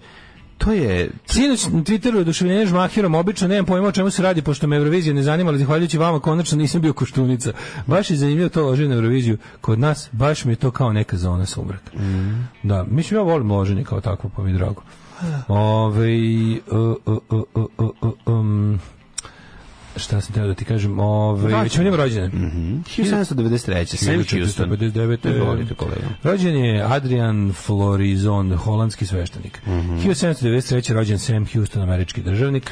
F: to je,
E: Sinoć na Twitteru oduševljenje žmahirom, obično nemam pojma o čemu se radi, pošto me Eurovizija ne zanima, ali zahvaljujući vama konačno nisam bio koštunica. Baš je zanimljivo to loženje na Euroviziju. Kod nas baš mi je to kao neka zona sumraka. Da, mislim ja volim loženje kao takvo, pa mi je drago. Ove, e, šta sam teo da ti kažem? Ove,
F: Rođendan.
E: ćemo njemu rođene.
F: 1793. Sam Houston.
E: 1459.
F: Izvolite, kolega.
E: Rođen je Adrian Florizon, holandski sveštenik.
F: Mhm.
E: 1793. rođen Sam Houston, američki državnik.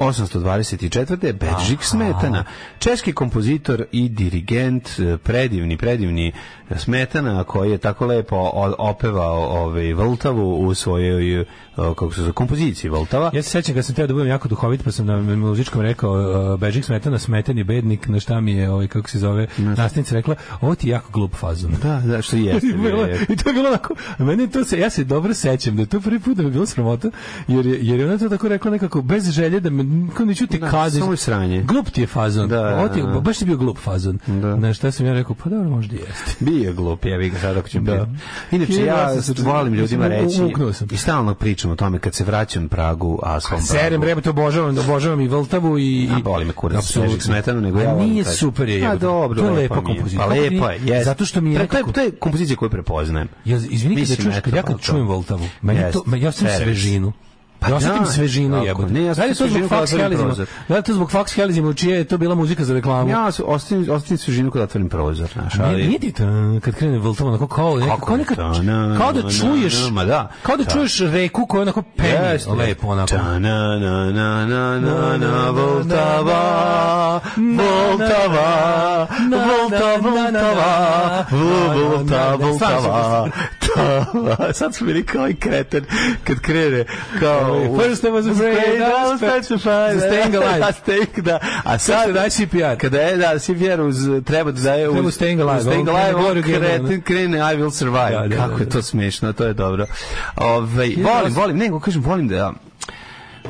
F: 1824. Bedžik Smetana, češki kompozitor i dirigent, eh, predivni, predivni Smetana koji je tako lepo o- opevao ovaj Vltavu u svojoj eh, kako se zove kompoziciji Vltava.
E: Ja se sećam kad sam teo da budem jako duhovit, pa sam na muzičkom rekao uh, Bežik smetana, smetani bednik, na šta mi je, ovaj, kako se zove, nastavnica rekla, ovo ti je jako glup fazon.
F: Da, da, što jeste.
E: I bilo-
F: je.
E: I to je bilo onako, meni je to se, ja se dobro sećam da je to prvi put da mi je bilo sramota, jer, je- jer je ona to tako rekla nekako bez želje da me, kao neću ti
F: Da,
E: kazati.
F: samo je sranje.
E: Glup ti je fazon.
F: Da, da,
E: Ovo ti je-
F: da.
E: baš ti je bio glup fazon.
F: Da.
E: Na šta sam ja rekao, pa dobro, možda i jeste.
F: Bio je glup, ja bih ga sad ako ćemo da. Inače, ja
E: 1840
F: volim ljudima
E: Mislim,
F: reći
E: umuknuo sam.
F: i stalno pričam o tome kad se vraćam Pragu, a svom
E: Serem,
F: Pragu.
E: rebe, to obožavam, obožavam i Vltavu i...
F: Pa, A boli me kurac,
E: Apsolutno.
F: Ježik Smetanu, nego ja
E: A
F: volim
E: nije
F: taj-
E: super je.
F: A
E: jebote.
F: dobro,
E: to je
F: lepa
E: lepa
F: mi je.
E: kompozicija.
F: Pa
E: Kako mi
F: lepa je, jest.
E: Zato što mi je
F: Pre- to je-
E: nekako...
F: To je kompozicija koju prepoznajem.
E: Ja, izvini, kada
F: Mislim,
E: čuješ, kad
F: eto,
E: ja
F: pa
E: kad
F: to.
E: čujem Voltavu, meni
F: Jest.
E: to, me- ja sam
F: Serem.
E: svežinu.
F: Pa
E: ja osjetim
F: da,
E: svežinu
F: tako.
E: jebote.
F: Ne, ja
E: Da li je to
F: osjetim
E: zbog
F: svežinu
E: Fox
F: kad otvorim
E: Helizima?
F: prozor.
E: Da li je to zbog Fox Helizima u čije je to bila muzika za reklamu?
F: Ja se ostavim, ostavim svežinu kada otvorim prozor, znaš,
E: Ne,
F: ali...
E: nije ti to, eh, kad krene Voltava, onako kao, neka,
F: Kako
E: kao,
F: je
E: neka,
F: to? Na, na,
E: kao da
F: na,
E: čuješ,
F: na, ma da.
E: kao da
F: Da.
E: čuješ reku koja onako penje,
F: Jeste.
E: lepo onako.
F: Ta na na na na na na Voltava Voltava Volta Voltava Vu, Volta Voltava Ta- Sad smo bili kao i kreten kad krene kao
E: First I was afraid, I was
F: specified
E: Staying alive.
F: Staying da A sad
E: Sad da CPR.
F: kada je da CPR uz treba da je
E: Treba uz Staying Alive,
F: Staying
E: on krene
F: Alive on
E: Gloria Gaynor,
F: kreten
E: ono.
F: krene I will survive.
E: Da, da,
F: Kako
E: da,
F: je E,
E: da.
F: to smiješno, to je dobro. Ovaj volim, volim, nego kažem volim da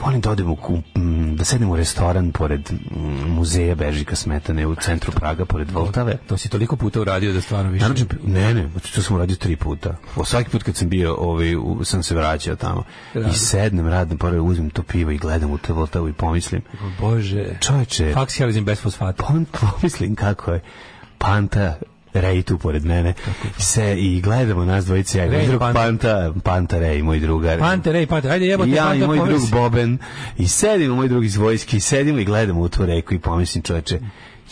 F: volim da odem u, ku- mm, da sednem u restoran pored mm, muzeja Bežika Smetane u centru Praga pored Voltave.
E: To si toliko puta uradio da stvarno više.
F: Naravno, ne, ne, znači, to sam uradio tri puta. O, svaki put kad sam bio, ovaj, u- sam se vraćao tamo. I sednem, radim, pored, uzmem to pivo i gledam u te Voltavu i pomislim,
E: Bože.
F: čovječe,
E: Fax Helizim bez fosfata.
F: pon, pomislim kako je Panta Rej tu pored mene se i gledamo nas dvojice ja i
E: Rej,
F: moj drug
E: Panta.
F: Panta Panta Rej moj drugar
E: Pante, rej, pante, ajde jebote,
F: I ja
E: pante,
F: i moj
E: pomeri
F: drug
E: se.
F: Boben i sedimo moj drug iz vojske i sedimo i gledamo u tu reku i pomislim čoveče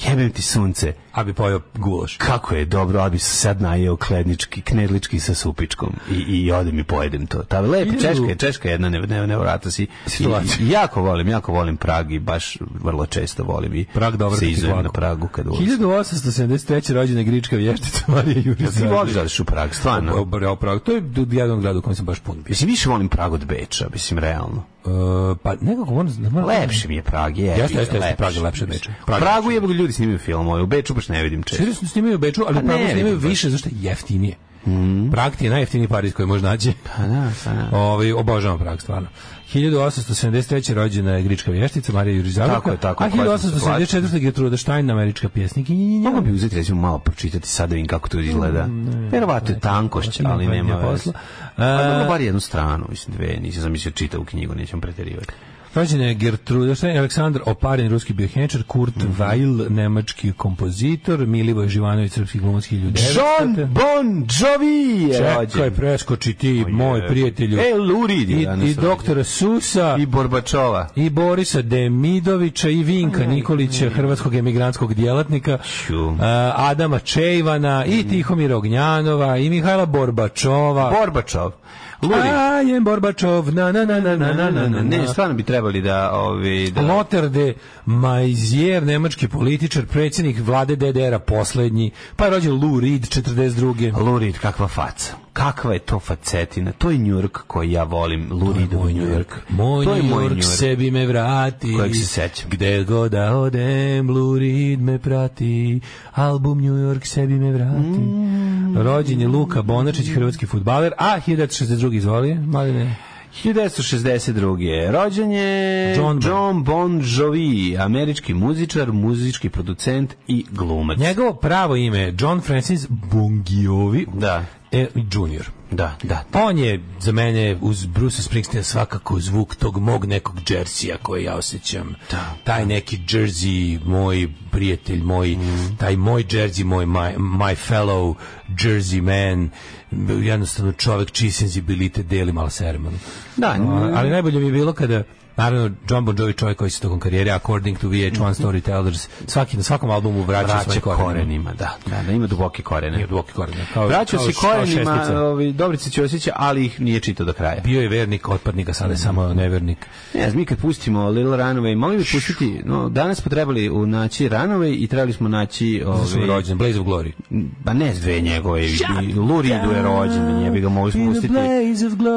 F: jebem ti sunce,
E: A bi pojao gulaš.
F: kako je dobro, ali bi se sad najeo klednički, knedlički sa supičkom i, i odem i pojedem to. Ta lepo,
E: Idu.
F: Češka je, Češka je jedna ne, ne, nevrata si.
E: Situacija.
F: I, i jako volim, jako volim Prag i baš vrlo često volim i
E: Prag dobar
F: se
E: ti
F: izujem
E: svako.
F: na Pragu kad ulazim.
E: 1873. rođena je grička vještica Marija Jurić.
F: Ti voliš da odeš u Prag, stvarno.
E: Obrao Prag. To je d- jedan grad u kojem sam baš pun bio.
F: Mislim, više volim Prag od Beča, mislim, realno.
E: E, pa nekako on...
F: Lepše mi je Prag, je.
E: Jeste, jeste, jeste, Prag je lepše od Beča.
F: Prag
E: Prag je
F: Pragu je, ljudi snimaju filmove, u Beču baš ne vidim često.
E: Čeri su snimaju u Beču, ali
F: Pa
E: Pragu
F: ne,
E: snimaju
F: vidim,
E: više, zašto je jeftinije. Prag ti je najjeftiniji Pariz koji možeš naći.
F: Pa da, pa da.
E: Ovaj obožavam Prag stvarno. 1873. rođena je grička vještica Marija Jurić Zavrka.
F: Tako je, tako je,
E: A 1874. Gertruda Stein, američka pjesnikinja.
F: Mogu bi uzeti, recimo, malo pročitati sad da vidim kako to izgleda.
E: Mm,
F: Verovatno je tankošće,
E: Ima
F: ali nema
E: petnja
F: posla.
E: posla.
F: Pa
E: E,
F: mogu bar jednu stranu, mislim, dve. Nisam zamislio čitavu knjigu, nećem preterivati.
E: E, Rođena je Gertruda Stein, Aleksandar Oparin, ruski biohemičar, Kurt
F: Mhm.
E: Weill, nemački kompozitor, Milivoj Živanović, srpski glumac 1900.
F: Bon Jovi je
E: Čekaj, preskoči ti, moj prijatelju.
F: E, Lurid je
E: I,
F: danas
E: i
F: rođen.
E: doktora Susa.
F: I Borbačova.
E: i Borisa Demidovića i Vinka Nikolića, hrvatskog emigrantskog djelatnika,
F: Ću. Mm.
E: e, Adama Čejvana i Tihomira Ognjanova i Mihajla Borbačova.
F: Borbačov. Lurid.
E: A je Borbačov, na na na na na na na na
F: Ne, stvarno bi trebali da... Ovi, da...
E: Lothar de Maizier, nemački političar, predsjednik vlade DDR-a poslednji, pa je rođen Lou Reed 42.
F: Lurid, kakva faca. Kakva je to facetina. To je Njurk koji ja volim. Luridov Njurk.
E: Moj
F: To je
E: New
F: moj
E: York
F: Njurk.
E: sebi me vrati.
F: Kojeg se sećam.
E: Gde god da odem, Blue Reed me prati. Album New York sebi me vrati. Rođen je Luka Bonačić, hrvatski futbaler. A, 1962. izvoli, maline.
F: 1962. Rođen je
E: John
F: John,
E: Bon.
F: Bon Jovi, američki muzičar, muzički producent i glumac.
E: Njegovo pravo ime je John Francis Bungiovi
F: Da,
E: e, junior.
F: da, da.
E: On je za mene uz Bruce Springsteen svakako zvuk tog mog nekog džersija koji ja osjećam. Taj neki jersey, moj prijatelj, moj, taj moj jersey, moj my, my fellow jersey man, jednostavno čovek čiji senzibilitet deli malo sa Ermanom.
F: Da,
E: A, ali najbolje mi je bilo kada Naravno, John Bon Jovi čovjek koji se tokom karijere, according to VH1 Storytellers, svaki, na svakom albumu vraća,
F: Vraća
E: svoje korene.
F: korenima, da, da, da, ima duboke korene.
E: Nije duboki koren, kao-
F: Vraćao
E: kao
F: se
E: š- kao
F: korenima,
E: šestica.
F: ovi, Dobrica će ali ih nije čitao do kraja.
E: Bio je vernik otpadnika, sada je samo nevernik.
F: Ne znam, mi kad pustimo Little Runaway, mogli bi pustiti, no, danas smo trebali u- naći Runaway i trebali smo naći...
E: Ovi...
F: Ovi,
E: rođen, Blaze of Glory.
F: Pa ne s dve njegove, i Luridu je rođen, njega bi ga mogli spustiti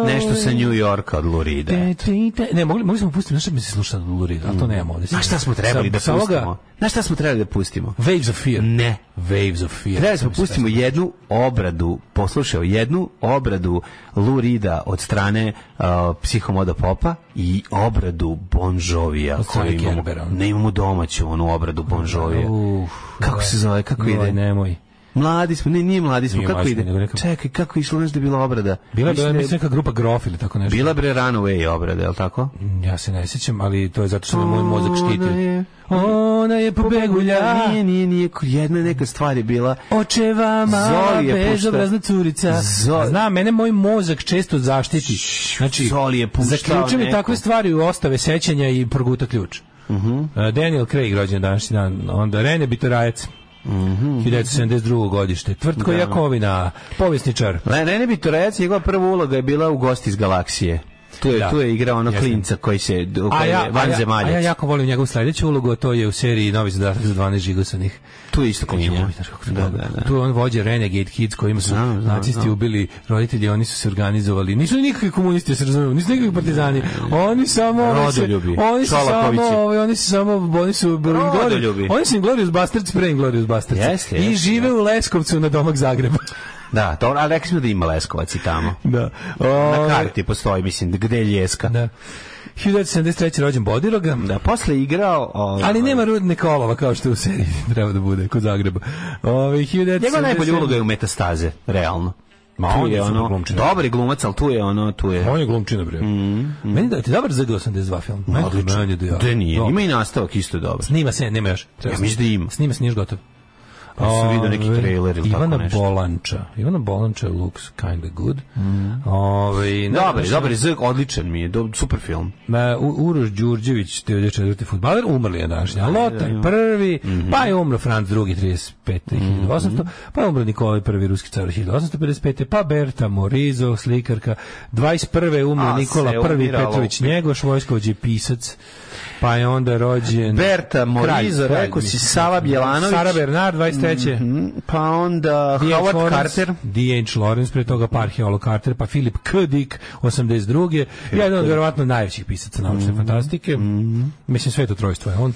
F: nešto sa New Yorka od Lurida. eto.
E: Ne, mogli, mogli smo pustiti, znaš šta bi se slušao od Lurida, ali to nemamo ovdje.
F: Znaš Mm. šta smo trebali
E: Sa-
F: da
E: sa ovoga
F: pustimo? Znaš šta smo trebali da pustimo?
E: Waves of Fear.
F: Ne.
E: Waves of Fear.
F: Trebali smo
E: Sam se
F: pustimo jednu obradu, poslušao, jednu obradu Lou Reeda od strane uh, psihomoda popa i obradu Bon Jovija.
E: Od ono. strane
F: koju imamo,
E: Gerbera.
F: ne imamo domaću onu obradu Bon Jovija.
E: Uf,
F: kako se zove, kako
E: Joj,
F: ide?
E: nemoj.
F: Mladi smo, ne, nije mladi smo,
E: Nije
F: kako
E: mladi smo,
F: ide?
E: nego neka-
F: Čekaj, kako je išlo nešto da je bila obrada?
E: Bila je bila,
F: da je-
E: mislim, neka grupa Grof ili tako nešto.
F: Bila bre Runaway obrada, je li tako?
E: Ja se ne sjećam, ali to je zato što me moj mozak
F: Ona
E: štiti.
F: je-
E: Ona je pobegulja,
F: Nije, nije, nije, jedna neka stvar je bila
E: očeva mala,
F: Zoli je pušta-
E: bezobrazna curica.
F: Zoli-
E: Zna, mene moj mozak često zaštiti. Znači,
F: Zoli je puštao
E: zaključujem i
F: neko.
E: takve stvari u ostave sećanja i proguta ključ.
F: Mhm.
E: E, Daniel Craig rođen današnji dan, onda Rene Bitorajac,
F: Mhm.
E: 1972. godište, Tvrtko Jakovina, povjesničar.
F: Le, Rene Bitorajac, njegova prva uloga je bila u Gosti iz galaksije. Tu je,
E: Da.
F: tu je igrao ono
E: Jeste.
F: klinca koji se
E: A
F: koji
E: ja,
F: je
E: a, ja,
F: vanzemaljac.
E: a ja jako volim njegovu sljedeću ulogu, a to je u seriji Novi zadatak za 12 žigosanih.
F: Tu je isto klinja.
E: Joj, znaš kako to
F: Da, da,
E: dobro.
F: da.
E: Tu je on vođe Renegade Kids kojima su
F: Znam, znam,
E: nacisti ubili roditelji, oni su se organizovali. Nisu nikakvi komunisti, ja se razumemo, nisu nikakvi partizani. Oni samo oni su,
F: Rodoljubi,
E: oni su samo,
F: Šolakovići.
E: ovaj, oni su samo oni su
F: Rodoljubi.
E: Inglorious- Oni su Inglorious Bastards, pre Inglorious Bastards.
F: Jeste,
E: I
F: jeste,
E: žive u Leskovcu na domak Zagreba.
F: Da, to, ali rekli smo da ima Leskovac i tamo.
E: da.
F: Na
E: Ovaj,
F: karti postoji, mislim, gde je Ljeska. Da.
E: Da. 1973. rođen Bodiroga.
F: posle je igrao... ovaj,
E: Ali nema rudne kolova kao što u seriji treba da bude kod Zagreba. Ove, 1977.
F: Njegova najbolja uloga je u metastaze, realno.
E: Ma,
F: tu
E: on je
F: je
E: super
F: ono,
E: glumčina.
F: dobar je glumac, ali tu je ono, tu je...
E: On je glumčina, bre.
F: Mm,
E: Meni da ti je dobar ZG82 film. Meni je
F: odličan.
E: meni je da ja.
F: Da nije,
E: Dobar.
F: ima i nastavak isto je dobar.
E: Snima se, nema još. Treba
F: Ja mislim da ima.
E: Snima se, nije još gotov.
F: Pa sam vidio neki
E: Ove,
F: trailer ili tako
E: Ivana
F: nešto.
E: Bolanča. Ivana Bolanča looks kind of good. Ove, ne,
F: Mm. Dobar, je,
E: znaš,
F: dobar, je, Z, odličan mi je, do, super film.
E: Ma, U- Uroš Đurđević, 94. futbaler, umrli je današnji. A Lota je prvi,
F: Mhm.
E: pa je umro Franc drugi, 35. 1800, pa je umro Nikolaj prvi, ruski car, 1855. Pa Berta Morizo, slikarka, 21. je umro
F: A,
E: Nikola
F: se
E: prvi,
F: umiralo.
E: Petrović Njegoš, vojskovođe i pisac, pa je onda rođen...
F: Berta Morizo,
E: Kralj, kralj,
F: rekao si
E: mislim.
F: Sava Bjelanović.
E: Sara Bernard, 23.
F: Mm, Pa onda
E: D.H.
F: Howard
E: Lawrence,
F: Carter.
E: D.H. Lawrence, pre toga Parheo Carter, pa Philip K. Dick, 82. Jedan od verovatno najvećih pisaca
F: Mm.
E: naučne fantastik. fantastike. Mislim, sve to trojstvo je on.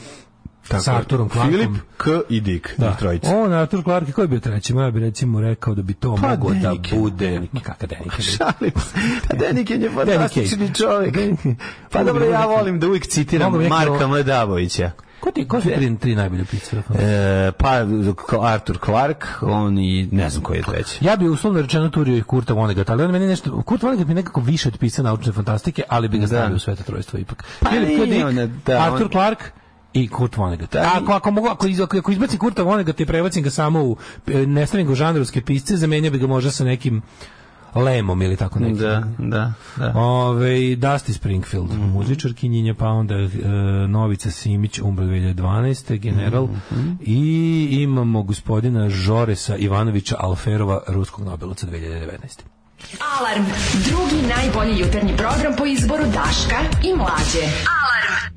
E: Tako, sa Arturom Clarkom.
F: Filip K. i Dick,
E: da.
F: da. trojica.
E: On, Artur Clark, je koji je bio treći? Ja bih recimo rekao da bi to
F: Pa,
E: mogao da
F: Deniken,
E: bude...
F: Deniken.
E: Ma kakav Deniken?
F: Šalim se. Pa Deniken je fantastični
E: Deniken.
F: čovjek.
E: Deniken.
F: Pa dobro, ja volim da uvijek citiram
E: Mogu bi neki-
F: Marka Mladavovića.
E: Ko, ti, ko su tri, tri najbolje pisaca?
F: E, pa Arthur Clark, on i ne znam koji je treći.
E: Ja bi uslovno rečeno turio i Kurta Vonnegut, ali on meni nešto... Kurt Vonnegut mi je nekako više od pisa naučne fantastike, ali bi ga stavio u sveto trojstvo ipak.
F: Pa
E: Philip K.
F: nije
E: Dick,
F: ona, da,
E: Arthur
F: on-
E: Clark i Kurt Vonnegut.
F: Da,
E: ako, ako, mogu, ako, iz, ako izbacim Kurta Vonnegut i prebacim ga samo u... e, Ne stavim ga u žanrovske pisce, zamenio bi ga možda sa nekim lemom ili tako nekim.
F: Da, da, da.
E: Ove, Dusty Springfield,
F: Mhm.
E: muzičarkinjenja, pa onda e, Novica Simić, umro 2012. general,
F: Mhm.
E: i imamo gospodina Žoresa Ivanovića Alferova, ruskog Nobelovca 2019.
D: Alarm. Drugi najbolji jutarnji program po izboru Daška i Mlađe. Alarm.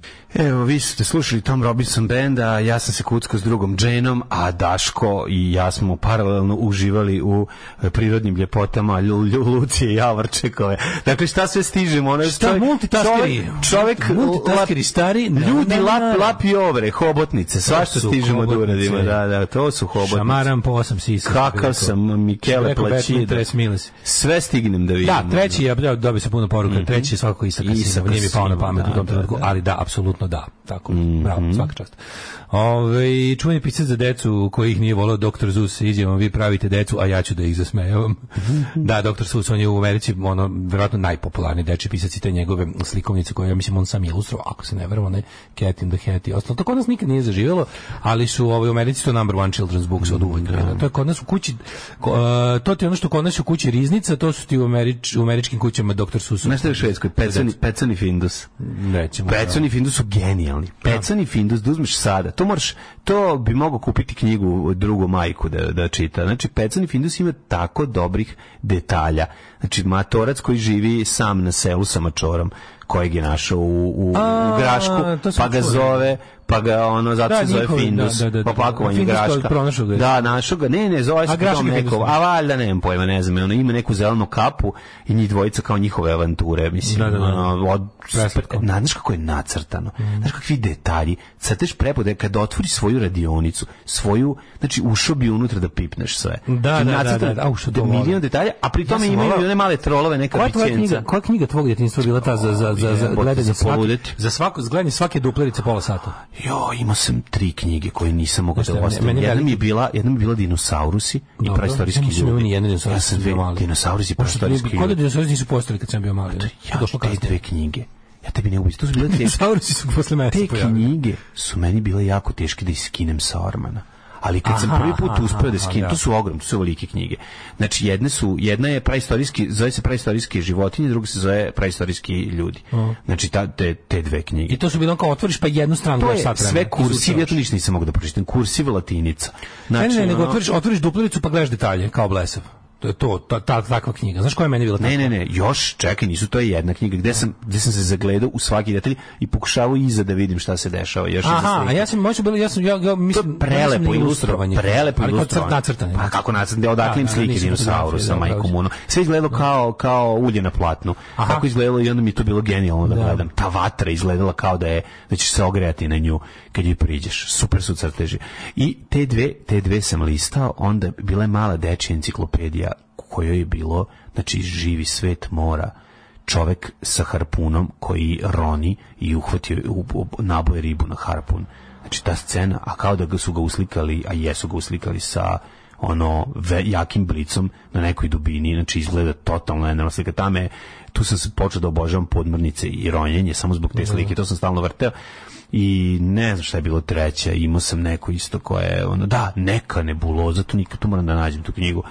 F: Evo, vi ste slušali Tom Robinson benda, ja sam se kuckao s drugom Janeom, a Daško i ja smo paralelno uživali u e, prirodnim ljepotama Lju- Lju- Lucije i Javorčekove. Dakle, šta sve stižemo? Ono je
E: Šta
F: čovjek-
E: multitaskeri?
F: Čovjek, čovjek
E: Multitaskeri
F: lap-
E: stari, na-
F: ljudi
E: na- na-
F: lap, lap i ovre, hobotnice, svašta
E: su
F: stižemo da
E: hobotnice.
F: uradimo. Da, da, to su hobotnice.
E: Šamaram po osam sisa. što bi
F: Kakav
E: rekao.
F: sam
E: Što bi
F: Mikele
E: rekao Batman,
F: Plaćida.
E: tres miles.
F: Sve stignem da vidim. ono.
E: Da, treći je, da, dobio se puno poruka, treći je svakako Isak Asimov,
F: Isak
E: nije mi pao na
F: Asimov,
E: pamet
F: da,
E: u tom
F: Mhm. da,
E: trenutku,
F: da.
E: ali da, apsolutno da, tako, bravo, svaka čast. Ove, čuveni pisac za decu kojih nije volao doktor Zus, izjavom vi pravite decu, a ja ću da ih zasmejavam. da, doktor Zus, on je u Americi, ono, verovatno najpopularniji dečji pisac i te njegove slikovnice koje, ja mislim, on sam ilustrovao, ako se ne verovo, ne, Cat in the Hat i ostalo. To kod nas nikad nije zaživjelo, ali su ovaj, u Americi to number one children's books od uvek. To je kod nas u kući, ko- e, to ti je ono što kod nas u kući riznica, to su ti u, Američ, u američkim kućama doktor Sus.
F: Znaš šta je u Švedskoj? Pecani, pecani Findus.
E: Nećemo.
F: Pecani Findus su genijalni. Pecani Findus da uzmeš sada. To moraš, to bi mogao kupiti knjigu drugu majku da, da čita. Znači, Pecani Findus ima tako dobrih detalja. Znači, matorac koji živi sam na selu sa mačorom, kojeg je našao u, u, u
E: A, to
F: grašku,
E: sam
F: pa ga
E: čuo.
F: zove pa ga ono zato
E: Da,
F: se zove
E: njihovi,
F: Findus,
E: da, da, da,
F: po
E: da.
F: pakovanju
E: Findus kao
F: graška.
E: pronašao ga je.
F: Da, našao ga. Ne, ne, zove
E: A
F: se
E: grašak
F: tom
E: je Findus.
F: nekom. A valjda nemam pojma, ne znam, ono ima neku zelenu kapu i njih dvojica kao njihove avanture, mislim.
E: Da, da, da.
F: ono, od,
E: Preslatko. Mhm.
F: Na- znaš kako je nacrtano, znaš kakvi detalji, crteš prepode, kad otvoriš svoju radionicu, svoju, znači ušao bi unutra da pipneš sve.
E: Da,
F: I
E: da, da,
F: nacrtano
E: da, da, au, što to
F: milion
E: volim.
F: detalja, a pri tome
E: sam
F: imaju
E: volao-
F: i one male trolove, neka
E: Koja je tvoja knjiga,
F: bićenca.
E: koja je knjiga tvog djetinjstva bila ta za, za, za, za
F: Jebote,
E: gledanje
F: za
E: svake,
F: poludeti.
E: za svako, za gledanje svake duplerice pola sata?
F: Jo, imao sam tri knjige koje nisam mogao
E: Znaš
F: da
E: šta, meni
F: ostavim. Jedna
E: veliki-
F: mi je bila, jedna mi je bila Dinosaurusi i
E: Dobro. Ja
F: praistorijski
E: nisam imao
F: ljudi.
E: ni jedne dinosaurusi
F: Ja sam
E: kad sam bio
F: dve-
E: mali.
F: Dinosaurusi i praistorijski
E: Kod da
F: ljudi. Pa
E: dinosauri nisu postali kad sam bio mali. ne?
F: Ja,
E: Došlo
F: te
E: kasnije.
F: dve knjige. Ja tebi ne ubići. To su bile te
E: Dinosaurusi su posle mene
F: te
E: se pojavili.
F: knjige su meni bile jako teške da iskinem sa ormana. Ali kad sam
E: Aha,
F: prvi put
E: aha,
F: uspeo da
E: aha,
F: skinem,
E: da.
F: to su ogromne, to su velike knjige. Znači jedne su, jedna je praistorijski, zove se praistorijski životinje, druga se zove praistorijski ljudi. Znači ta, te, te dve knjige.
E: I to su bilo kao otvoriš pa jednu stranu
F: to
E: gledaš
F: je
E: sat vremena.
F: sve kursiv, ja
E: Izučavaš.
F: to ništa nisam mogao da pročitam, kursiv latinica.
E: Ne, ne, ne, nego
F: ono-
E: otvoriš, otvoriš duplericu pa gledaš detalje, kao blesav. To je to, ta, ta, takva knjiga. Znaš koja je meni bila takva?
F: Ne, ne, ne, još, čekaj, nisu to je jedna knjiga gde sam, gde sam se zagledao u svaki detalj i pokušavao iza da vidim šta se dešava. Još iza
E: Aha,
F: slike.
E: a ja sam možda bilo, ja sam ja, ja
F: To je
E: mislim
F: prelepo ilustrovanje. Prelepo
E: ilustrovanje.
F: ilustrovanje.
E: nacrtanje.
F: Pa kako nacrtanje? Odakle im
E: Da, da,
F: slike
E: nisu fotografije,
F: dinosaurusa,
E: da,
F: majkom
E: pravo.
F: ono. Sve izgledalo kao, kao ulje na platnu.
E: Aha.
F: Tako izgledalo i onda mi je to bilo genijalno da, gledam. Ta vatra izgledala kao da je, da ćeš se ogrejati na nju kad joj priđeš. Super su crteži. I te dve, te dve sam listao, onda bila je mala dečja enciklopedija u kojoj je bilo, znači, živi svet mora čovek sa harpunom koji roni i uhvatio u, u, naboje ribu na harpun. Znači ta scena, a kao da ga su ga uslikali, a jesu ga uslikali sa ono ve, jakim blicom na nekoj dubini, znači izgleda totalno enormna slika. Tamo je, tu sam se počeo da obožavam podmornice i ronjenje samo zbog te slike, to sam stalno vrteo i ne znam šta je bilo treća, imao sam neko isto koje je, ono, da, neka nebuloza, to nikad tu moram da nađem tu knjigu,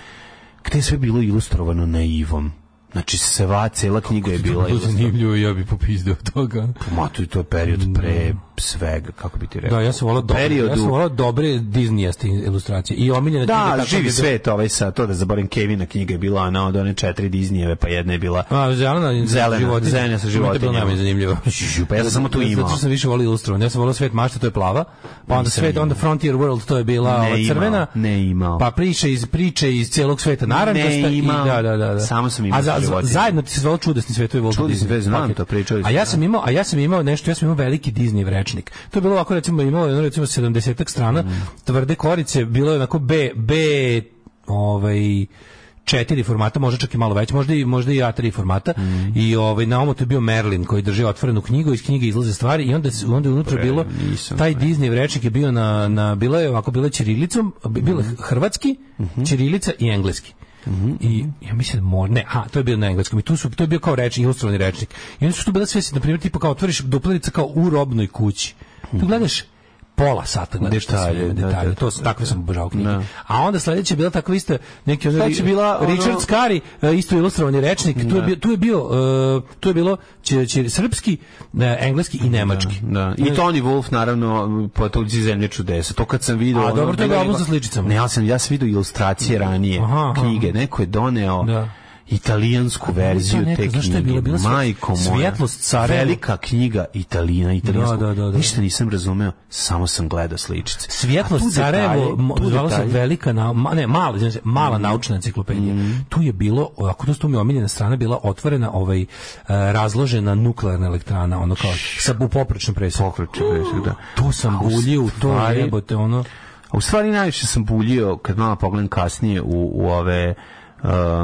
F: gde je sve bilo ilustrovano naivom. Znači, sva, cela knjiga je bila
H: To
F: ilustrovana.
H: zanimljivo, ja bi popizdeo od toga.
F: Ma, to je- to je period pre svega, kako bi ti rekao.
E: Mm. Da, ja sam volao dobre,
F: Periodu-
E: ja sam volao dobre Disneyaste ilustracije i omiljene knjige
F: Da,
E: tako
F: živi
E: mi je bilo-
F: svet ovaj sa, to da zaborim, Kevina knjiga je bila ona od one četiri Disneyjeve, pa jedna je bila...
E: A, zelena,
F: Zelena,
E: životinja.
F: zelena sa
E: To je bilo
F: životinjama.
E: najmanje zanimljivo.
F: Žu, pa ja sam samo tu imao.
E: Zato što sam više volio ilustrovan. Ja sam volio svet mašta, to je plava. Pa onda
F: Nisam
E: svet,
F: imao.
E: onda Frontier World, to je bila
F: Ne
E: ova
F: imao,
E: crvena.
F: ne imao.
E: Pa priče iz priče iz celog sveta narandžasta
F: Ne
E: i
F: imao.
E: da, da, da, da.
F: Samo sam imao
E: A za, za,
F: životinje.
E: zajedno ti se zvalo čudesni svetovi Walt
F: Čudesni
E: Disney
F: svet, znam
E: paket.
F: to, pričali smo,
E: A ja sam imao, a ja sam imao nešto, ja sam imao veliki Disney vrečnik. To je bilo ovako recimo imao je ono, recimo 70 strana,
F: Mm.
E: tvrde korice, bilo je onako B B ovaj četiri formata, možda čak i malo veće, možda i možda i A3 formata.
F: Mm.
E: I ovaj na omotu je bio Merlin koji drži otvorenu knjigu, iz knjige izlaze stvari i onda se- onda je unutra bilo
F: nisam,
E: taj Disney vrečnik je bio na na bilo je ovako bilo je ćirilicom, bi- bilo
F: Mhm.
E: je hrvatski, ćirilica i engleski. I ja mislim da mor- ne, a to je bio na engleskom i tu su to je bio kao rečnik, ilustrovani rečnik. I onda su tu bile sve, na primjer, tipa kao otvoriš duplerica kao u robnoj kući. Tu gledaš pola sata gledaš šta sve
F: Detalje,
E: ima,
F: da,
E: detalje.
F: da,
E: to su takve sam obožavao knjige. A onda sledeća je bila takva isto neki ono,
F: Sledeća je bila, ono-
E: Richard Skari, e, isto ilustrovani rečnik, tu je bio tu je bio e, tu je bilo će, će, srpski, e, engleski i nemački. Znači,
F: Da. I Tony Wolf, naravno, po tuđi zemlje čudesa. To kad sam vidio...
E: A,
F: ono,
E: dobro, to je
F: bilo
E: album
F: neko-
E: sa sličicama.
F: Ne, ja sam, ja sam vidio ilustracije ranije,
E: Aha, aha.
F: knjige. Neko je doneo
E: Da.
F: italijansku verziju
E: neka,
F: te
E: znaš šta je
F: knjige.
E: bilo? Bila sve-
F: Majko moja.
E: Svjetlost Sarajevo.
F: Velika knjiga Italijana, italijanska.
E: Da, da, da, da.
F: Ništa nisam razumeo, samo sam gledao sličice. A
E: Svjetlost
F: tu detalje,
E: Sarajevo, mo-
F: tu Mhm.
E: zvala se
F: detalje.
E: velika, nau- ma, ne, mala, izvinjam se, mala naučna enciklopedija.
F: Mhm.
E: Tu je bilo, ako to su tu mi je omiljena strana, bila otvorena, ovaj, e, razložena nuklearna elektrana, ono kao, sa u poprečnom presu.
F: Pokreće, prešeg, da.
E: To sam
F: A u
E: buljio, u to
F: stvari-
E: jebote, ono...
F: A u stvari najviše sam buljio, kad malo pogledam kasnije, u, u ove...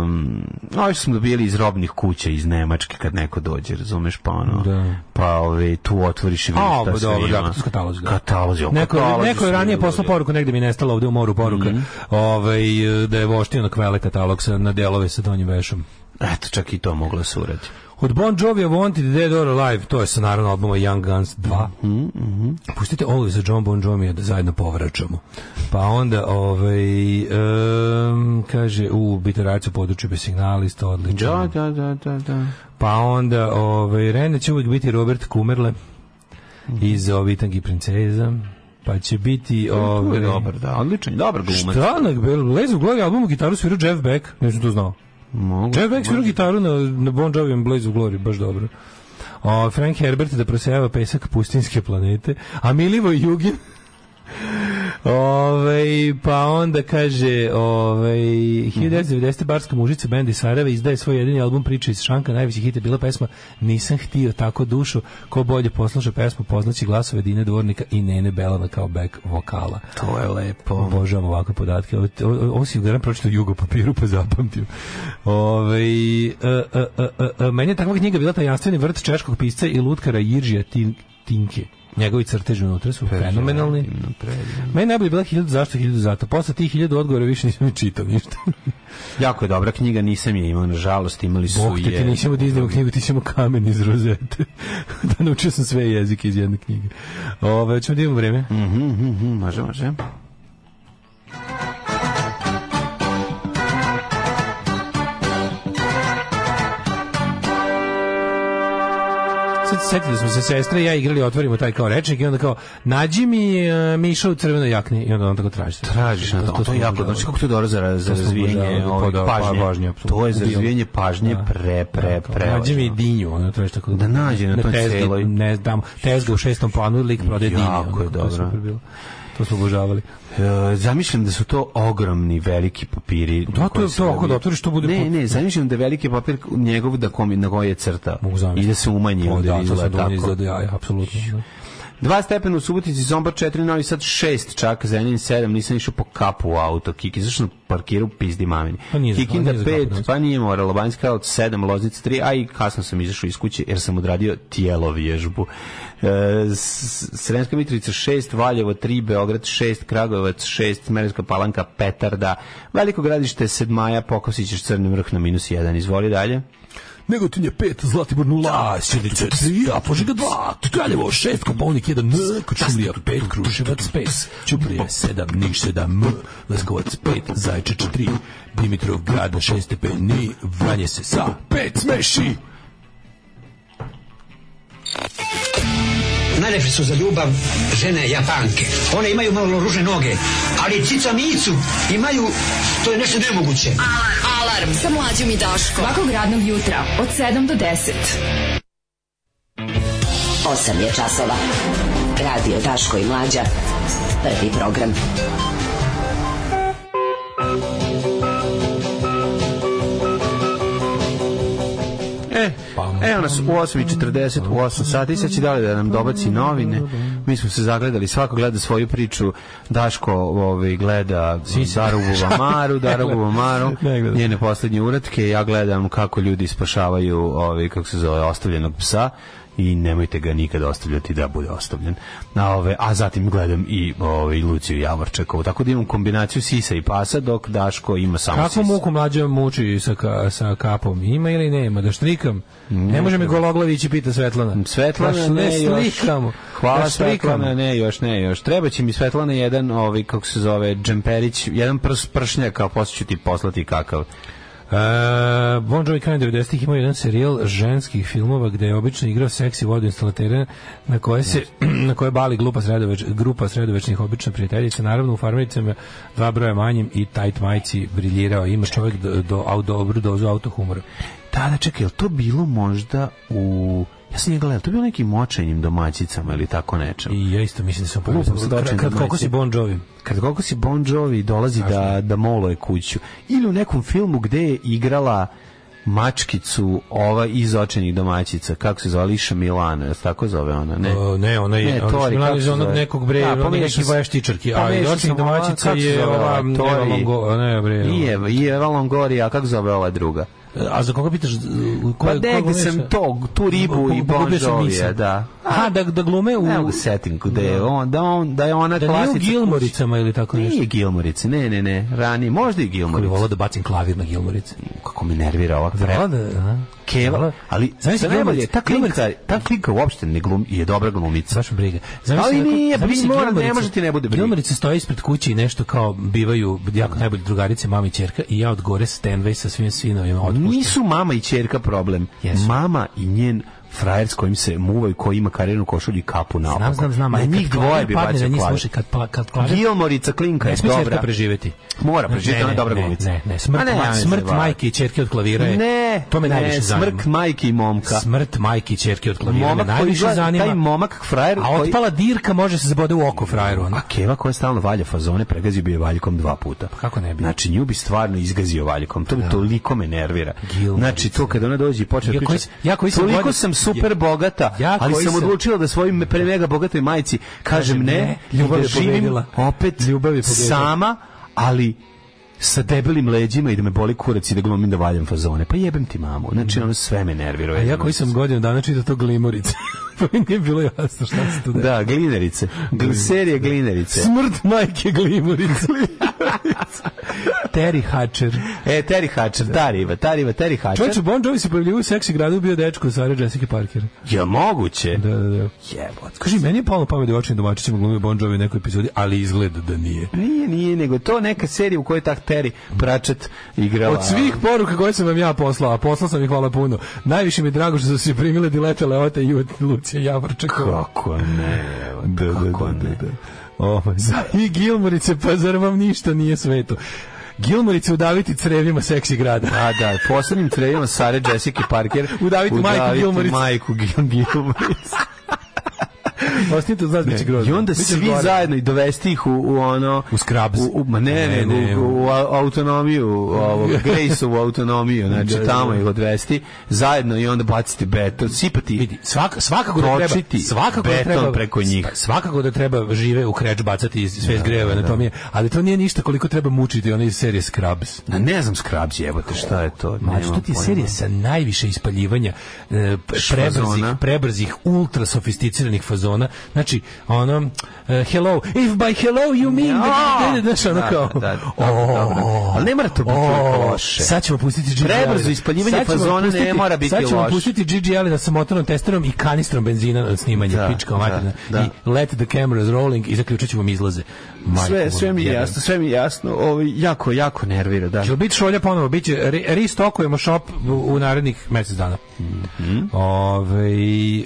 F: Um, ovi što smo dobijali iz robnih kuća iz Nemačke kad neko dođe, razumeš, pa ono,
E: Da.
F: pa ove, tu otvoriš i vidiš
E: A,
F: šta
E: pa
F: sve
E: dobro,
F: ima.
E: da, to su katalozi, da.
F: Katalozi, o,
E: Neko,
F: katalozi
E: neko je
F: su
E: ranije
F: bili
E: poslao
F: dobri.
E: poruku, negdje mi je nestala ovdje u moru poruka,
F: Mhm.
E: ovaj, da je voštio na kvele katalog sa, na delove sa donjim vešom.
F: Eto, čak i to moglo se uradi.
E: Od Bon Jovi Wanted Dead or Alive, to je sa naravno albuma Young Guns 2. Pustite Always za John Bon Jovi da zajedno povraćamo. Pa onda, ovaj, em, kaže, u Bitarajcu području bez signala, isto odlično.
F: Da, da, da, da, da.
E: Pa onda, ovaj, Rene će uvijek biti Robert Kumerle iz Ovitangi princeza. Pa će biti...
F: Tu
E: Ovaj,
F: je dobar, da, odličan, dobar glumac.
E: Šta? Na Blaze u Glory albumu gitaru svirao Jeff Beck. Nisam to znao.
F: Mogu.
E: Jeff Beck svirao gitaru na, na Bon Jovi and Blaze of Glory, baš dobro. O, Frank Herbert da prosejava pesak pustinske planete, a Milivo Jugin Ove, pa onda kaže ove, 1990. Barska mužica benda iz Sarajeva izdaje svoj jedini album Priče iz Šanka, najveći hit je bila pesma Nisam htio tako dušu ko bolje posluša pesmu poznaći glasove Dine Dvornika i Nene Belana kao back vokala
F: To je lepo.
E: Pa Obožavam ovakve podatke. Ovo, ovo, ovo si ugaran pročito u jugo papiru, pa zapamtio. Ove, e, e, e, e, e, meni je takva knjiga bila tajanstveni vrt češkog pisca i lutkara Jiržija Tin- Tinke. Njegovi crteži unutra su fenomenalni. Meni je najbolje bila hiljadu zašto, hiljadu zato. Posle tih hiljadu odgovora više nisam ni čitao ništa.
F: Jako je dobra knjiga, nisam je imao, nažalost, imali su
E: Bog te, Oh, ti
F: je.
E: nisam u Disneyovu knjigu, ti samo kamen iz rozete. da naučio sam sve jezike iz jedne knjige. Ove, ćemo da imamo vreme.
F: Mhm, mhm, mhm, može, može.
E: Sad se setili smo se sestre i ja igrali, otvorimo taj kao rečnik i onda kao, nađi mi uh, Miša u crvenoj jakni i onda on tako traži.
F: Tražiš na to, to,
E: smo
F: je jako,
E: obožavali.
F: znači kako to je dobro za, za
E: smo
F: razvijenje
E: obožavali, pa
F: ovaj,
E: da, pa
F: pažnje.
E: pažnje,
F: to je za
E: apsolutno.
F: razvijenje pažnje
E: Da.
F: pre, pre,
E: Kao,
F: pre.
E: Nađi mi dinju, ono traži tako.
F: Da nađe na toj
E: tezgi,
F: celoj.
E: Ne znam, tezga u šestom planu, lik prodaje dinju.
F: Jako
E: ono,
F: je
E: To,
F: dobro.
E: super bilo. to smo obožavali.
F: E, zamišljam da su to ogromni veliki papiri.
E: Da, to
F: koji
E: je
F: se
E: to, ako
F: dobiju.
E: da otvoriš, to bude
F: Ne,
E: put-
F: ne, zamišljam da je veliki papir njegov da kom, na koji je crta.
E: Mogu zamisliti.
F: I da se umanji
E: O,
F: onda
E: da, to
F: izgleda
E: sam
F: tako.
E: izgleda ja, apsolutno.
F: Dva stepena u Subotici, Zombar 4, Novi Sad 6, čak Zenin 7, nisam išao po kapu u auto, Kiki, zašto sam parkirao u pizdi mamini?
E: Pa nije za-
F: Kikinda
E: pa nije za kapu,
F: 5,
E: da.
F: pa nije moralo, Banjska od 7, Loznica 3, a i kasno sam izašao iz kuće jer sam odradio tijelo vježbu. E, S- Sremska Mitrovica 6, Valjevo 3, Beograd 6, Kragovac 6, Smerenska palanka Petarda, Veliko gradište 7 maja, Pokosić je s crnim vrh na minus 1, izvoli dalje.
H: Negotin je 5, Zlatibor 0, Sjedica 3, a Požega 2, Kraljevo 6, Kopovnik 1, N, Kočulija 5, Kruševac 5, Ćuprije 7, Niš 7, M, Leskovac 5, Zajče 4, Dimitrov grad 6 stepeni, Vranje se sa 5 smeši.
B: Najlepše su za ljubav žene Japanke. One imaju malo ružne noge, ali cica micu imaju, to je nešto nemoguće.
D: Alarm sa mlađom i Daškom. Svakog radnog jutra od 7 do 10.
I: 8 je časova. Radio Daško i Mlađa. Prvi program.
F: E,
E: Pa,
F: evo nas u 8.40, u 8 sati, sad će dalje da nam dobaci novine. Mi smo se zagledali, svako gleda svoju priču. Daško ovaj, gleda Daruvu Vamaru, Daruvu Vamaru,
E: Ne gleda.
F: njene posljednje uratke. Ja gledam kako ljudi spašavaju, ovaj, kako se zove, ostavljenog psa i nemojte ga nikada ostavljati da bude ostavljen. Na ove, a zatim gledam i ovaj, Luciju Javorčekovu. Tako da imam kombinaciju sisa i pasa, dok Daško ima samo
E: Kako
F: sisa.
E: muku mlađa muči sa, ka, sa kapom? Ima ili nema? Da štrikam? Ne može me Gologlavić i pita Svetlana. Pa
F: Svetlana
E: Da
F: ne još.
E: slikamo.
F: Hvala
E: Da štrikamo.
F: Svetlana, ne još, ne još. Treba će mi Svetlana jedan, ovaj, kako se zove, džemperić, jedan prs pršnjak, a posle ću ti poslati kakav.
E: E, Bon Jovi Kind 90-ih imao jedan serijal ženskih filmova gde je obično igrao seksi vodoinstalatere na koje se na koje bali glupa sredoveć, grupa sredovečnih obično prijateljica naravno u farmericama dva broja manjim i tight majici briljirao ima čovjek do, do, au- dobru dozu autohumora
F: Da, da, čekaj, je to bilo možda u... Ja sam njega gledao, to je bilo nekim močenjim domaćicama ili tako nečem.
E: i ja isto mislim da sam pojavio
F: Lupam se
E: Kra-
F: dočim
E: kratko,
F: na
E: koliko si Bon Jovi
F: Kad koliko si Bon Jovi dolazi da, da moluje kuću. Ili u nekom filmu gde je igrala mačkicu ova iz očenih domaćica, kako se zove, Liša Milano, je li se tako zove ona? Ne,
E: O, ne, ona je,
F: Ne,
E: ona
F: Tori, kako
E: je bila iz
F: se
E: onog
F: zove?
E: nekog bre,
F: Da,
E: da,
F: pomiješao
E: neki
F: sam-
E: vojaštičarki, a
F: pomiješao
E: dočin
F: sam ova,
E: domaćica
F: kako se
E: je
F: zove ovaj
E: ova, Eva
F: Tori.
E: Longo, ne bre, ono.
F: Nije, je Eva Longoria, a kako zove ova druga?
E: A za koga pitaš? Ko,
F: Pa negde sam to, tu ribu i Bon Jovija, da.
E: A, da, da glume u...
F: Ne mogu se setim gde je on, da, on, da je ona
E: Da nije u
F: klasica.
E: Gilmoricama ili tako nešto.
F: Nije Gilmorice, ne, ne, ne, rani, možda i
E: Koji
F: Gilmorice.
E: volao da bacim klavir na Gilmorice.
F: Kako me nervira ova
E: Volao
F: pre...
E: da... a?
F: Keva,
E: Volao-
F: ali
E: Znaš,
F: sve najbolje,
E: Gilmorice-
F: ta klinka,
E: Gilmorice-
F: ta klinka uopšte ne glum, je dobra glumica.
E: Baš me briga.
F: Ali
E: onako-
F: nije, pa
E: zamisli
F: mora, ne
E: Gilmorice-
F: može ti ne bude briga.
E: Gilmorice stoji ispred kuće i nešto kao bivaju jako najbolje drugarice, mama i čerka i ja od gore Stanway sa svim sinovima otpuštam.
F: Nisu mama i čerka problem.
E: Jesu.
F: Mama i njen frajer s kojim se muvaju, koji ima karirnu košulju i kapu na
E: Znam, znam, znam.
F: Na
E: ali kad
F: njih dvoje
E: klavir
F: bi
E: padne na
F: bacio
E: njih,
F: klavir.
E: slušaj, kad, pa, kad klavir
F: Gilmorica Klinka je
E: Ne smije
F: dobra.
E: čerka preživeti.
F: Mora
E: Ne,
F: preživjeti,
E: ne,
F: ona je dobra
E: ne,
F: glumica.
E: Ne, ne,
F: Ma
E: smrt,
F: ne,
E: ma-
F: nemoj se
E: smrt
F: varati.
E: majke i čerke od klavira je...
F: Ne,
E: to me
F: ne,
E: najviše zanima.
F: Smrt majke i momka.
E: Smrt majke i čerke od klavira
F: Momak
E: me
F: koji
E: ono najviše
F: izgleda-
E: zanima.
F: taj momak frajer
E: A
F: koji-
E: otpala dirka može se zabode u oko frajeru. Ona.
F: A Keva koja stalno valja fazone, pregazio bi je valjkom dva puta.
E: Pa kako ne bi?
F: Znači, nju bi stvarno izgazio valjkom. To bi toliko me nervira.
E: Gilmorica.
F: Znači, to kada ona dođe i počne
E: Pa Ja koji
F: pričati,
E: s- ja koji sam
F: toliko
E: godin-
F: sam super bogata,
E: Ja
F: ali
E: koji
F: sam
E: sam-
F: odlučila da svojim me- pre mega bogatoj majici kažem ne,
E: ljubav
F: i da
E: je
F: živim
E: pobedila.
F: opet
E: Ljubav je pobedila.
F: sama, ali sa debelim leđima i da me boli kurac i da glumim da valjam fazone. Pa jebem ti mamu. Znači, ono sve me nervira.
E: Mm. A ja koji sam godinu dana čitao to glimorice. to mi nije bilo jasno šta se tu
F: Da, glinerice. Gl- Serija glinerice.
E: Smrt majke glimorice. Terry Hatcher.
F: E, Terry Hatcher, Tariva, Tariva, Terry Hatcher.
E: Čovječe, Bon Jovi se pojavljivao u seksi gradu, bio dečko u stvari Jessica Parker.
F: Je moguće?
E: Da, da, da.
F: Jebote.
E: Kaži, meni je palo na pamet da je očin domaćicima glumio Bon Jovi u nekoj epizodi, ali izgleda da nije.
F: Nije, nije, nego je to neka serija u kojoj je tak Terry Pratchett igrala.
E: Od svih poruka koje sam vam ja poslao, a poslao sam ih hvala puno, najviše mi je drago što su se primile Dilete Leote i Lucija Javorčakova.
F: Kako ne, evo, kako ne.
E: Ovo, za- Oh, I Gilmorice, pa zar vam ništa nije sveto? Gilmorice udaviti crevima seksi grada.
F: A da, poslednjim trejima Sare Jessica Parker
E: Udaviti majku Gilmorice.
F: majku Gil- Gilmorice.
E: Ostanite uz nas, biće grozno.
F: I onda
E: Biće
F: svi
E: gore.
F: zajedno i dovesti ih u, u ono...
E: U Scrubs.
F: U, u, ma ne, ne,
E: Ne, ne,
F: u, u, u au- autonomiju, u ovog, Grace u autonomiju, znači tamo ih odvesti, zajedno i onda baciti beton, sipati.
E: Vidi, svaka, svakako da treba,
F: Točiti
E: svakako da
F: beton
E: treba,
F: preko njih.
E: Svakako da treba žive u kreč bacati iz sve zgreva, na to mi je, ali to nije ništa koliko treba mučiti one iz serije Scrubs.
F: Na, ne znam Scrubs, jebote, šta je to?
E: Ma,
F: Nemam
E: što ti je
F: pojma.
E: serija sa najviše ispaljivanja e, p- prebrzih,
F: Fazona.
E: prebrzih, ultra sofisticiranih fazona. Znači, ono, e, hello, if by hello you mean...
F: Ja!
E: Znaš, ono
F: Da,
E: kao...
F: da, da, dobro,
E: "O,
F: dobro. Ali ne mora to biti toliko
E: o,
F: loše."
E: Sad ćemo pustiti Gigi
F: Prebrzo
E: Allena.
F: ispaljivanje
E: Sad ćemo
F: fazona ne
E: pustiti-
F: mora biti
E: Sad ćemo
F: loše.
E: pustiti Gigi Allena sa motornom testerom i kanistrom benzina od snimanja.
F: Da,
E: pička
F: da,
E: materina.
F: da.
E: I let the cameras rolling i zaključit ćemo mi izlaze. Majko
F: Sve, sve mi je
E: jebem.
F: jasno, sve mi je jasno. Ovo,
E: ovaj,
F: jako, jako nervira, da.
E: Jel biti šolja ponovo? Biće, re- restokujemo shop u, u narednih mjesec dana.
F: Mhm.
E: Ove, e,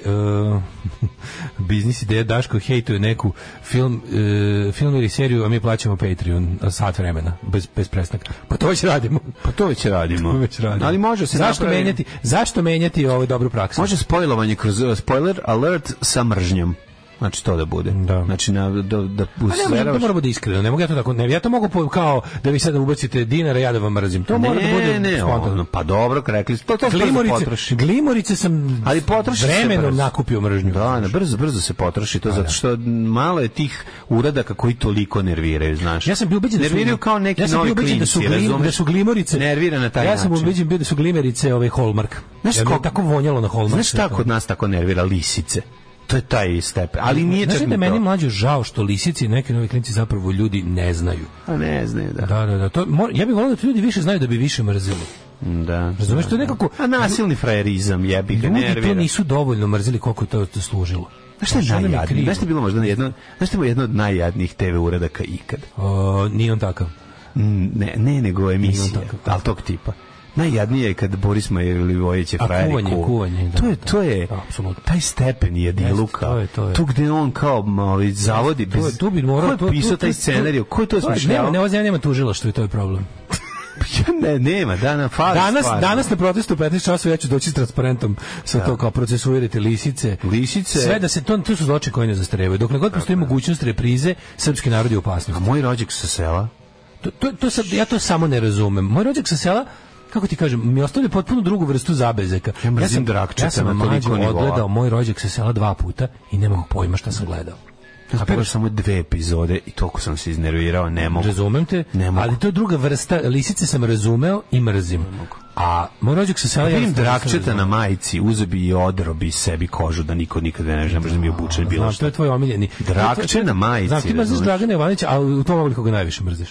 E: biznis ideja Daško hejtuje neku film, e, film ili seriju, a mi plaćamo Patreon e, sat vremena, bez, bez prestanka. Pa to već radimo.
F: Pa to već radimo.
E: To već radimo.
F: Ali može se
E: zašto
F: napravi-
E: menjati, zašto menjati ovu dobru praksu?
F: Može spojlovanje kroz uh, spoiler alert sa mržnjom. Znači to da bude.
E: Da.
F: Znači na, da, da
E: Pa ne, može, to mora biti iskreno, ne mogu ja to tako, ne, ja to mogu po- kao da vi sada ubacite dinara, ja da vam mrzim. To mora da
F: ne,
E: bude
F: ne,
E: spontano.
F: ono, pa dobro, rekli ste, pa to se brzo
E: Glimorice,
F: potroši.
E: glimorice sam
F: Ali potroši se
E: vremenom
F: brzo.
E: nakupio mržnju.
F: Da, ne, brzo, brzo se potroši to, zato što malo je tih uradaka koji toliko nerviraju, znaš.
E: Ja sam bio ubeđen da su
F: nerviraju kao neki
E: ja sam bio
F: novi
E: ubeđen da su,
F: klinci,
E: glim-
F: razumeš?
E: da su glimorice.
F: Nervira na taj
E: ja sam
F: način.
E: ubeđen bio da su glimerice ovaj Hallmark.
F: Znaš
E: ja mi je
F: kako-
E: tako vonjalo na Hallmark.
F: Znaš šta kod nas tako nervira lisice? To je taj stepen. Ali nije
E: Znaš
F: čak
E: da je
F: ni
E: meni
F: to.
E: mlađe žao što lisici i neki novi klinci zapravo ljudi ne znaju.
F: A Pa ne znaju, da.
E: Da, da, da. To, mor- ja bih volio da to ljudi više znaju da bi više mrzili.
F: Da.
E: Razumeš, to je nekako-
F: A nasilni frajerizam, jebi ga,
E: Ljudi to
F: nervira.
E: nisu dovoljno mrzili koliko je to, to služilo.
F: Znaš šta je
E: nam je
F: najjadnije?
E: krivo?
F: Znaš šta je bilo možda jedno, znaš šta je bilo jedno od najjadnijih TV uradaka ikad?
E: O, nije on takav.
F: Mm, Ne, ne nego emisija,
E: Imam tako.
F: ali tog tipa. Najjadnije je kad Boris Majlivojević je
E: A
F: frajer i
E: kuvanje,
F: kuva.
E: kuvanje, da,
F: to je,
E: da,
F: to je,
E: da, apsolutno.
F: taj stepen je diluka.
E: to je, to je.
F: Tu gde on kao mali zavodi.
E: To,
F: Bez,
E: je- tu bi morao...
F: Ko
E: to-
F: je
E: to-
F: pisao
E: to-
F: taj
E: to-
F: scenarij? Ko je to
E: je-
F: smišljao?
E: Nema, nema, nema, nema tužilaštvo i to je problem.
F: ne, nema, da, na fali
E: Danas,
F: stvarno.
E: danas na protestu u 15 časova ja ću doći s transparentom sa to kao procesuirati lisice.
F: Lisice.
E: Sve da se to, to su zločine koje ne zastarevaju. Dokle god postoji mogućnost reprize, srpski narod je
F: A
E: u opasnosti.
F: moj rođak sa sela,
E: To, to, to sad, ja to samo ne razumem. Moj rođak sa sela kako ti kažem, mi ostavlja potpuno drugu vrstu zabezeka.
F: Ja mrzim
E: sam-
F: Drakčića
E: ja sam
F: na toliko
E: mlađu
F: nivoa.
E: odgledao moj rođak sa sela dva puta i nemam pojma šta sam gledao.
F: ja sam pogledao samo dve epizode i toliko sam se iznervirao, ne mogu.
E: Razumem te,
F: Ne mogu.
E: ali to je druga vrsta. Lisice sam razumeo i mrzim. A moj rođak sa sela...
F: Pa
E: ja
F: vidim
E: stvarno nisam
F: drakčeta
E: razumeo.
F: na majici, uzobi i odrobi sebi kožu da niko nikad ne ne može da mi je obučen bilo
E: Znam, to
F: što.
E: je tvoj omiljeni.
F: Drakče na majici,
E: Znam, ti mrziš
F: razumeš? E,
E: Dragana Jovanića, a u tom obliku ga najviše mrziš.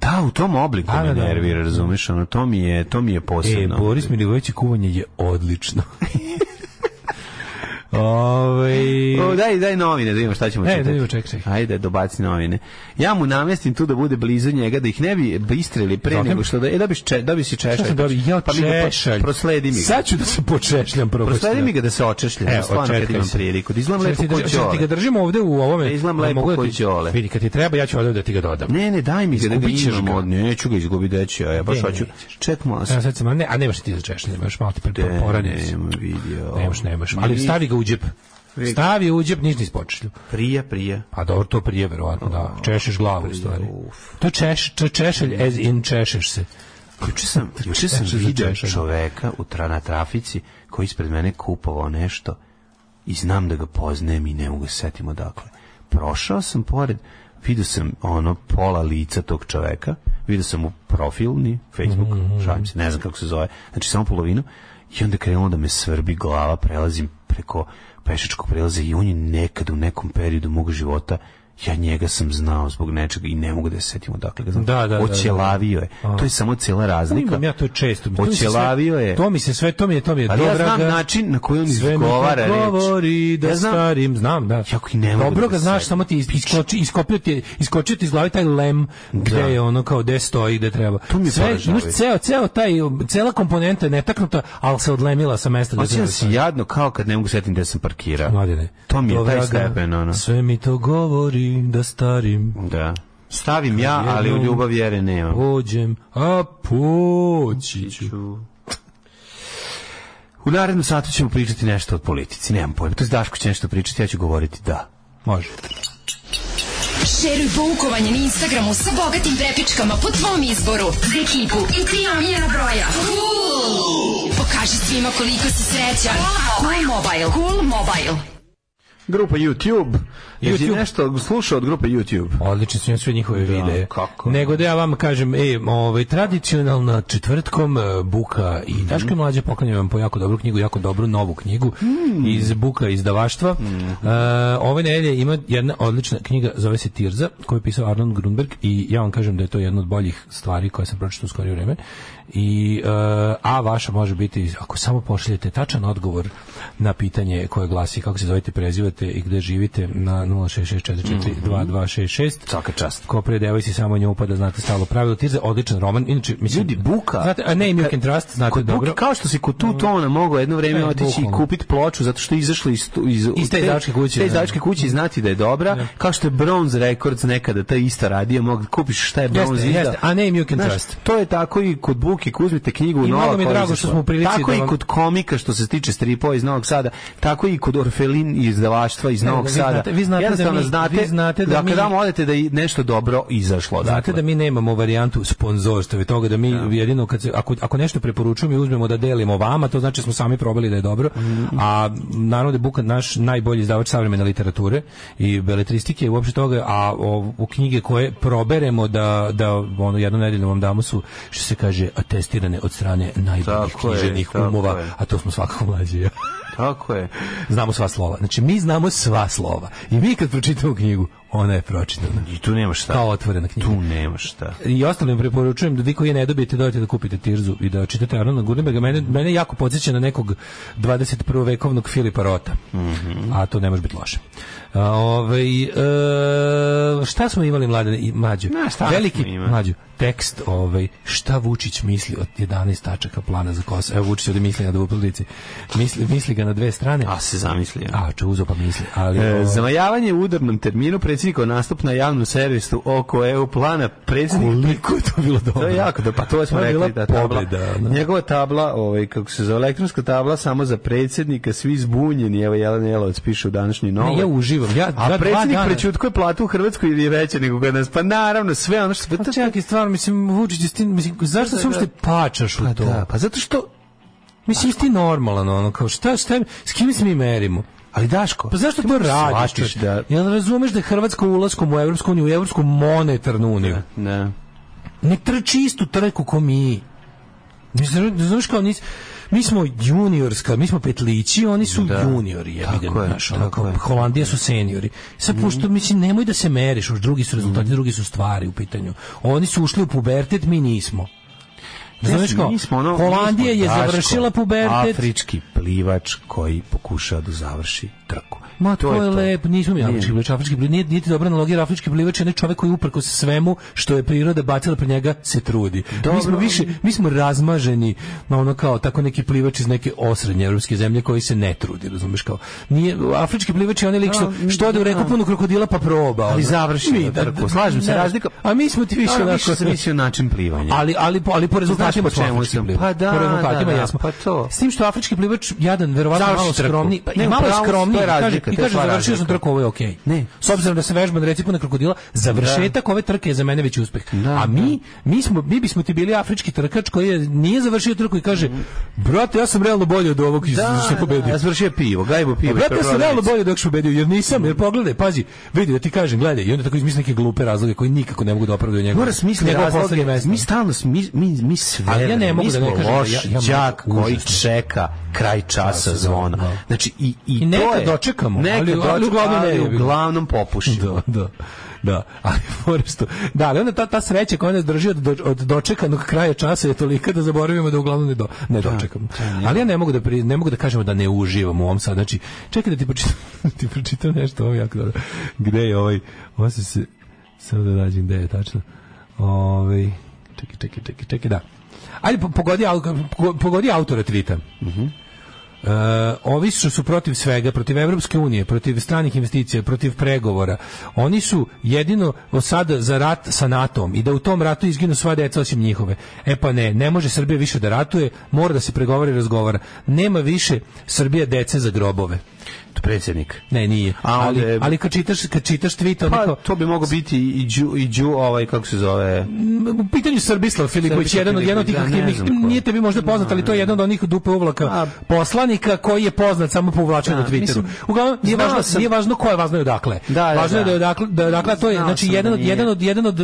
F: Da, u tom obliku
E: Da,
F: me
E: da, da.
F: nervira, razumeš, ono, to mi je, to mi je
E: E,
F: posebno.
E: Boris Milivojević i kuvanje je odlično. Ove...
F: O, daj, daj novine, da vidimo šta ćemo
E: Ne, da
F: čitati.
E: vidimo, ček, ček.
F: Ajde, dobaci novine. Ja mu namestim tu da bude blizu njega, da ih ne bi bistrili pre
E: Dokle?
F: nego što da... E, dobiš, če, dobiš i češalj.
E: Šta sam dobio? Ja
F: pa mi ga po-
E: češalj.
F: Prosledi mi ga.
E: Sad ću da se počešljam prvo.
F: Prosledi mi ga da se očešlja.
E: Evo,
F: Evo, stvarno, kad
E: očekaj
F: imam
E: se.
F: priliku. Da izgledam lepo
E: Čekaj, ti
F: ko
E: drži- čekaj, ti ga
F: Đole.
E: držimo ovde u ovome.
F: Da izgledam
E: da
F: lepo
E: mogu da
F: ko
E: ti-
F: Đole.
E: Vidi, kad ti treba, ja ću ovde da ti ga dodam.
F: Ne, ne, daj mi ga da ga
E: Izgubit ćeš
F: imam.
E: ga.
F: od- Neću ga izgubiti, deći, a ja baš
E: Ne, ne,
F: hoću.
E: nećeš.
F: Ček, malo
E: Evo, sad sam, a ne, a nemaš ti za češljanje, imaš malo ti pre- pre- poranjen si.
F: Nema video.
E: Nemaš, nemaš. Ali stavi ga u džep. Stavi u džep, niš nis počešlju.
F: Prija, prija.
E: Pa dobro, to prije verovatno, da. Češeš glavu u stvari. To je češ, to je češelj as in češeš se.
F: Juče sam, juče sam
E: Češalj za
F: vidio
E: češalj.
F: čoveka u tra, na trafici koji ispred mene kupovao nešto i znam da ga poznajem i ne mogu se setim odakle. Prošao sam pored, vidio sam ono pola lica tog čoveka, vidio sam mu profilni Facebook,
E: Mhm.
F: šalim se, ne znam kako se zove, znači samo polovinu i onda krenulo da me svrbi glava, prelazim preko pešačkog prelaza i on je nekad u nekom periodu mog života ja njega sam znao zbog nečega i ne mogu da se setim odakle ga znam.
E: Da, da, da, da.
F: Oćelavio je. To je samo cijela razlika.
E: Imam ja to često. To mi se sve-
F: Oćelavio je.
E: To mi se sve, to mi je, to mi je
F: Ali Pa ja znam
E: ga-
F: način na koji on
E: sve mi
F: izgovara
E: to
F: reč.
E: govori da
F: Ja znam-
E: starim, znam, da.
F: Jako i ne mogu
E: Dobro
F: da
E: ga
F: se
E: znaš,
F: setim.
E: samo ti iskoči, iskopio ti je- iskočio ti iz glavi taj lem gde je ono kao gde stoji, gde treba.
F: To mi je
E: sve,
F: poražavajuće.
E: imaš ceo, ceo taj, cela komponenta je netaknuta, ali se odlemila sa mesta gde treba.
F: Osjećam znači, se jadno kao kad ne mogu setim gde sam parkirao.
E: Mladine,
F: To mi je taj
E: vraga,
F: stepen, ono.
E: Sve mi to govori da starim
F: Da. Stavim ja, ali u
E: jednom-
F: ljubav vjere nemam.
E: pođem, a poći ću.
F: U narednom satu ćemo pričati nešto o politici, nemam pojma. To je Daško će nešto pričati, ja ću govoriti da. Može.
D: Šeruj poukovanje na Instagramu sa bogatim prepičkama po tvom izboru. Za ekipu i tri omljena broja. Cool! Pokaži svima koliko si srećan. Cool Mobile. Cool Mobile.
F: Grupa YouTube. Jesi
E: YouTube.
F: nešto slušao od grupe YouTube?
E: Odlični su im sve njihove videe.
F: kako
E: Nego da ja vam kažem, e, ovaj, tradicionalna četvrtkom e, Buka i mm Daško i Mlađe poklanjaju vam po jako dobru knjigu, jako dobru novu knjigu iz Buka izdavaštva. E, ove nedelje ima jedna odlična knjiga, zove se Tirza, koju je pisao Arnold Grunberg i ja vam kažem da je to jedna od boljih stvari koje sam pročitao u skorije vreme. I, e, a vaša može biti, ako samo pošaljete tačan odgovor na pitanje koje glasi kako se zovete, prezivate i gde živite na 066442266
F: Svaka čast.
E: ko predeva si samo nju upada, znate stalo pravilo. Tirza, odličan roman. Inače, mislim,
F: Ljudi, Buka.
E: Znate, a ne, you can trust, znate
F: Kod
E: dobro.
F: Buke, kao što si kod tu tona mogao jedno vreme
E: E,
F: otići i
E: bukvalno.
F: kupiti ploču zato što je izašla iz, tu- iz,
E: Iz te izdavačke kuće,
F: Te
E: da.
F: izdavačke kuće i znati da je dobra, kao što je Bronze Records nekada ta ista radija, mogu kupiš šta je Bronze
E: Jeste,
F: izdao.
E: jeste, a name you can
F: Znaš,
E: trust.
F: to je tako i kod Buke, ako uzmete knjigu
E: I
F: nova
E: mnogo mi je
F: koja je
E: drago što
F: izašla.
E: smo u prilici
F: Tako
E: da
F: i
E: vam-
F: kod komika što se tiče stripova iz Novog Sada, tako i kod Orfelin izdavaštva iz Novog
E: vi
F: Sada.
E: znate- vi znate da
F: Jednostavno
E: mi-
F: znate,
E: vi znate da
F: da
E: mi-
F: kada odete da je nešto dobro izašlo. dakle.
E: Znate da mi nemamo varijantu sponzorstva i toga da mi jedino kad se, ako, ako nešto preporučujemo i uzmemo da delimo vama, to znači smo sami probali da je dobro.
F: Mhm.
E: A naravno da je Bukan naš najbolji izdavač savremene literature i beletristike i uopšte toga, a o, u knjige koje proberemo da, da ono, jednom nedeljno vam damo su, što se kaže, atestirane od strane najboljih
F: Tako je,
E: književnih
F: tako
E: umova,
F: je.
E: a to smo svakako mlađi. i ja.
F: Tako je.
E: Znamo sva slova. Znači, mi znamo sva slova. I mi kad pročitamo knjigu, ona je pročitana.
F: I tu nema šta.
E: Kao otvorena knjiga
F: Tu nema šta.
E: i ostalim preporučujem da vi koji je ne dobijete dodajte da kupite Tirzu i da čitate Arnolda Gutenberga. Mene, mene jako podsjeća na nekog 21. vekovnog Filipa Rota.
F: Mhm.
E: A to ne može biti loše. A, ovaj, e, šta smo imali mlade i mlađe?
F: Ne, šta
E: Veliki
F: smo imali?
E: mlađe tekst ovaj šta Vučić misli od 11 tačaka plana za Kosovo. Evo Vučić ovdje misli na dvopolici. Misli, misli ga na dve strane.
F: A se zamislio.
E: A, čuzo pa misli. Ali,
F: E,
E: ovaj,
F: zamajavanje u udarnom terminu predsjednikov nastup na javnom servisu oko EU plana predsjednik
E: koliko je to bilo dobro.
F: To je jako da pa to smo
E: je
F: rekli
E: bila
F: da tabla.
E: pobjeda, ono.
F: Njegova tabla, ovaj kako se zove elektronska tabla samo za predsjednika, svi zbunjeni, evo Jelena Jelovac piše u današnji
E: Ne,
F: novoj.
E: ja uživam. Ja, ja dva
F: A predsjednik
E: dana-
F: prećutkuje platu u Hrvatskoj ili je veća nego kod nas. Pa naravno, sve ono što... Pa,
E: Pa čekaj, stvarno, mislim, Vučić, jesi ti, mislim, zašto se uopšte pačaš u to?
F: da, pa zato što...
E: Mislim, jesi ti normalan, ono, kao, šta, šta, s kim se mi merimo?
F: Ali Daško,
E: Pa zašto
F: ti
E: to
F: moraš
E: radiš?
F: shvatiš
E: čoveče?
F: Da,
E: Jel razumeš da je Hrvatska ulaskom u Evropsku uniju, u Evropsku monetarnu uniju?
F: ne.
E: Ne trči istu trku ko mi. Mi zna- ne znaš kao nis, mi smo juniorska, mi smo petlići, oni su juniori, ja vidim,
F: Tako je,
E: znaš, ono,
F: tako
E: kao
F: je. Mm.
E: Holandija su seniori. Sad, pošto, mislim, nemoj da se meriš, už drugi su rezultati, drugi su stvari u pitanju. Oni su ušli u pubertet, mi nismo. Znaš kao,
F: Mi smo ono- mi smo
E: Holandija je
F: Daško,
E: završila pubertet,
F: Afrički plivač koji pokušava da završi trku.
E: Ma to, je, lep, nismo mi
F: Nije.
E: afrički plivač, afrički plivač, nije, nije ti dobra analogija, jer afrički plivač je onaj čovjek koji uprko svemu što je priroda bacila pre njega se trudi. Mi smo više, mi smo razmaženi na ono kao tako neki plivač iz neke osrednje evropske zemlje koji se ne trudi, razumeš kao. Nije, afrički plivač je onaj lik što, što ode u reku puno krokodila pa proba.
F: Ali
E: ono.
F: završi
E: Mi,
F: na
E: da,
F: trku, slažem se,
E: da.
F: razlika-
E: A mi smo ti više
F: Više
E: onako...
F: onako se mislio način plivanja.
E: Ali, ali, po- ali po rezultatima
F: po
E: smo
F: čemu
E: afrički
F: sam?
E: plivač.
F: Pa da,
E: po rezultatima
F: da, da,
E: jesmo.
F: pa to.
E: S tim što afrički plivač jadan, verovatno
F: Završi
E: malo
F: trku.
E: skromni. Pa, i
F: Ne,
E: malo
F: pravo si,
E: skromni.
F: to je
E: i kaže,
F: razlika,
E: I
F: to je
E: kaže,
F: sva
E: završio sam
F: razlika.
E: trku, ovo je okej.
F: Ne.
E: S obzirom da se vežba na reci puno krokodila, završetak ove trke je za mene već uspeh. A mi, mi, smo, mi bismo ti bili afrički trkač koji je, nije završio trku i kaže, brate, ja sam realno bolji od ovog iz
F: da,
E: da, se pobedio.
F: da, završio je pivo, gajbo pivo.
E: Pa, brate, ja sam
F: prodavnici.
E: realno bolje dok sam pobedio, jer nisam, jer pogledaj, pazi, vidi da ti kažem, gledaj, i onda tako izmisli neke glupe razloge koji nikako ne mogu da opravdaju njegov.
F: Mora smisli razloge. Mi stalno s- mi mi mi sve.
E: Ali ja ne mogu
F: mi
E: da ne
F: smo
E: kažem da
F: loš
E: ja- ja mogu,
F: đak koji
E: užasno.
F: čeka kraj časa
E: Časa
F: zvona.
E: zvona, da.
F: Znači i i,
E: I nekad
F: to je,
E: dočekamo,
F: nekad
E: ali- ali
F: dočekamo,
E: uglavnom ne
F: ali
E: bi bilo.
F: uglavnom popušimo.
E: Da, da. Da, ali Forestu, da, ali onda ta, ta sreća koja nas drži od, do, od dočekanog kraja časa je tolika da zaboravimo da uglavnom ne, do, ne dočekamo. Ali ja ne mogu da pri, ne mogu da kažemo da ne uživam u ovom sad. Znači, čekaj da ti pročitam, ti pročitam nešto ovo je jako dobro. Gde je ovaj, ovo se se, samo da nađem gde je tačno. Ovaj, čekaj, čekaj, čekaj, čekaj, da. Ajde, po- pogodi, au- po- pogodi autora tvita. E, ovi što su protiv svega, protiv Evropske unije, protiv stranih investicija, protiv pregovora, oni su jedino od sada za rat sa NATO-om i da u tom ratu izginu sva deca osim njihove. E pa ne, ne može Srbija više da ratuje, mora da se pregovara i razgovara. Nema više Srbija dece za grobove.
F: Predsjednik.
E: Ne, nije.
F: A
E: ali,
F: onda je-
E: ali kad čitaš, kad čitaš tweet,
F: Pa,
E: onako,
F: to bi mogao biti i Đu, i Đu, ovaj, kako se zove...
E: M, u pitanju je Srbislav Filipović,
F: Srbislav
E: jedan od jedan od tih
F: Filipović, da, ne
E: aktivnih,
F: znam ko.
E: nije tebi možda poznat, ali to je jedan od onih dupe uvlaka
F: A-
E: poslanika koji je poznat samo po uvlačenju
F: Da,
E: na Twitteru.
F: mislim,
E: Uglavnom nije
F: znao
E: važno,
F: sam-
E: nije važno ko je, važno je odakle.
F: Da, da,
E: važno
F: da.
E: je da je odakle, da je odakle a to je
F: Znao
E: znači
F: sam
E: jedan
F: da
E: od
F: nije.
E: jedan od jedan od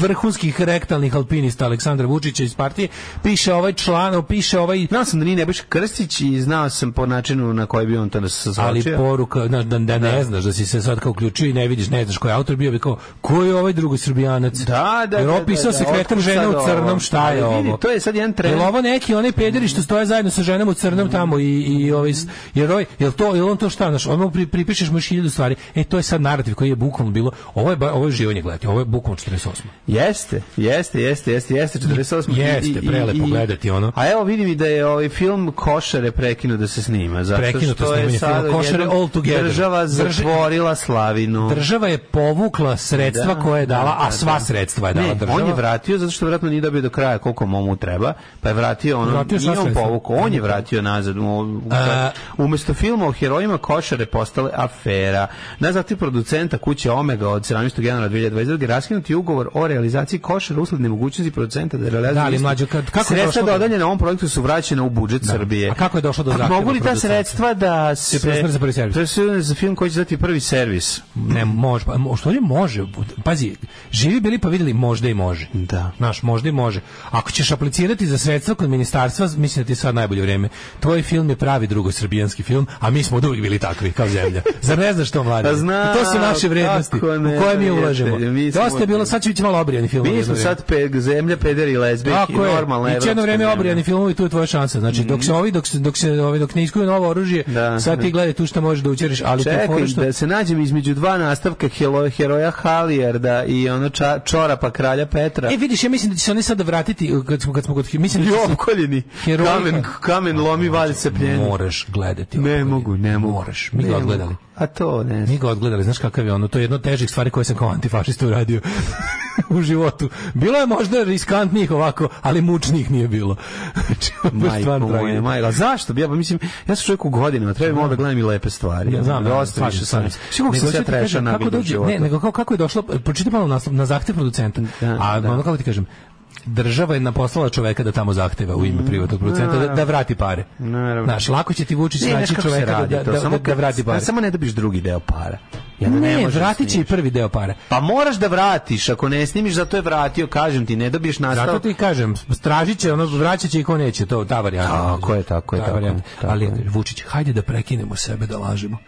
E: vrhunskih rektalnih alpinista Aleksandra Vučića iz partije piše ovaj član, piše ovaj
F: Znao sam da nije Nebojša Krstić i znao sam po načinu na koji bi on to nas
E: ali
F: sazvačio.
E: poruka znaš, da, da ne znaš da si se sad kao uključio i ne vidiš ne znaš ko je autor bio bi kao ko je ovaj drugi srbijanac
F: Da, da,
E: jer
F: da, da,
E: opisao
F: da,
E: sekretar
F: otkud
E: žene
F: sad
E: u crnom
F: ovo?
E: šta je
F: Ali vidi,
E: ovo
F: to je sad jedan trend.
E: Jel ovo neki onaj pederi što stoje zajedno sa ženama u crnom tamo i i ovaj s- jer ovaj jel to jel on to šta znaš ono pri, pripišeš mu još hiljadu stvari e to je sad narativ koji je bukvalno bilo ovo je ba- ovo je živanje gledati ovo je bukvalno 48
F: Mm. Jeste, jeste, jeste, jeste, jeste, 48.
E: Jeste,
F: I- i-
E: prelepo
F: i-
E: gledati ono.
F: A evo vidim i da je ovaj film Košare prekinuo da se snima. Zato
E: Prekinuto
F: što je
E: snimanje filma
F: sad
E: Košare
F: odjednom
E: all together.
F: Država
E: Drži-
F: zatvorila slavinu.
E: država je povukla sredstva
F: Da,
E: koje je dala
F: da,
E: a sva
F: da.
E: sredstva je dala
F: Ne,
E: država
F: on je vratio zato što vjerojatno nije dobio do kraja koliko mu treba, pa je vratio ono,
E: Vratio sva
F: nije on
E: sredstva.
F: povukao, on je vratio nazad. U, u-
E: A-
F: umesto filma o herojima košare postale afera. Na zahtjev producenta kuće Omega od 17. januara 2022. raskinut je ugovor o realizaciji košara usled nemogućnosti producenta da realizuje
E: Da, ali
F: isti.
E: mlađo, kad- kako je
F: sredstva
E: došlo do-
F: dodeljena ovom projektu su vraćena u budžet Srbije.
E: A kako je došlo do zahtjeva
F: Mogu li ta
E: producenta?
F: sredstva da se
E: preusmere za prvi servis?
F: preusmere za film koji će dati prvi servis?
E: Ne, može, pa mo- što li može? Pazi, živi bili pa vidjeli, možda i može.
F: Da.
E: Znaš, možda i može. Ako ćeš aplicirati za sredstva kod ministarstva, mislim da ti je sad najbolje vrijeme. Tvoj film je pravi drugosrbijanski film, a mi smo od uvijek bili takvi, kao zemlja. Zar ne znaš to, mladi?
F: Pa znam,
E: to su naše vrijednosti u
F: kako ne,
E: koje mi
F: prijatelju,
E: ulažemo.
F: mi smo-
E: Dosta je bilo, sad će biti malo obrijani film.
F: Mi smo sad pe, zemlja peder i lezbijki,
E: Tako je.
F: normalna
E: I će jedno
F: evropska
E: vrijeme
F: zemlja. Mhm.
E: obrijani filmovi, tu je tvoja šansa. Znači, dok se ovi, dok se, dok se ovi, dok ne iskuju novo oružje,
F: Da.
E: sad ti gledaj tu šta možeš da učeriš, ali to je
F: Čekaj,
E: fora što-
F: da se nađem između dva nastavka helo- heroja Halijarda i ono ča, čora pa kralja Petra.
E: E vidiš, ja mislim da će se oni sada vratiti uh, kad smo kad smo kod mislim da
F: I
E: će se-
F: opkoljeni.
E: Heroji-
F: Kamen, kamen lomi, valj se pljeni.
E: moraš gledati.
F: Ne
E: opet.
F: mogu, ne mogu.
E: Moraš. Mi
F: Ne
E: ga
F: mogu.
E: odgledali.
F: A to ne
E: Mi
F: znam.
E: ga odgledali, znaš kakav je ono, to je jedno od težih stvari koje sam kao antifašista uradio u životu. Bilo je možda riskantnih ovako, ali mučnih nije bilo. Znači, ovo je
F: Majko
E: stvarno
F: moje,
E: tragedija.
F: majko. A Zašto bi ja, pa mislim, ja sam čovjek u godinama, treba malo da gledam i lepe stvari.
E: Ja znam,
F: dosta
E: da,
F: više sam.
E: slažem
F: Sigurno
E: Nego,
F: sam se ja
E: hoću ti kažem,
F: trešao na
E: kako
F: vidu
E: dođe- Ne, nego kao, kako je došlo, pročitaj malo naslov, na zahtev producenta.
F: Da,
E: A
F: da.
E: ono kako ti kažem, država je naposlala čoveka da tamo zahteva u ime privatnog producenta da, da vrati pare.
F: Mm, Naravno.
E: Znaš, lako će ti Vučić
F: Ne, znaš
E: naći
F: kako se
E: čoveka da,
F: radi
E: da,
F: to,
E: da,
F: samo
E: da
F: kad-
E: vrati pare.
F: Samo ne dobiš drugi deo para. I onda
E: Ne,
F: možeš da
E: vratit će i
F: snimiš.
E: prvi deo pare.
F: Pa moraš da vratiš, ako ne snimiš, zato je vratio, kažem ti, ne dobiješ
E: Zato
F: nastavak.
E: ti kažem, stražit će, ono, vraćat će i ko neće, to, ta varijanta.
F: Tako je, tako je,
E: Ta
F: tako je,
E: varijanta.
F: tako
E: Ali,
F: je.
E: Vučić, hajde da prekinemo sebe da lažemo.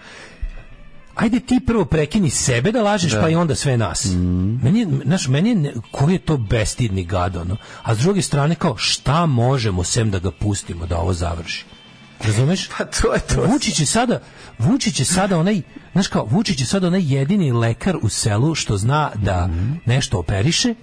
E: Ajde ti prvo prekini sebe da lažeš, pa i onda sve nas.
F: Mhm.
E: Meni, je, znaš, meni je, ne- koji je to bestidni gad, ono. A s druge strane, kao, šta možemo sem da ga pustimo da ovo završi? Razumeš?
F: Pa to je to.
E: Vučić je sada Vučić je sada onaj znaš kao Vučić je sada onaj jedini lekar u selu što zna da
F: Mhm.
E: nešto operiše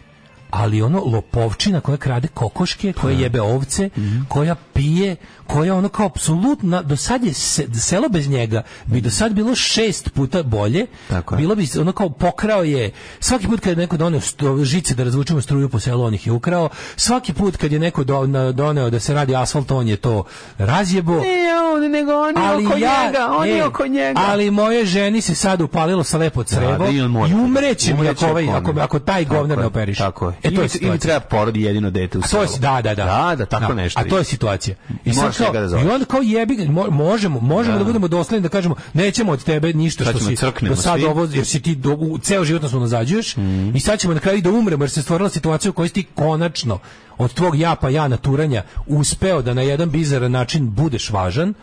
E: ali ono lopovčina koja krade kokoške, koja
F: Pa.
E: jebe ovce,
F: Mhm.
E: koja pije, koja ono kao apsolutna, do sad je se, selo bez njega bi do sad bilo šest puta bolje,
F: Tako je.
E: bilo bi ono kao pokrao je, svaki put kad je neko doneo sto- žice da razvučemo struju po selu, on ih je ukrao, svaki put kad je neko do- na- doneo da se radi asfalt, on je to razjebo,
F: Ne on, nego oni
E: ali
F: oko
E: ja,
F: njega, oni
E: e,
F: oko njega. Pa,
E: Ali moje ženi se sad upalilo sa lepo crevo
F: da, i
E: i,
F: on mora.
E: umreće mi
F: Umreće
E: ako, ovaj,
F: ako
E: ako,
F: ne.
E: ako taj
F: Tako
E: govnar
F: je,
E: ne operiše.
F: Tako je.
E: E, to je
F: ili, ili
E: situacija.
F: treba porodi jedino dete u
E: A to
F: selu.
E: je, da, da, da.
F: Da, da, tako nešto.
E: A to je situacija. I, sad
F: Moraš
E: kao,
F: njega da
E: I
F: zoveš.
E: onda kao jebi, ga, mo- možemo, možemo da, budemo dosledni da kažemo nećemo od tebe ništa
F: Sad
E: što
F: ćemo
E: si
F: crknemo
E: do sad
F: svi. Mhm.
E: ovo, jer si ti do, u, ceo život nas unazađuješ i sad ćemo na kraju i da umremo jer se stvorila situacija u kojoj si ti konačno od tvog ja pa ja naturanja uspeo da na jedan bizaran način budeš važan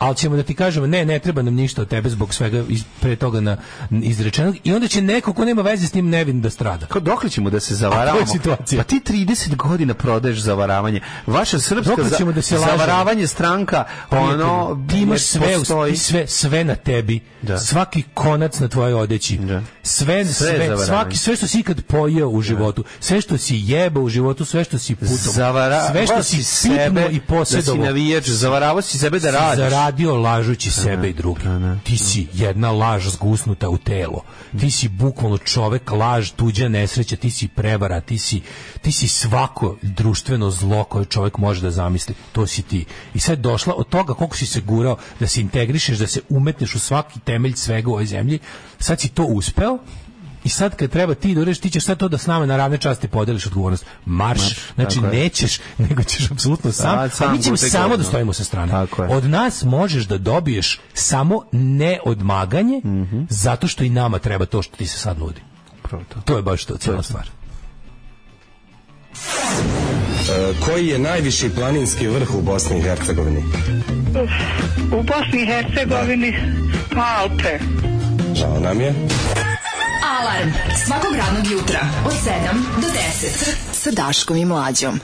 E: ali ćemo da ti kažemo ne, ne treba nam ništa od tebe zbog svega iz, pre toga na, izrečenog i onda će neko ko nema veze s tim nevin da strada.
F: Kao dokle ćemo da se zavaravamo?
E: A to je situacija.
F: Pa ti 30 godina prodaješ zavaravanje. Vaša srpska
E: Dokle ćemo da se lažemo?
F: zavaravanje stranka, ono,
E: ti imaš
F: ne
E: sve, u-
F: postoji.
E: ti sve, sve na tebi,
F: Da.
E: svaki konac na tvojoj odeći,
F: Da.
E: sve,
F: Sve je
E: sve,
F: zavaranje.
E: svaki, sve što si ikad pojeo u životu, sve što si jebao u životu, sve što si putovo,
F: Zavara,
E: sve što
F: vas
E: si
F: sebe
E: sipnuo i
F: Da si
E: posjedovo,
F: navijač, zavaravao si sebe da radiš.
E: radio lažući sebe i druge. Ti si jedna laž zgusnuta u telo. Ti si bukvalno čovek laž, tuđa nesreća, ti si prevara, ti si, ti si svako društveno zlo koje čovek može da zamisli. To si ti. I sad je došla od toga koliko si se gurao da se integrišeš, da se umetneš u svaki temelj svega u ovoj zemlji. Sad si to uspeo i sad kad treba ti da ureš, ti ćeš sad to da s nama na ravne časti podeliš odgovornost. Marš, znači
F: tako je.
E: nećeš, nego ćeš apsolutno sam,
F: Sad sam
E: a mi ćemo
F: gutek
E: samo da
F: odmah.
E: stojimo sa strane.
F: Tako je.
E: Od nas možeš da dobiješ samo neodmaganje,
F: Mhm.
E: zato što i nama treba to što ti se sad nudi. to. je baš to, cijela stvar.
A: Koji je najviši planinski vrh u Bosni i Hercegovini?
J: U Bosni i Hercegovini pa Alpe.
A: Žao nam je.
D: Alarm svakog radnog jutra od 7 do 10 sa Daškom i Mlađom.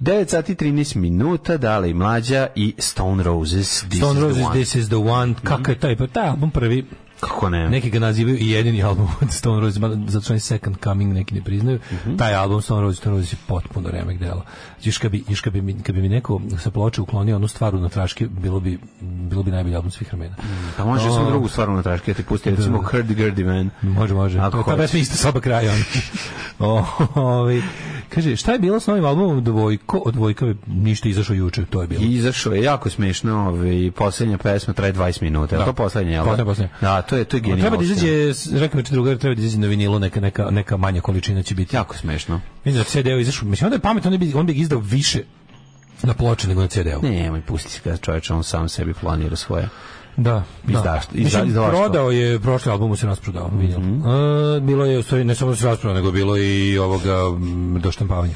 F: 9 sati 13 minuta, Dale i Mlađa i Stone Roses. This
E: Stone
F: is the
E: Roses,
F: one.
E: This is the one, kako je taj, pa taj album prvi,
F: Kako ne?
E: neki ga nazivaju i jedini album od Stone Roses, mada zato što oni Second Coming neki ne priznaju,
F: Mhm.
E: taj album Stone Roses, Stone Roses je potpuno remek dela. Još kad bi, još kad bi, mi, kad bi mi neko sa ploče uklonio onu stvar na traške, bilo bi, bilo bi najbolji album svih vremena.
F: Pa može samo drugu stvar na traške, ja ti pusti, recimo Curdy Gurdy Man.
E: Može, može.
F: Ako
E: Ako ta
F: hoćeš.
E: pesma isto sa oba kraja. O, ovaj, kaže, šta je bilo s novim albumom Dvojko? Od Dvojka je ništa izašao juče, to je bilo.
F: I izašao je jako smešno, ovaj, posljednja pesma traje 20 minuta, da. to poslednja, jel? da?
E: Poslednja, poslednja.
F: Da, to je, to je genijalno.
E: Treba da izađe, s- rekao mi je drugar, treba da izađe na vinilu, neka, neka, neka manja količina će biti.
F: Jako smešno.
E: Mislim da CD -u izašao, mislim onda je pamet, onda bi, onda bi ga izdao više na ploče nego na CD. -u.
F: Ne, nemoj, pusti se kada čovječ, on sam sebi planira svoje.
E: Da, da.
F: Izdaš- izda-
E: Mislim,
F: izdavaštvo.
E: prodao je, prošli album mu se rasprodao, vinil.
F: Mhm.
E: E, bilo je, u stvari, ne samo se rasprodao, nego bilo i ovoga mm, doštampavanja.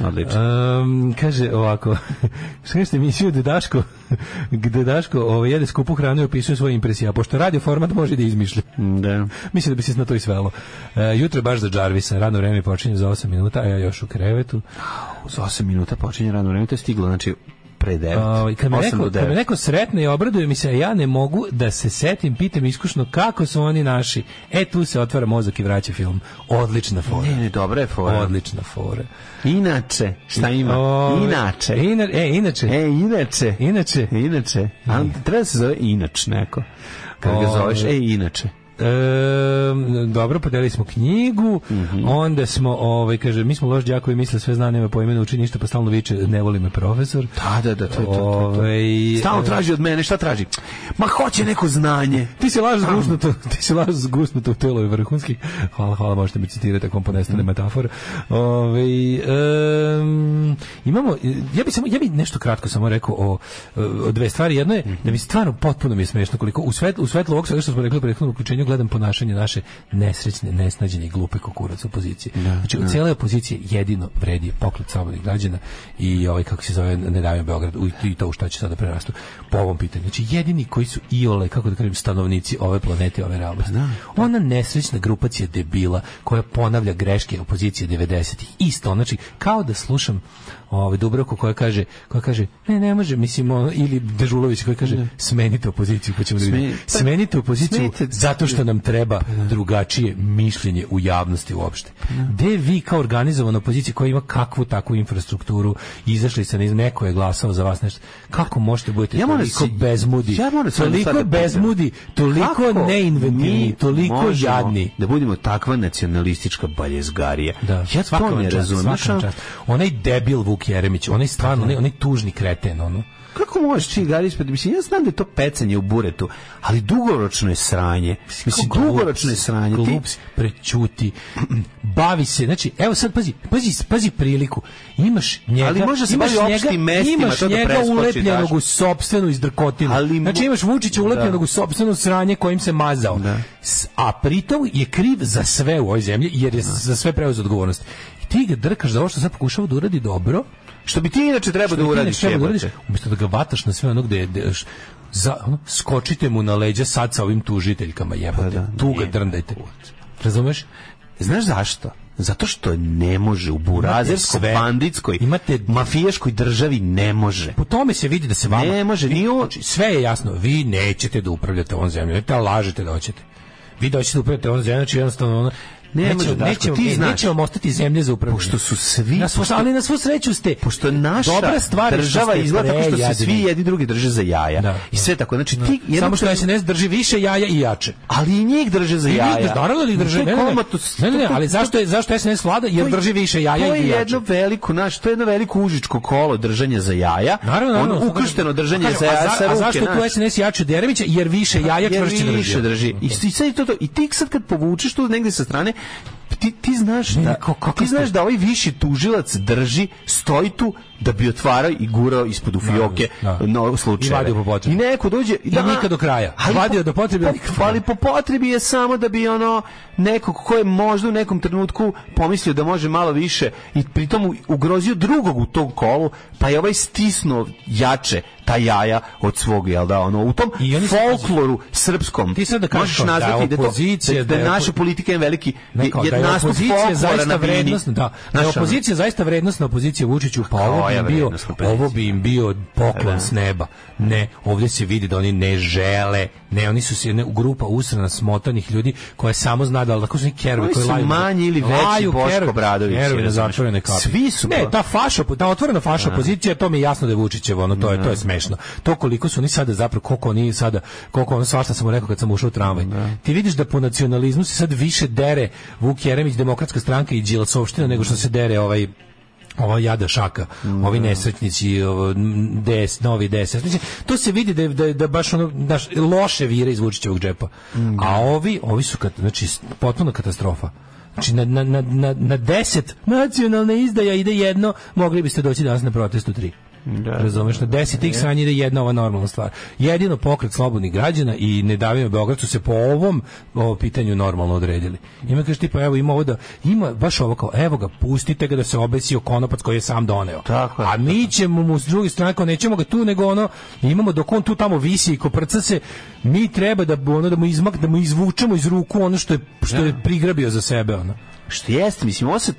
F: Odlično.
E: E. Em, kaže ovako, skrešte misiju da Daško, gde Daško ovaj, jede skupu hranu i opisuje svoje impresije, a pošto radio format može da izmišlja.
F: Da.
E: Mislim da bi se na to i svelo. E, jutro baš za Jarvisa, radno vreme počinje za 8 minuta, a ja još u krevetu.
F: Za 8 minuta počinje radno vreme, to je stiglo, znači pre 9.
E: Ovaj, kad, me
F: 8
E: neko,
F: do
E: kad me
F: 9.
E: neko sretne i obraduje mi se, a ja ne mogu da se setim, pitam iskušno kako su oni naši. E, tu se otvara mozak i vraća film. Odlična fora.
F: Ne, ne, E, dobra je fora.
E: Odlična fora.
F: Inače, šta ima?
E: Ovaj,
F: Inače.
E: Ina, e, inače.
F: E, inače. E,
E: Inače.
F: Inače. A treba da se zove inač neko. Kad ga
E: Ovaj.
F: zoveš, e, inače.
E: Ehm, dobro, podelili smo knjigu,
F: Mhm.
E: onda smo, ovaj, kaže, mi smo loš đakovi, misle sve zna, nema pojma, ne uči ništa, pa stalno viče, ne voli me profesor.
F: Da, da, da, to je to, to, to.
E: Ovaj,
F: Stalno
E: e,
F: traži od mene, šta traži? Ma hoće neko znanje.
E: Ti si laž zgusnuto, ti si laž zgusnuto u telo je vrhunski. Hvala, hvala, možete me citirati ako vam ponestane metafora. Ove, em, imamo, ja bi, samo, ja bi nešto kratko samo rekao o, e, o dve stvari. Jedno je, da mi stvarno potpuno mi je smešno koliko u, svet, u svetlu ovog svega što smo rekli u prethodnom uključenju gledam ponašanje naše nesrećne, nesnađene i glupe kukurac opozicije. znači, od cijele opozicije jedino vredi poklet slobodnih građana i ovaj, kako se zove, ne davimo Beograd u- i to u šta će sada prerastu po ovom pitanju. Znači, jedini koji su iole, kako da kažem, stanovnici ove planete, ove realnosti. Ona nesrećna grupacija debila koja ponavlja greške opozicije 90-ih. Isto, znači, kao da slušam ovaj Dubravku koja kaže, koja kaže, ne, ne može, mislim, ono, ili Dežulović koji kaže, smenite opoziciju, pa ćemo da vidimo.
F: Smeni- pa-
E: Smenite opoziciju
F: smenite-
E: zato što nam treba
F: Pa
E: drugačije mišljenje u javnosti uopšte. Gde vi kao organizovana opozicija koja ima kakvu takvu infrastrukturu, izašli se ne znam, neko je glasao za vas nešto, kako možete budete
F: Ja moram
E: toliko
F: si-
E: bezmudi,
F: ja moram sad
E: toliko
F: sad da pitam.
E: bezmudi, toliko
F: Kako mi
E: neinventivni, toliko
F: možemo
E: jadni?
F: Da budemo takva nacionalistička baljezgarija.
E: Da,
F: Ja
E: svaka
F: to
E: vam
F: ne ono,
E: čast,
F: razumijem.
E: svaka vam čast. Onaj debil Vuk Jeremić, onaj stvarno,
F: Pa
E: onaj, onaj tužni kreten, ono.
F: Kako možeš ti gari ispred? Mislim, ja znam da je to pecanje u buretu, ali dugoročno je sranje. Mislim,
E: Kako glup
F: dugoročno je
E: si,
F: sranje. Ti-
E: Glup si, prećuti. Bavi se, znači, evo sad pazi, pazi, pazi priliku. Imaš njega,
F: Ali može se
E: imaš
F: bavi opštim mestima,
E: imaš
F: to da
E: njega
F: preskoči,
E: ulepljenog
F: daš.
E: u sopstvenu izdrkotinu.
F: Ali mo-
E: znači, imaš Vučića ulepljenog u sopstveno sranje kojim se mazao.
F: Da.
E: S- A pritom je kriv za sve u ovoj zemlji, jer je za sve preuzeo odgovornost. I Ti ga drkaš za ovo što sad pokušava da uradi dobro,
F: Što bi ti inače trebao da
E: Što ti ne
F: uradiš?
E: treba da
F: jebote?
E: uradiš, umjesto da ga vataš na sve ono gde je- gde- š- za, ono, skočite mu na leđa sad sa ovim tužiteljkama jebote,
F: Pa da,
E: tu ga
F: ne.
E: drndajte razumeš?
F: Znaš zašto? Zato što ne može u burazerskoj,
E: sve.
F: banditskoj,
E: Imate-
F: mafijaškoj državi ne može.
E: po tome se vidi da se vama
F: Ne može,
E: vi-
F: ni on-
E: znači, sve je jasno, vi nećete da upravljate ovom zemljom, da lažete da hoćete vi da hoćete da upravljate ovom zemljom, znači jednostavno ono,
F: Ne,
E: nećemo,
F: može, Daško,
E: nećemo,
F: ti
E: e,
F: znaš.
E: nećemo vam ostati zemlje za upravljanje.
F: Pošto su svi-
E: Na svu,
F: pošto-
E: ali na svu sreću ste...
F: pošto naša
E: Dobra stvar je što
F: država
E: ste
F: izgleda tako što se
E: prejadni.
F: svi jedni drugi drže za jaja.
E: Da.
F: I sve tako. Znači, ti jednom
E: Samo što SNS drži više jaja i jače.
F: Ali i njih drže za
E: I
F: jaja.
E: njih, naravno da ih drže.
F: To
E: Ne,
F: je
E: ne, ne.
F: komatos-
E: Ne, ne, ne,
F: to-
E: ali zašto, je, zašto SNS vlada? Jer
F: to je-
E: drži više
F: to
E: jaja
F: je
E: i jače.
F: jedno veliko, naš, to je jedno veliko užičko kolo držanje za jaja.
E: Naravno, naravno.
F: Ono ukršteno držanje za jaja
E: E, A,
F: sa
E: za, a
F: ruke.
E: zašto
F: znaš.
E: tu SNS jače od Jeremića? Jer više jaja
F: Jer
E: čvršće drži.
F: više drži. I, s- i sad je to, to. I ti sad kad povučeš to negde sa strane, ti, ti znaš da,
E: Ne, ko- kako
F: ti znaš
E: ste-
F: da ovaj viši tužilac drži, stoji tu da bi otvarao i gurao ispod u fioke
E: da.
F: no, slučajeve.
E: I vadio po potrebi.
F: I neko dođe...
E: I nikad do kraja. Vadio do potrebe,
F: pa-
E: nikad do
F: pa-
E: kraja.
F: ali po potrebi je samo da bi ono nekog ko je možda u nekom trenutku pomislio da može malo više i pritom u- ugrozio drugog u tom kolu, pa je ovaj stisnuo jače ta jaja od svog, jel da, ono, u tom
E: I oni su-
F: folkloru srpskom
E: Ti sad da kažeš
F: možeš
E: kao,
F: nazvati da,
E: da
F: to-
E: opozicija,
F: da,
E: da je
F: je
E: opo-
F: naša politika je veliki
E: Ne, kao,
F: je,
E: da
F: je
E: je
F: nastup
E: opozicija
F: folklora na
E: zaista
F: bini.
E: vrednostna, da, da je
F: Znaš, ono,
E: opozicija zaista vrednostna opozicija Vučiću, pa ovo bi
F: koja
E: im bio,
F: vrednostna opozicija? E,
E: ovo bi im bio poklon
F: Da.
E: s neba. Ne, ovdje se vidi da oni ne žele, ne, oni su se jedna grupa usrana smotanih ljudi koja samo zna da, ali tako su neki kerovi
F: Oni
E: koji
F: su
E: laju.
F: manji ili veći
E: Laju
F: Boško
E: kerovi,
F: Obradović,
E: kerovi na
F: razumeš?
E: zatvorene kape.
F: Svi su
E: Ne,
F: pro-
E: ta faša, ta otvorena faša opozicija, to mi je jasno da je Vučićevo, ono, to je, to je smešno. To koliko su oni sada zapravo, koliko oni sada, koliko ono svašta sam mu rekao kad sam ušao u tramvaj. Ti vidiš da po nacionalizmu se sad više dere Vuk Jeremić, Demokratska stranka i Đilasovština nego što se dere ovaj ova jada šaka, ovi nesretnici, ovo, m, DS, novi DS. Mislim, to se vidi da, je- da, je- da baš ono, daš, loše vire iz Vučićevog džepa. A ovi, ovi su, kat, znači, potpuno katastrofa. Znači, na, na, na, na, na deset nacionalna izdaja ide jedno, mogli biste doći danas na protestu tri. Razumeš, na deset tih sranja ide jedna ova normalna stvar. Jedino pokret slobodnih građana i ne davimo Beograd su se po ovom o, pitanju normalno odredili. Ima kaže tipa, evo ima ovo da, ima baš ovo kao, evo ga, pustite ga da se obesio konopac koji je sam doneo.
F: Tako je.
E: A mi ćemo mu s druge strane, kao nećemo ga tu, nego ono, imamo dok on tu tamo visi i koprca se, mi treba da, ono, da mu izmak, da mu izvučemo iz ruku ono što je, što je prigrabio za sebe. Ono.
F: Što jeste, mislim, ovo sa,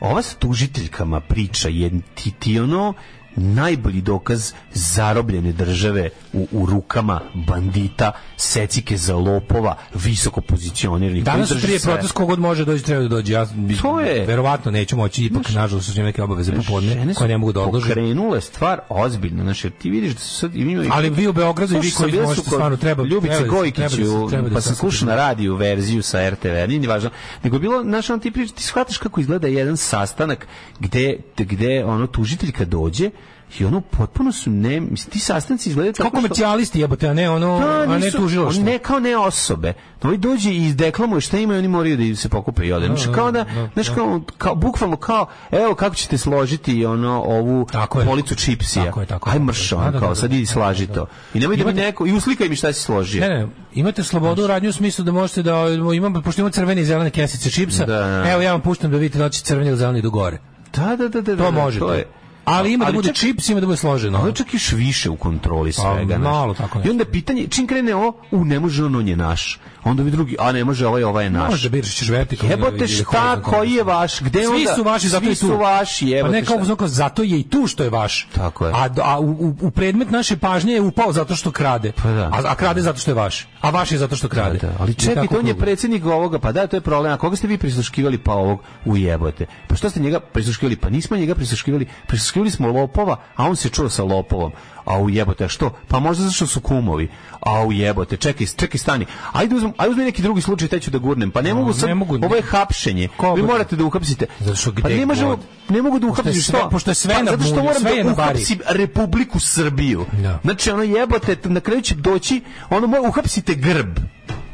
F: ova sa tužiteljkama priča je ti, ti ono najbolji dokaz zarobljene države u, u rukama bandita, secike za lopova, visoko pozicionirani.
E: Danas su prije protest kogod može doći, treba da dođe. Ja bi-
F: To je-
E: verovatno neću moći, ipak nažalost su neke obaveze popodne koje ne mogu da odlože.
F: Krenula je stvar ozbiljno, znači jer ti vidiš da su sad imaju
E: Ali vi u Beogradu i vi
F: Slušao sam,
E: koji
F: bili
E: možete
F: su kod
E: stvarno treba
F: Ljubice
E: treba da se-
F: Gojkić,
E: treba da se-
F: u-
E: treba da
F: pa
E: se
F: sam slušao na
E: saslušate.
F: radiju verziju sa RTV, nije ni važno, nego je bilo, znaš, on ti priča, ti shvataš kako izgleda jedan sastanak gde, gde ono, tužiteljka dođe i ono, potpuno su ne, mislim, ti sastanci izgledaju
E: Kao
F: tako što...
E: komercijalisti jebote, a ne ono,
F: Da,
E: a ne
F: nisu-
E: tužilaštvo.
F: on Ne, kao ne osobe. Ovi dođe i izdeklamuje šta imaju, oni moraju da im se pokupe i ode. Znači, kao da, znaš, kao, kao, bukvalno kao, evo kako ćete složiti ono, ovu
E: Tako je.
F: policu čipsija.
E: Tako je, tako je,
F: Aj
E: tako je.
F: mrš, ono,
E: Da, da,
F: kao,
E: da,
F: sad
E: da,
F: idi
E: da,
F: slaži
E: da, da.
F: to. I nemoj da mi
E: Imate-
F: neko, i uslikaj mi šta si složio.
E: Ne, ne, imate slobodu u radnju u smislu da možete da imam pošto imam crvene i zelene kesice čipsa.
F: Da, da.
E: Evo ja vam puštam da vidite da li će crveni ili zeleni do gore.
F: Da, da, da, da, da, da,
E: To možete.
F: je.
E: Ali ima da
F: Ali
E: bude
F: čak-
E: čips, ima da bude složeno.
F: Ali čak još više u kontroli
E: Pa,
F: svega. znaš.
E: malo
F: I
E: tako nešto.
F: onda pitanje, čim krene ovo, u ne može ono on je naš. Onda vi drugi, a ne može ovaj, ovaj je naš.
E: Možeš da biraš ćeš vertikalno.
F: Jebote
E: ili
F: šta,
E: horizontalno.
F: koji je vaš, gde
E: Svi
F: onda?
E: su vaši, zato
F: Svi
E: je tu.
F: su vaši,
E: Pa
F: jebote
E: ne kao
F: šta.
E: uzmano kao, zato je i tu što je vaš.
F: Tako je.
E: A, do- a u- u, u predmet naše pažnje je upao zato što krade.
F: Pa da.
E: a, a krade zato što je vaš. A vaš je zato što krade.
F: Da, da, ali
E: I tako
F: čekajte, on je
E: krugo.
F: predsjednik ovoga, pa da, to je problem. A koga ste vi prisluškivali pa ovog ujebote? Pa što ste njega prisluškivali? Pa nismo njega prisluškivali. Prisluškivali smo lopova, a on se čuo sa lopovom. A ujebote, a što? Pa možda zato što su kumovi. A ujebote, čekaj, čekaj, stani. Ajde uzmi, ajde uzmi neki drugi slučaj, taj ću da gurnem. Pa ne mogu sad,
E: ne mogu, ne.
F: ovo je hapšenje.
E: Koga?
F: Vi morate da uhapsite.
E: Zato što
F: pa
E: gde
F: ne možemo,
E: god.
F: ne mogu da
E: Pošto je
F: uhapsim
E: sve-
F: što?
E: pošto je sve
F: pa,
E: na
F: zato što
E: bulju,
F: moram
E: sve je
F: da
E: na bari.
F: uhapsim Republiku Srbiju.
E: Da.
F: Znači, ono jebote, na kraju će doći, ono mora, uhapsite grb.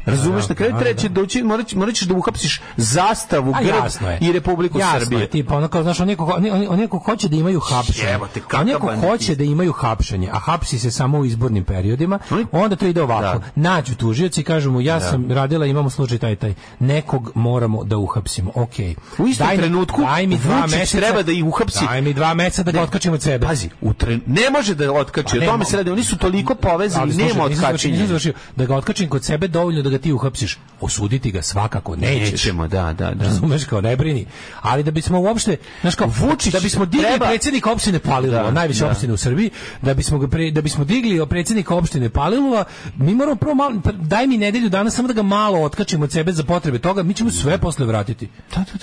F: Razumeš, na kraju
E: Pa da,
F: treće doći, morat ćeš- morat ćeš da uhapsiš zastavu,
E: A
F: grb
E: Pa jasno je.
F: i Republiku
E: jasno
F: Srbije.
E: Je, tipa, ono kao, znaš, oni ko, oni, oni, oni ko hoće da imaju hapšenje.
F: Jebote, kakav
E: Oni ko
F: banditizam.
E: hoće da imaju hapšenje, a hapsi se samo u izbornim periodima,
F: Oni-
E: onda to ide ovako.
F: Da.
E: Nađu tužioci i kažu mu, ja sam radila, imamo slučaj taj, taj. Nekog moramo da uhapsimo. Ok.
F: U istom
E: daj mi,
F: trenutku
E: daj mi dva
F: Vučić
E: meseca,
F: treba da ih uhapsi.
E: Daj mi dva meseca da ga otkačim od sebe.
F: Pazi, u tren- ne može da otkači,
E: Pa
F: o
E: ne
F: tome
E: mo-
F: se radi, oni su toliko povezani,
E: Ali slušaj,
F: nema
E: nisam završio-
F: otkačenja.
E: nisam završio. Da ga otkačim kod sebe dovoljno da da ga ti uhapsiš, osuditi ga svakako nećeš.
F: Nećemo, da, da, da.
E: Razumeš kao ne brini. Ali da bismo uopšte, znaš kao Vučić, da bismo digli
F: treba-
E: predsjednika opštine Palilova,
F: Da,
E: najviše
F: da.
E: opštine u Srbiji, da bismo ga pre- da bismo digli predsjednika opštine Palilova, mi moramo prvo malo pr- daj mi nedelju dana samo da ga malo otkačimo od sebe za potrebe toga, mi ćemo sve posle vratiti.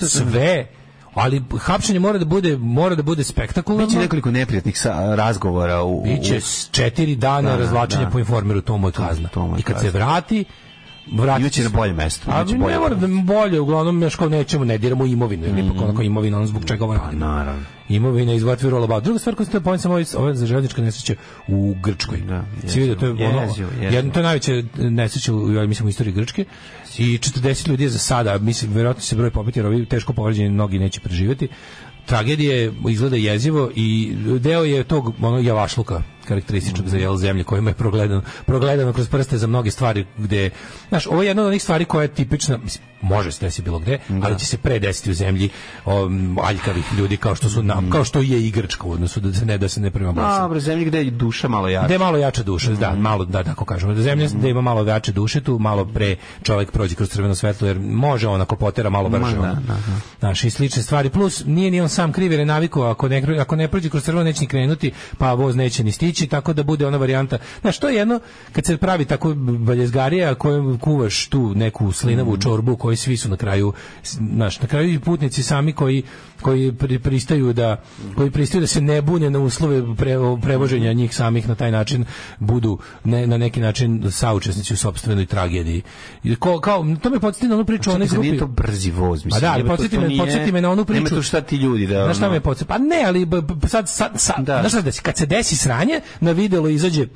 E: Sve. Ali hapšenje mora da bude mora da bude spektakularno.
F: Biće nekoliko neprijatnih sa, razgovora u, u,
E: Biće s četiri dana
F: Da,
E: razvlačenja
F: da.
E: po informeru, to mu je kazna.
F: To mu je
E: I kad se
F: kazna.
E: vrati, vrati
F: Imaće
E: se-
F: na bolje mesto,
E: A
F: imaće
E: Pa ne
F: bolje
E: mora da mi bolje, uglavnom još kao nećemo, ne diramo imovinu, ili ipak
F: Mm.
E: onako imovina, ono zbog čega ovo radimo.
F: naravno.
E: Imovina iz Vatvi Rolaba. Druga stvar koju ste pojeli sam ovo iz- ove za željezničke nesreće u Grčkoj.
F: Da,
E: Si vidio, to je
F: jezivo,
E: ono,
F: jezivo, jezivo.
E: jedno, to je najveće nesreće, u, ja mislim, u istoriji Grčke. I 40 ljudi je za sada, mislim, verovatno će se broj popiti, jer ovi teško povređeni mnogi neće preživjeti. Tragedija je, izgleda jezivo i deo je tog ono javašluka karakterističnog za jel zemlje kojima je progledano, progledano kroz prste za mnoge stvari gde, znaš, ovo je jedna od onih stvari koja je tipična, mislim, može se desiti bilo gde, ali će se pre desiti u zemlji um, aljkavih ljudi kao što su nam, kao što je i Grčka u odnosu da se ne da se ne prema Bosni.
F: Dobro, zemlji gde je duša malo jača.
E: Da je malo jača duša, da,
F: Mhm.
E: malo, da, tako kažemo. Da zemlja da ima malo jače duše, tu malo pre čovjek prođe kroz crveno svetlo, jer može on ako potera malo brže.
F: Ma, da,
E: ono.
F: da, da.
E: Znaš, i slične stvari. Plus, nije ni on sam kriv, jer je navikao, ako ne, ako ne prođe kroz crveno, neće ni krenuti, pa voz neće ni stići, tako da bude ona varijanta. Znaš, to je jedno, kad se pravi tako baljezgarija, koju kuvaš tu neku slinavu
F: Mhm.
E: čorbu, koji svi su na kraju, s- znaš, na kraju i putnici sami koji koji pri- pristaju da koji pristaju da se ne bune na uslove pre,
F: Mhm.
E: prevoženja njih samih na taj način budu ne, na neki način saučesnici u sopstvenoj tragediji. I Ko, kao, to me podsjeti na onu priču o onoj
F: Čekaj, zar
E: grupi.
F: nije to brzi voz, mislim.
E: A Pa da, ali
F: jebe, to-
E: podsjeti
F: to
E: me-
F: nije-
E: podsjeti me na onu
F: Nema
E: priču.
F: tu šta ti ljudi da...
E: Znaš šta
F: ono-
E: me podsjeća? Pa ne, ali b- b- sad, sad, sad,
F: Da.
E: znaš šta se desi? Kad se desi sranje, na videlo izađe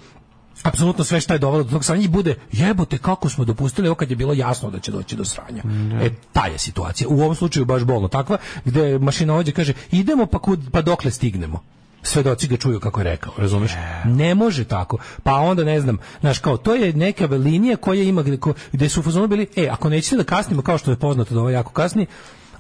E: apsolutno sve šta je dovelo do tog sranja i bude jebote kako smo dopustili ovo kad je bilo jasno da će doći do sranja. E, ta je situacija. U ovom slučaju baš bolno takva, gde mašinovođa kaže idemo pa, kud, pa dokle stignemo. Svedoci ga čuju kako je rekao, razumeš? Ne može tako. Pa onda ne znam, znaš kao, to je neka linija koja ima gde, ko- gde su u fazonu bili, e, ako nećete da kasnimo, kao što je poznato da ovo jako kasni,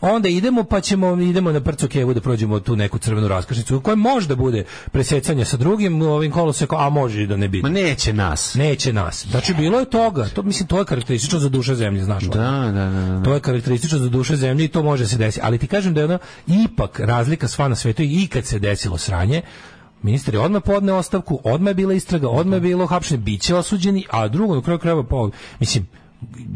E: onda idemo pa ćemo idemo na Prcokevu da prođemo tu neku crvenu raskrsnicu u kojoj možda bude presecanje sa drugim ovim kolosekom, a može i da ne
F: Ma
E: bude.
F: neće nas.
E: Neće nas. Znači bilo je toga. To mislim to je karakteristično za duša zemlje, znaš. ono.
F: Da, da, da. da.
E: To je karakteristično za duše zemlje i to može se desiti. Ali ti kažem da je ono ipak razlika sva na svetu i kad se desilo sranje, ministar je odmah podneo ostavku, odmah je bila istraga, odmah je bilo hapšenje, bit će osuđeni, a drugo na kraju krajeva pa mislim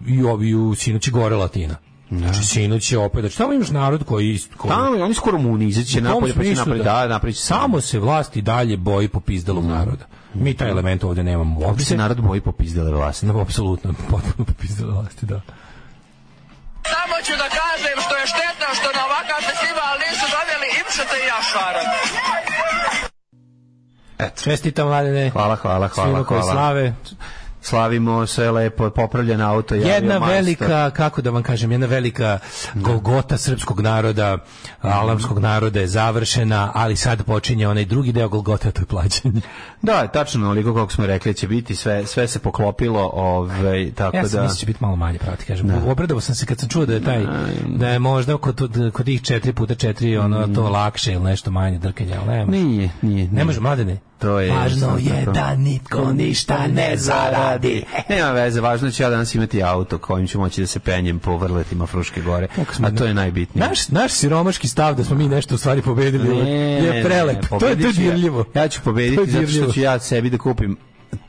E: i ovi u sinoć je gore Latina. Znači sinoć je opet, znači tamo imaš narod koji, koji
F: Tamo, oni skoro mu
E: u
F: nizaće
E: tom
F: napolje, pa će
E: smislu
F: napraviti,
E: da.
F: da, napraviti
E: Samo se vlast i dalje boji popizdalog naroda. Mi taj element ovdje nemamo
F: Ovdje se
E: uopšte.
F: narod boji popizdele vlasti.
E: No, apsolutno, potpuno popizdale vlasti, da.
J: Samo ću da kažem što je štetno što na ovakav festival nisu doveli Imšeta i Jašara.
E: Čestitam, mladene.
F: Hvala, hvala, hvala,
E: Svima koji
F: hvala.
E: slave.
F: Slavimo sve lepo, popravljen auto, javio
E: jedna
F: majstor.
E: velika, kako da vam kažem, jedna velika golgota srpskog naroda, alamskog naroda je završena, ali sad počinje onaj drugi deo golgote, a to je plaćanje.
F: Da, tačno, onoliko kako smo rekli će biti, sve, sve se poklopilo, ovaj, tako
E: Ja sam
F: da...
E: mislio će biti malo manje, pravo ti kažem. Obradovao sam se kad sam čuo da je taj, da je možda kod, kod tih četiri puta četiri, ono, to lakše ili nešto manje drkanja, ali nema.
F: Mm. Nije, nije,
E: Ne
F: nije.
E: može, mladene.
F: To je
E: Važno
F: jednostavno
E: je
F: to.
E: da nitko ništa ne zaradi.
F: Nema veze, važno ću ja danas imati auto kojim ću moći da se penjem po vrletima Fruške gore, a to je najbitnije.
E: Naš, naš siromaški stav da smo mi nešto u stvari pobedili
F: Ne, ne,
E: je prelep.
F: ne,
E: to je to
F: pobedit ću ja.
E: dirljivo.
F: Ja ću
E: To
F: pobediti
E: je
F: zato što
E: dirljivo.
F: ću ja sebi da kupim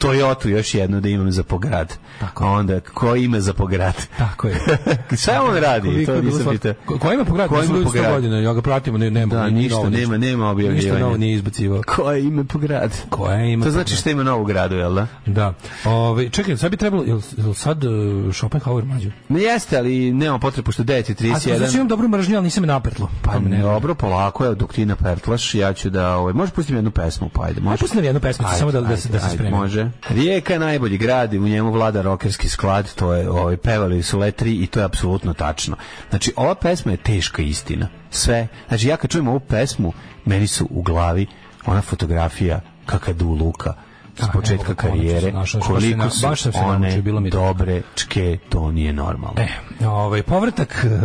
F: Toyotu još jednu da imam za pograd. Tako. Onda, ko ima za pograd?
E: Tako je.
F: Šta on radi?
E: Koliko
F: To
E: je bilo
F: nisam
E: slat-
F: pitao.
E: Ko- Ko ima pograd?
F: Ko
E: Ko
F: ima
E: ima
F: pograd?
E: godina, ja ga pratim, ne, nema,
F: Da,
E: ni
F: ništa,
E: novo,
F: nema, nema objavljivanja.
E: Ništa novo nije izbacivao.
F: Koje ime po gradu?
E: Koje ima
F: To
E: po
F: znači
E: gradu?
F: što ima novo u gradu, jel da?
E: Da. Ove, čekaj, sad bi trebalo, jel, jel sad uh, Schopenhauer mlađo?
F: Ne jeste, ali nema potrebe, pošto 9 i
E: A sad znači
F: 31.
E: imam dobru mržnju, ali nisam je napertlo.
F: Pa
E: To mi
F: ne,
E: ne.
F: dobro, polako, evo, dok ti napertlaš, ja ću da, ovaj, možeš pustiti jednu pesmu, pa ajde,
E: Aj,
F: možeš.
E: pusti nam jednu pesmicu, samo da, da, se, da se spremim.
F: Može. Rijeka je najbolji grad i u njemu vlada rokerski sklad, to je, ovaj, pevali su letri i to je apsolutno tačno. Znači, ova pesma je teška istina. Sve. Znači, ja kad čujem ovu pesmu, meni su u glavi ona fotografija Kakadu Luka s početka
E: evo ga, konačno
F: karijere,
E: sam našao, baš sam
F: koliko
E: na-
F: su
E: baš sam se
F: one
E: namučio, bilo mi je dobro.
F: dobre čke, to nije normalno.
E: E, ovaj povratak eh,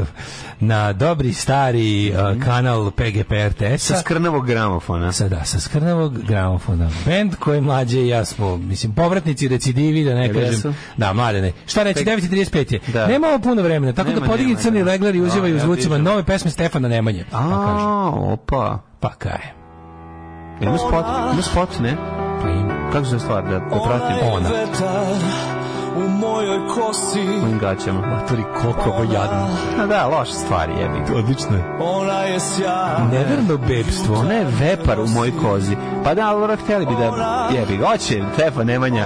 E: na dobri stari eh, kanal PGP RTS
F: Mhm. Sa skrnavog gramofona.
E: sada sa skrnavog gramofona. Bend koji mlađe i ja smo, mislim, povratnici recidivi, da ne
F: Jel
E: kažem.
F: jesu?
E: Da, mlade ne. Šta reći, 9.35 je.
F: Da.
E: Nemamo puno vremena, tako
F: Nema,
E: da podigni
F: nema,
E: crni
F: nema.
E: legler i
F: Da,
E: uzivaju
F: ja
E: zvucima
F: vidim.
E: nove pesme Stefana Nemanje. Pa kaže.
F: A, opa.
E: Pa kaže.
F: Ima spot, ima spot, ne?
E: Pa ima.
F: Kako se stvar, da, da pratim?
E: je Ona.
A: vetar u mojoj kosi
F: U ovim gaćama.
E: Matori, koliko ovo jadno.
F: A da, loša stvar je.
E: Odlično je.
A: Ona je sjaj
E: Neverno bebstvo.
F: Ona je vepar u mojoj kozi. Pa da, ali ono hteli bi da jebi ga. Oće, Stefan Nemanja,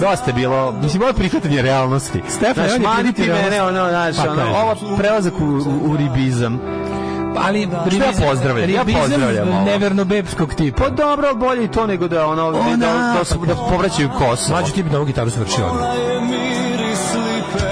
F: dosta je bilo, mislim, ovo je prihvatanje realnosti.
E: Stefan
F: Znaš,
E: Nemanja je
F: mani ti
E: prihvatanje
F: mene, ono, znaš,
E: Pa
F: ono,
E: kažem.
F: ovo prelazak u, u, u ribizam.
E: Pa, Ali
F: Šta ja pozdravljam? Ja
E: ribizam
F: pozdravljam ovo.
E: Neverno bebskog tipa.
F: Pa dobro, ali bolje i to nego da, ono, da, da, su- da povraćaju kosu.
E: Mlađi ti bi na ovu gitaru svršio odmah.
A: je miris lipe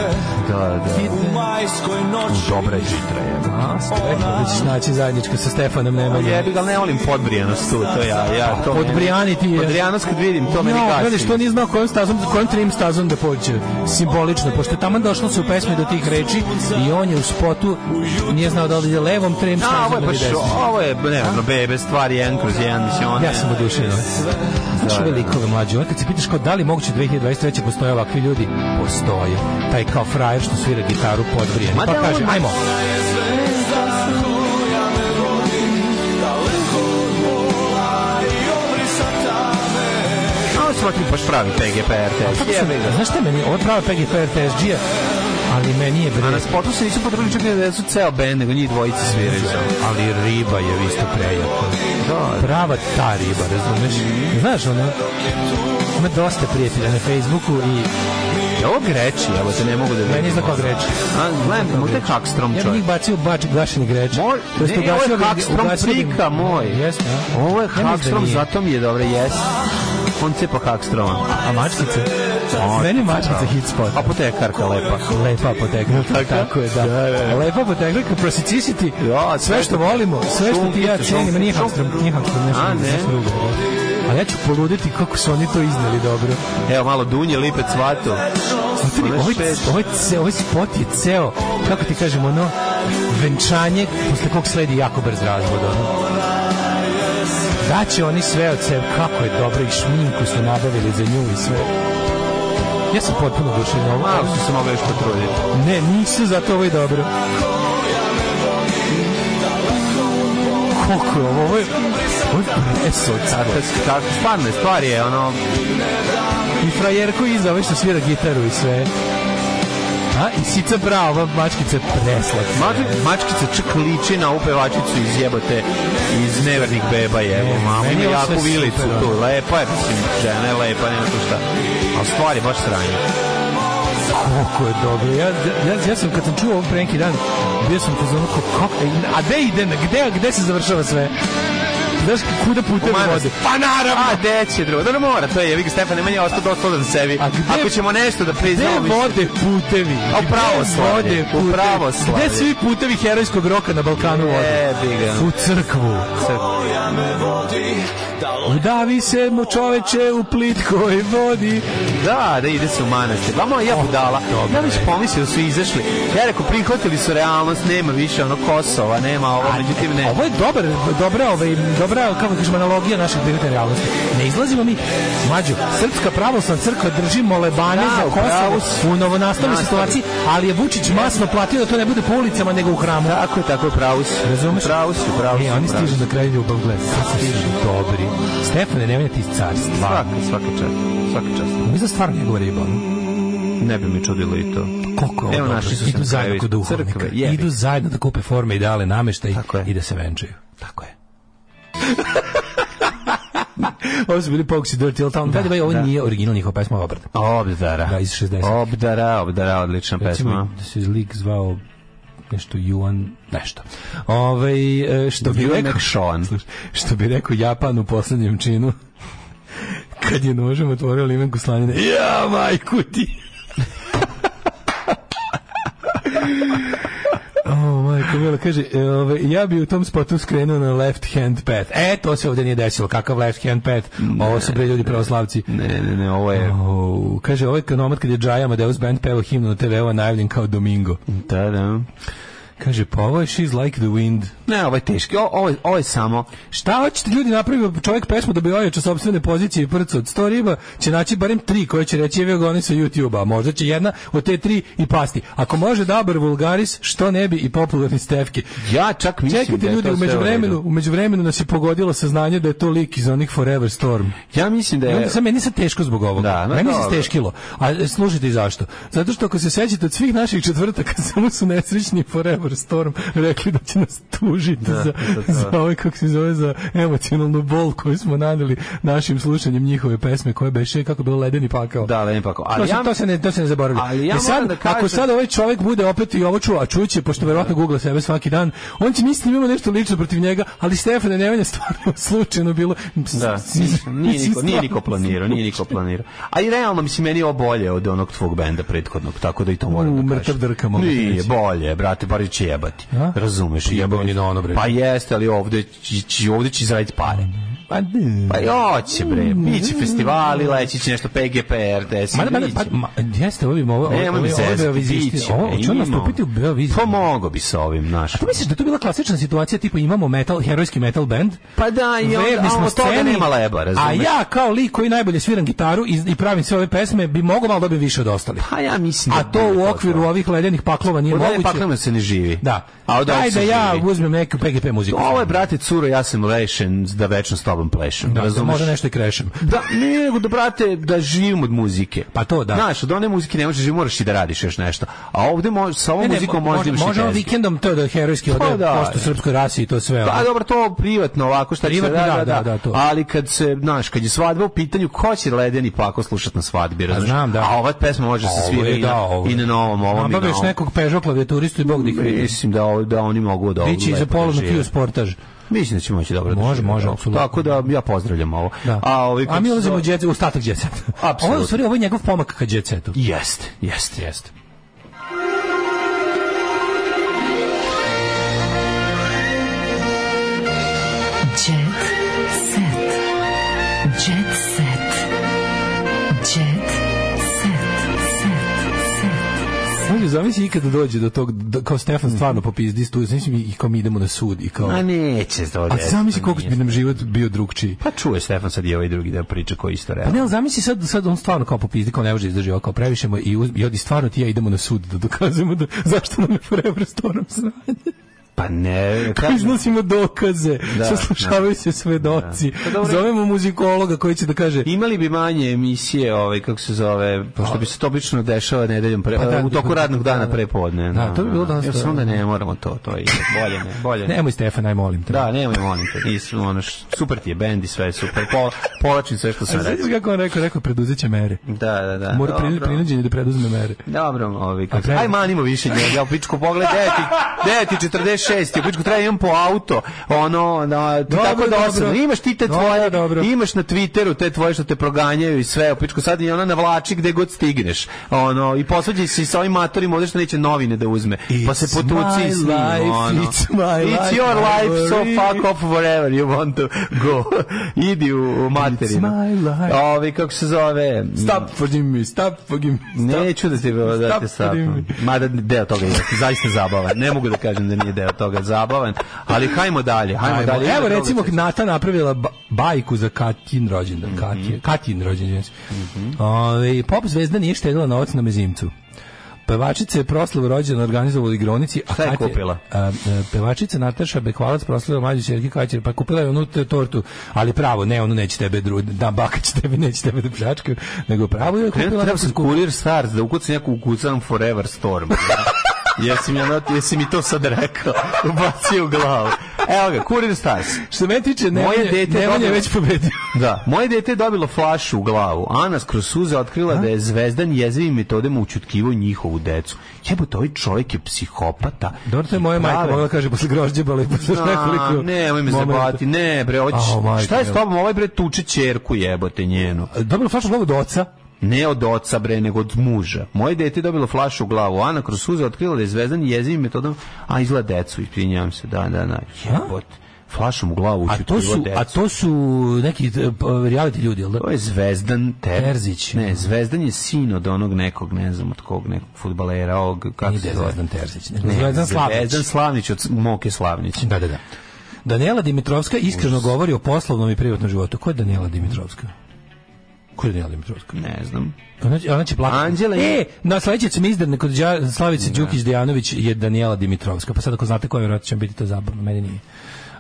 F: Da, da.
A: u majskoj noći
F: Dobra je žitra, jebe.
E: A, rekao da ćeš naći zajedničko sa Stefanom Nemanjem.
F: Jebi ga, ali ne volim podbrijanost tu, to ja, ja, to
E: Od Brijani ti Pa je.
F: Podbrijanost kad vidim, to meni
E: Ja,
F: gasi.
E: gledaj, što nije znao kojom stazom, kojom trim stazom da pođe. Simbolično, pošto je tamo došlo se u pesmi do tih reči i on je u spotu, nije znao da li ide levom trim
F: A, ovo
E: stazom
F: je
E: ili
F: baš, ono.
E: desnom.
F: ovo je, ne znam, bebe, stvari, jedan kroz jedan, mislim, one...
E: Ja sam odušen. Znaš ove likove mlađe, ono kad se pitaš kao da li moguće 2023. postoje ovakvi ljudi, postoje. Taj kao frajer što svira gitaru pod vrijem.
F: Ma
E: Pa
F: da,
E: kaže,
F: on-
E: ajmo.
F: A on svaki baš pravi PGPRT. Jebi Pa ga.
E: Znaš šta je meni, ovo je prava PGP RTSG-a, ali meni je
F: A
E: bre.
F: na spotu se nisu potrudili čak ni da su ceo band, nego njih dvojica sviraju samo.
E: Ali riba je isto prejaka.
F: Da,
E: Prava ta riba, razumeš? Znaš, ono, ima dosta prijatelja na Facebooku i
F: je ovo greči, evo te ne mogu da vidim.
E: meni zna kog reče.
F: A, gledam, mu te Hakstrom
E: Ja bi njih
F: čovjek.
E: bacio u bač, gašeni greč.
F: Moj- ne, ovo je Hakstrom prika moj.
E: Jesno, a?
F: Ovo je
E: Ja mislim da
F: Hakstrom,
E: nije.
F: zato mi je dobro, jes. On cepa Hakstroma.
E: A mačkice? Meni je mačkica hit spot.
F: Apotekarka lepa.
E: Lepa apotekarka,
F: Tako?
E: tako je, da. Lepa apotekarka, proseticity,
F: Ja,
E: sve što volimo, sve što ti i ja
F: Šunkice,
E: cenim, nije
F: šunkice.
E: Hakstrom, nije Hakstrom, nešto,
F: A, ne?
E: nešto drugo. da. Ali ja ću poluditi kako su oni to izneli dobro.
F: Evo malo dunje, lipec, vatu.
E: Materi,
F: Ono je
E: ovaj,
F: šest.
E: ovaj, ce, ovaj spot je ceo, kako ti kažem, ono, venčanje, posle kog sledi jako brz razvod, ono. Daće oni sve od sebe, kako je dobro, i šminku su nabavili za nju i sve. Ja sam potpuno dušen na ovo.
F: Malo su se mogli još potruditi.
E: Ne, nisu, zato ovo je dobro. Koliko je ovo, ovo je, ovo je preso od
F: A,
E: sada.
F: to su- Tako, stvarno je, stvar je, ono,
E: I frajerko iza, ovaj što svira gitaru i sve. A, i sica brava, ova mačkica je preslatka.
F: Mač- mačkica čak liči na ovu pevačicu iz jebote iz nevernih beba E, je. Evo, mama
E: meni
F: ima
E: je ovo sve
F: jaku vilicu
E: super,
F: tu.
E: ono.
F: Lepa je, mislim, žena je lepa, nema tu šta. A stvar je baš sranje.
E: Kako je dobro. Ja, ja, ja sam kad sam čuo ovo pre neki dan, bio sam u zonu kao kako, e, a gde ide, gde, gde se završava sve? Znaš kuda putem
F: U manastir.
E: vode? Pa naravno!
F: A, gde će drugo? Dobro mora, to je, jevi ga Stefan, nemanja ostao dosta odan sebi.
E: A gde-
F: Ako ćemo nešto da priznamo,
E: Gde
F: mislim-
E: vode putevi?
F: A u
E: Gde
F: pravoslavlje,
E: vode
F: u
E: putevi?
F: pravoslavlje.
E: Gde svi putevi herojskog roka na Balkanu vode?
F: Jebi e, ga. ono,
E: U crkvu. Udavi se mu čoveče u plitkoj vodi.
F: Da, da ide se u manastir. Vamo ja budala. Ja već pomislio da su izašli. Ja rekao, prihvatili su realnost, nema više ono Kosova, nema ovo, međutim ne.
E: E, Ovo je dobar, dobra, ovaj, dobra, kako kažemo, analogija našeg privredne realnosti. Ne izlazimo mi, mlađo, Srpska pravoslavna crkva drži molebane
F: Da,
E: za
F: u pravu si.
E: Kosovo u novonastaloj
F: Nastavi.
E: situaciji, ali je Vučić masno platio da to ne bude po ulicama, nego u hramu.
F: Tako je, tako je, pravu si.
E: Razumeš?
F: Pravu si, pravu si.
E: E, oni
F: pravu si.
E: stižu do kraja ljubav, gled, sad se stižu dobri. Stefane, nemanja ti iz carstva.
F: Svaka, svaka čast, svaka čast.
E: Mi za stvarno njegova riba, ono.
F: Ne bi mi čudilo i to.
E: Koliko je ovo
F: Evo,
E: dobro.
F: našli su se
E: Idu
F: na
E: zajedno
F: kraju
E: kod duhovnika.
F: crkve, jebi.
E: Idu zajedno da kupe forme i dale nameštaj
F: Tako je.
E: i da se venčaju. Tako je. ovo su bili Pogues i Dirty Old Town. Da, da, ovo nije original njihova pesma obrad.
F: Obdara.
E: Da, iz 60.
F: Obdara, obdara, odlična pesma.
E: Recimo da se lik zvao nešto Juan nešto. Ovaj e, što bi
F: Juan
E: rekao
F: McShawn.
E: Slušaj, što bi rekao Japan u poslednjem činu. Kad je nožem otvorio limenku slanine. Ja majku ti. O, majko Kamila kaže, e, ove, ja bi u tom spotu skrenuo na left hand path. E, to se ovdje nije desilo. Kakav left hand path? Ovo su bre ljudi pravoslavci.
F: Ne, ne, ne, ovo je...
E: O, kaže, ovaj kanomat kad je Džaja Amadeus Band pevao himnu na TV-u, a najavljen kao Domingo.
F: Da, da.
E: Kaže, pa ovo je She's Like the Wind.
F: Ne, ovo je teški. O, ovo, je- ovo je samo...
E: Šta hoćete ljudi napravio čovjek pesmu da bi ojačao sobstvene pozicije i prcu od 100 riba, će naći barem tri koje će reći evo ga oni sa YouTube-a, a možda će jedna od te tri i pasti. Ako može Dabar Vulgaris, što ne bi i popularni Stevke.
F: Ja čak mislim da
E: Čekajte
F: je
E: ljudi,
F: to
E: u
F: sve
E: međuvremenu, u međuvremenu nas je pogodilo saznanje da je to lik iz onih Forever Storm.
F: Ja mislim da
E: I
F: je...
E: onda sam meni se teško zbog ovoga.
F: Da, no
E: meni se
F: dobro.
E: steškilo. A e, slušajte i zašto. Zato što ako se sećate od svih naših četvrtaka samo su nesrećni Forever Storm rekli da će nas tužiti za, za ovaj, kako se zove, za emocionalnu bol koju smo naneli našim slušanjem njihove pesme koje beše kako je bilo ledeni pakao.
F: Da, ali ne pakao.
E: To
F: Ali
E: se,
F: ja,
E: to se ne to se ne zaboravlja.
F: Ali ja
E: E sad,
F: moram da kažem-
E: ako sad ovaj čovjek bude opet i ovo čuva, a čuće pošto verovatno googla sebe svaki dan, on će misliti da imamo nešto lično protiv njega, ali Stefane Nemanja stvarno slučajno bilo.
F: Da, nije niko, nije niko planirao, nije niko planirao. A i realno, mislim, meni je ovo bolje od onog tvog benda prethodnog, tako da i to moram
E: U,
F: da
E: mrtav
F: kažem.
E: drka, mogu ti
F: Nije,
E: reći.
F: bolje, brate, bar će jebati.
E: A?
F: Razumeš?
E: Jebao ni na ono, bre.
F: Pa jeste, ali ovde će, će- ovde će zaraditi pare.
E: Pa ne.
F: Pa joće, bre, biće festivali, leći će nešto PGP, RTS,
E: Ma, ma,
F: biće.
E: ma, ma, jeste, ovo bi ovo, ovo, ovo,
F: Nemoj mi
E: ovo je
F: zezati,
E: Beovizisti.
F: biće,
E: Ovo,
F: bre,
E: će on
F: imamo.
E: nastupiti u Pa, Beovizisti.
F: Pomogao bi sa ovim, znaš.
E: Tu misliš da je to bila klasična situacija, tipa imamo metal, herojski metal band,
F: Pa da, i onda,
E: Vrebni
F: a
E: smo
F: od toga
E: sceni,
F: nema leba, razumeš?
E: a ja kao lik koji najbolje sviram gitaru i, i pravim sve ove pesme, bi mogao malo dobiti više od ostalih.
F: Pa ja mislim
E: A
F: da
E: to
F: bi
E: u okviru ovih ledenih paklova nije
F: Od ovih
E: moguće.
F: paklama se ne živi.
E: Da.
F: A od ovih
E: Ajde da
F: se
E: ja
F: živi.
E: uzmem neku PGP muziku.
F: Ovo je, brate, curo, ja sam lešen da večno s tobom plešem.
E: da, da
F: razumeš?
E: možda nešto i krešem.
F: Da, ne, nego da, brate, da živim od muzike.
E: Pa to da.
F: Znaš, od one muzike ne možeš živjeti, moraš i da radiš još nešto. A ovdje može, sa ovom muzikom
E: mo-
F: možeš da imaš i
E: može on
F: pesmu.
E: vikendom to da herojski
F: Pa
E: ode
F: da.
E: pošto srpskoj rasi i to sve. ono.
F: Pa dobro, to privatno ovako, šta će se-
E: Privatno, da, da, da, to.
F: Ali kad se, znaš, kad je svadba u pitanju, ko će ledeni pako slušat na svadbi, razumeš?
E: Pa znam, da.
F: A ova pesma može se
E: Ovo je,
F: svira i,
E: da,
F: na,
E: ovo je.
F: i na novom, ovom i na
E: Nabaviš
F: ovom.
E: nekog Peugeot klavijaturistu i Bog da ih vidi.
F: Mislim da, ovo- da oni mogu da ovo
E: Biće i za
F: lepo
E: polu na
F: da žive.
E: Q sportaž.
F: Mislim da će moći dobro da
E: Može,
F: žive.
E: može, apsolutno.
F: Tako da ja pozdravljam ovo.
E: Da.
F: A, ovi
E: A
F: kako
E: mi
F: se
E: ulazimo
F: zove-
E: u, jet, u statak jet set.
F: Apsolutno.
E: Ovo je u stvari ovo je njegov pomak ka jet setu.
F: Jeste, jeste, jeste.
D: Jet set. Jet set. Jet set.
E: Može zamisli ikada dođe do tog da, kao Stefan stvarno popizdi tu, znači mi i kao mi idemo na sud i kao
F: A neće se to
E: A
F: desiti,
E: zamisli koliko
F: nije.
E: bi nam život bio drugčiji.
F: Pa čuje Stefan sad i ovaj drugi deo priče koji isto
E: Pa
F: rekao.
E: ne, ali zamisli sad, sad on stvarno kao popizdi, kao ne može izdrži ovo, kao previše mu je i, uz, i odi stvarno ti i ja idemo na sud da dokazujemo da, zašto nam je Forever Storm sranje.
F: Pa ne,
E: Kao
F: kažem,
E: Iznosimo dokaze,
F: Da,
E: saslušavaju se svedoci,
F: Pa dobro.
E: zovemo muzikologa koji će da kaže
F: Imali bi manje emisije, ovaj kako se zove, pošto bi se to obično dešava nedeljom pre,
E: Pa da,
F: u toku
E: da,
F: radnog
E: da,
F: dana
E: da.
F: prepodne.
E: Da, to bi bilo danas
F: Ja
E: to,
F: sam
E: da.
F: da ne moramo to, to je bolje ne, bolje ne.
E: nemoj Stefan, aj molim te.
F: Da, nemoj molim te, nisi, ono, š- super ti je bend i sve je super, po, polačim sve što sam
E: A
F: rekao.
E: znaš kako on rekao, rekao preduzet će mere.
F: Da, da, da.
E: Mora
F: dobro.
E: prin, prinuđeni da preduzme mere.
F: Dobro, ovi,
E: A
F: kako...
E: treba-
F: Aj, manimo više njega, u pičku pogled, 9, 46, u pičku treba imam po auto, ono, na, ti
E: Dobro,
F: tako da
E: dobro.
F: osobno, imaš ti te
E: Dobro,
F: tvoje,
E: dobro.
F: imaš na Twitteru te tvoje što te proganjaju i sve, u pičku sad i ona navlači gde god stigneš, ono, i posvađaj se i sa ovim matorima ovde što neće novine da uzme, pa se
E: It's
F: potuci
E: my
F: i s njim,
E: life,
F: ono.
E: it's my life,
F: It's your life, so
E: Valerie.
F: fuck off wherever you want to go. Idi u, u materinu.
E: It's my life.
F: Ovi, kako se zove?
E: Stop forgive me, stop forgive me. Stop.
F: Neću da ti da te
E: Stop, Dimi.
F: sapam. Mada deo toga je zaista zabavan. Ne mogu da kažem da nije deo toga zabavan, ali hajmo dalje, hajmo,
E: Ajmo,
F: dalje.
E: Evo
F: Ima
E: recimo
F: toga
E: Nata napravila ba- bajku za Katin rođendan. Mm Katin rođendan. Mm pop zvezda nije štedila novac na mezimcu. Pevačica je proslavu rođena organizovala u igronici. A
F: Šta je
E: Katja-
F: kupila?
E: A, e, pevačica Nataša Bekvalac proslava mlađu Sergi Kaćer, pa kupila je onu t- tortu, ali pravo, ne, onu neće tebe dru, da baka će tebe, neće tebe da pljačkaju, nego pravo je
F: se-
E: kupila.
F: Treba sam kurir stars da ukucam neku ukucam Forever Storm. Jesi mi, ono, jesi mi to sad rekao? Ubacio u glavu. Evo ga, Kurir Stars.
E: Što se mene tiče,
F: Moje
E: Nemanja,
F: dete
E: Nemanja je
F: dobilo-
E: već pobedio.
F: Da, moje dete je dobilo flašu u glavu. Ana skroz suze otkrila da je Zvezdan jezivim metodama ućutkivao njihovu decu. Jebote, ovaj čovjek je psihopata.
E: Dobro, to je moja
F: I
E: majka
F: prave-
E: mogla kaže posle grožđeba, ali posle
F: A,
E: nekoliko...
F: ne, nemoj me
E: momenata.
F: zabati, ne bre, hoćeš,
E: Au, majko,
F: šta je s
E: evo.
F: tobom, ovaj bre tuče čerku jebote njenu.
E: Dobro, flašu glavu do oca.
F: Ne od oca, bre, nego od muža. Moje dete je dobilo flašu u glavu. Ana kroz suze otkrila da je zvezdan jezivim metodom, a izgleda decu, isprinjavam se, da, da, da. Jebot. Flašom u glavu
E: A to
F: ućutkrivo
E: su,
F: decu.
E: a to su neki e, p- reality ljudi, jel da?
F: To je Zvezdan Ter...
E: Terzić.
F: Ne, Zvezdan je sin od onog nekog, ne znam od kog, nekog futbalera, ovog, kako se
E: Ide
F: zove.
E: Zvezdan Terzić. nego
F: Ne,
E: Zvezdan Slavić.
F: Zvezdan Slavnić od Moke Slavnića.
E: Da, da, da. Daniela Dimitrovska iskreno govori o poslovnom i privatnom životu. Ko je Daniela Dimitrovska? Ko je Daniela Dimitrovska?
F: Ne znam.
E: Ona će, ona će plakati.
F: Anđela je-
E: E, na sledeće cemizderne kod Đa- Slavice Đukić Dejanović je Daniela Dimitrovska. Pa sad ako znate ko je, vjerojatno će vam biti to zabavno. Meni nije.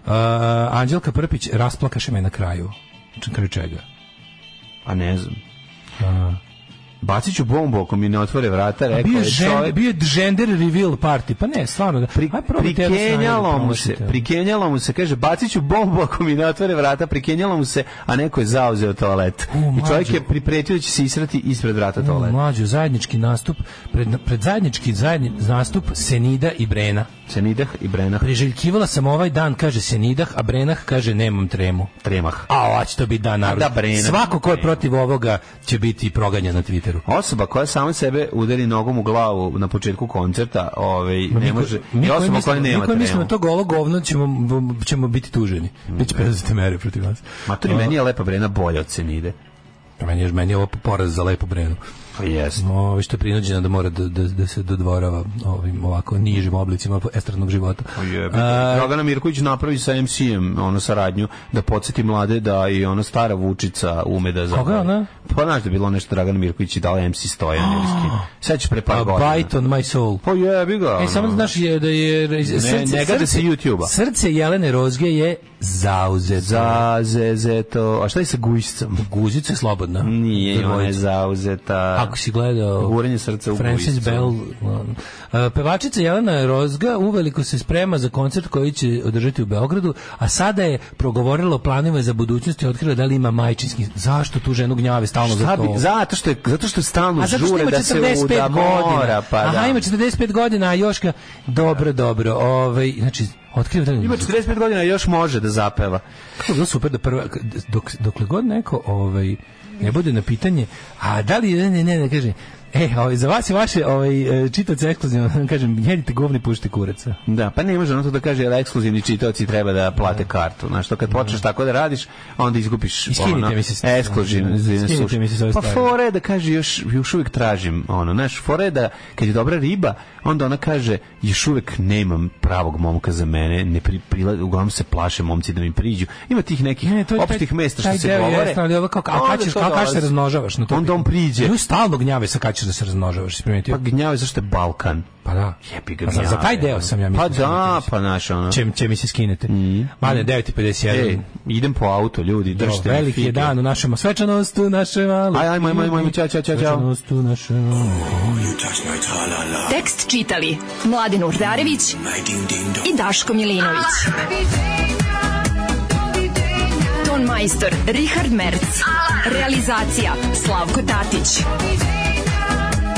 E: Uh, Anđelka Prpić rasplakaše me na kraju. Č- Na kraju čega?
F: Pa ne znam. Bacit ću bombu ako mi ne otvore vrata, rekao
E: Bio
F: je
E: je, žen,
F: čovjek.
E: bio je gender reveal party. Pa ne, stvarno. Da.
F: Pri,
E: Aj, probajte jedno
F: prikenjalo
E: snajde,
F: mu se,
E: promašite.
F: prikenjalo mu se, kaže, bacit ću bombu ako mi ne otvore vrata, prikenjalo mu se, a neko je zauzeo toalet. I čovjek
E: mlađo.
F: je pripretio da će se israti ispred vrata
E: U,
F: toaleta.
E: Mlađo, Mm, zajednički nastup, pred, pred zajednički zajedni, nastup Senida i Brena.
F: Senidah i Brenah
E: Priželjkivala sam ovaj dan, kaže Senidah, a Brenah kaže nemam tremu.
F: Tremah.
E: A ovo će to biti dan naroda.
F: da, Brena.
E: Svako ko je protiv ovoga će biti proganjan na Twitteru.
F: Osoba koja sama sebe udari nogom u glavu na početku koncerta, ovaj ne može. I
E: koji
F: osoba koja
E: mislimo-
F: nema
E: mi koji mislimo
F: tremu.
E: na to golo govno ćemo, ćemo biti tuženi. Biće preduzete mere protiv nas.
F: Maturi, meni je lepa brena bolja od Senide.
E: Meni je, meni je ovo poraz za lepo Brenu.
F: Pa jest.
E: Ovi što je prinuđena da mora da, da, da se dodvorava ovim ovako nižim oblicima estradnog života. A,
F: Dragana Mirković napravi sa MC-em ono saradnju da podsjeti mlade da i ona stara Vučica ume da zabavi.
E: Koga ona?
F: Pa znaš da je bilo nešto Dragana Mirković i dala MC Stojan ili s kim. Sad će pre par
E: a
F: godina.
E: bite on my soul.
F: Pa jebi ga.
E: E, samo
F: ono.
E: da znaš je, da je... srce,
F: ne gade se
E: srce-
F: YouTube-a.
E: Srce Jelene Rozge je zauzeto.
F: Zazezeto. A šta je sa gujscom?
E: Guzica je slobodna.
F: Nije, ona je
E: Dvojica.
F: zauzeta.
E: Ako si gledao...
F: Guranje srca u
E: Francis
F: gujicu.
E: Bell. um, a, Pevačica Jelena Rozga uveliko se sprema za koncert koji će održati u Beogradu, a sada je progovorila o planovima za budućnost i otkrila da li ima majčinski. Zašto tu ženu gnjave stalno za
F: Šta
E: to?
F: bi, zato što je, zato što stalno
E: A zato što
F: žure
E: ima
F: da se
E: 45
F: uda,
E: godina.
F: mora, pa
E: Aha,
F: da.
E: ima 45 godina, a još ga... Dobro, dobro. Ovaj, znači, otkriva da li
F: Ima 45 godina i još može da zapeva.
E: Kako je bilo super da prva, dok, dokle god neko ovaj, ne bude na pitanje, a da li, ne, ne, ne, ne kaže, e, ovaj, za vas i vaše ovaj, e, čitaoce ekskluzivno, kažem, jedite govni, pušite kuraca.
F: Da, pa ne može ono to da kaže, jer ekskluzivni čitaoci treba da plate kartu. Znaš, to kad počneš tako da radiš, a onda izgubiš...
E: I skinite
F: ono,
E: mi se s-
F: Ekskluzivni
E: Skinite
F: slušaj.
E: mi se s ove
F: Pa
E: stvari.
F: fore da kaže, još, još uvijek tražim, ono, znaš, fore da, kad je dobra riba, onda ona kaže, još uvijek nemam pravog momka za mene, ne pri, prila- uglavnom se plaše momci da mi priđu. Ima tih nekih opštih mesta što
E: taj
F: se
E: deo
F: govore.
E: jeste, ali ovo kao, a
F: Onda
E: kad ćeš,
F: to
E: kao kad se
F: dolazi.
E: razmnožavaš na to
F: Onda on
E: pitanje.
F: priđe.
E: Nju stalno gnjave sa kad ćeš da se razmnožavaš, si
F: Pa
E: primetio?
F: gnjave zašto je Balkan.
E: Pa, da.
F: Jebi ga
E: Pa za- za
F: gnjave,
E: taj deo
F: ono.
E: sam ja mislim.
F: Pa da, pa naš ono.
E: Čem, će mi se skinete? Mm. Mane, 9.51.
F: Ej, idem po auto, ljudi,
E: Evo,
F: držite. mi
E: veliki je
F: fige.
E: dan u našem svečanost u našem malom.
F: Aj, ajmo, ajmo, ajmo, ajmo, ćao, ćao, ćao, ćao.
E: Svečanost u našem malom.
D: Tekst čitali Mladin Urdarević i Daško Milinović. Ton majstor Richard Merc. Realizacija Slavko Tatić.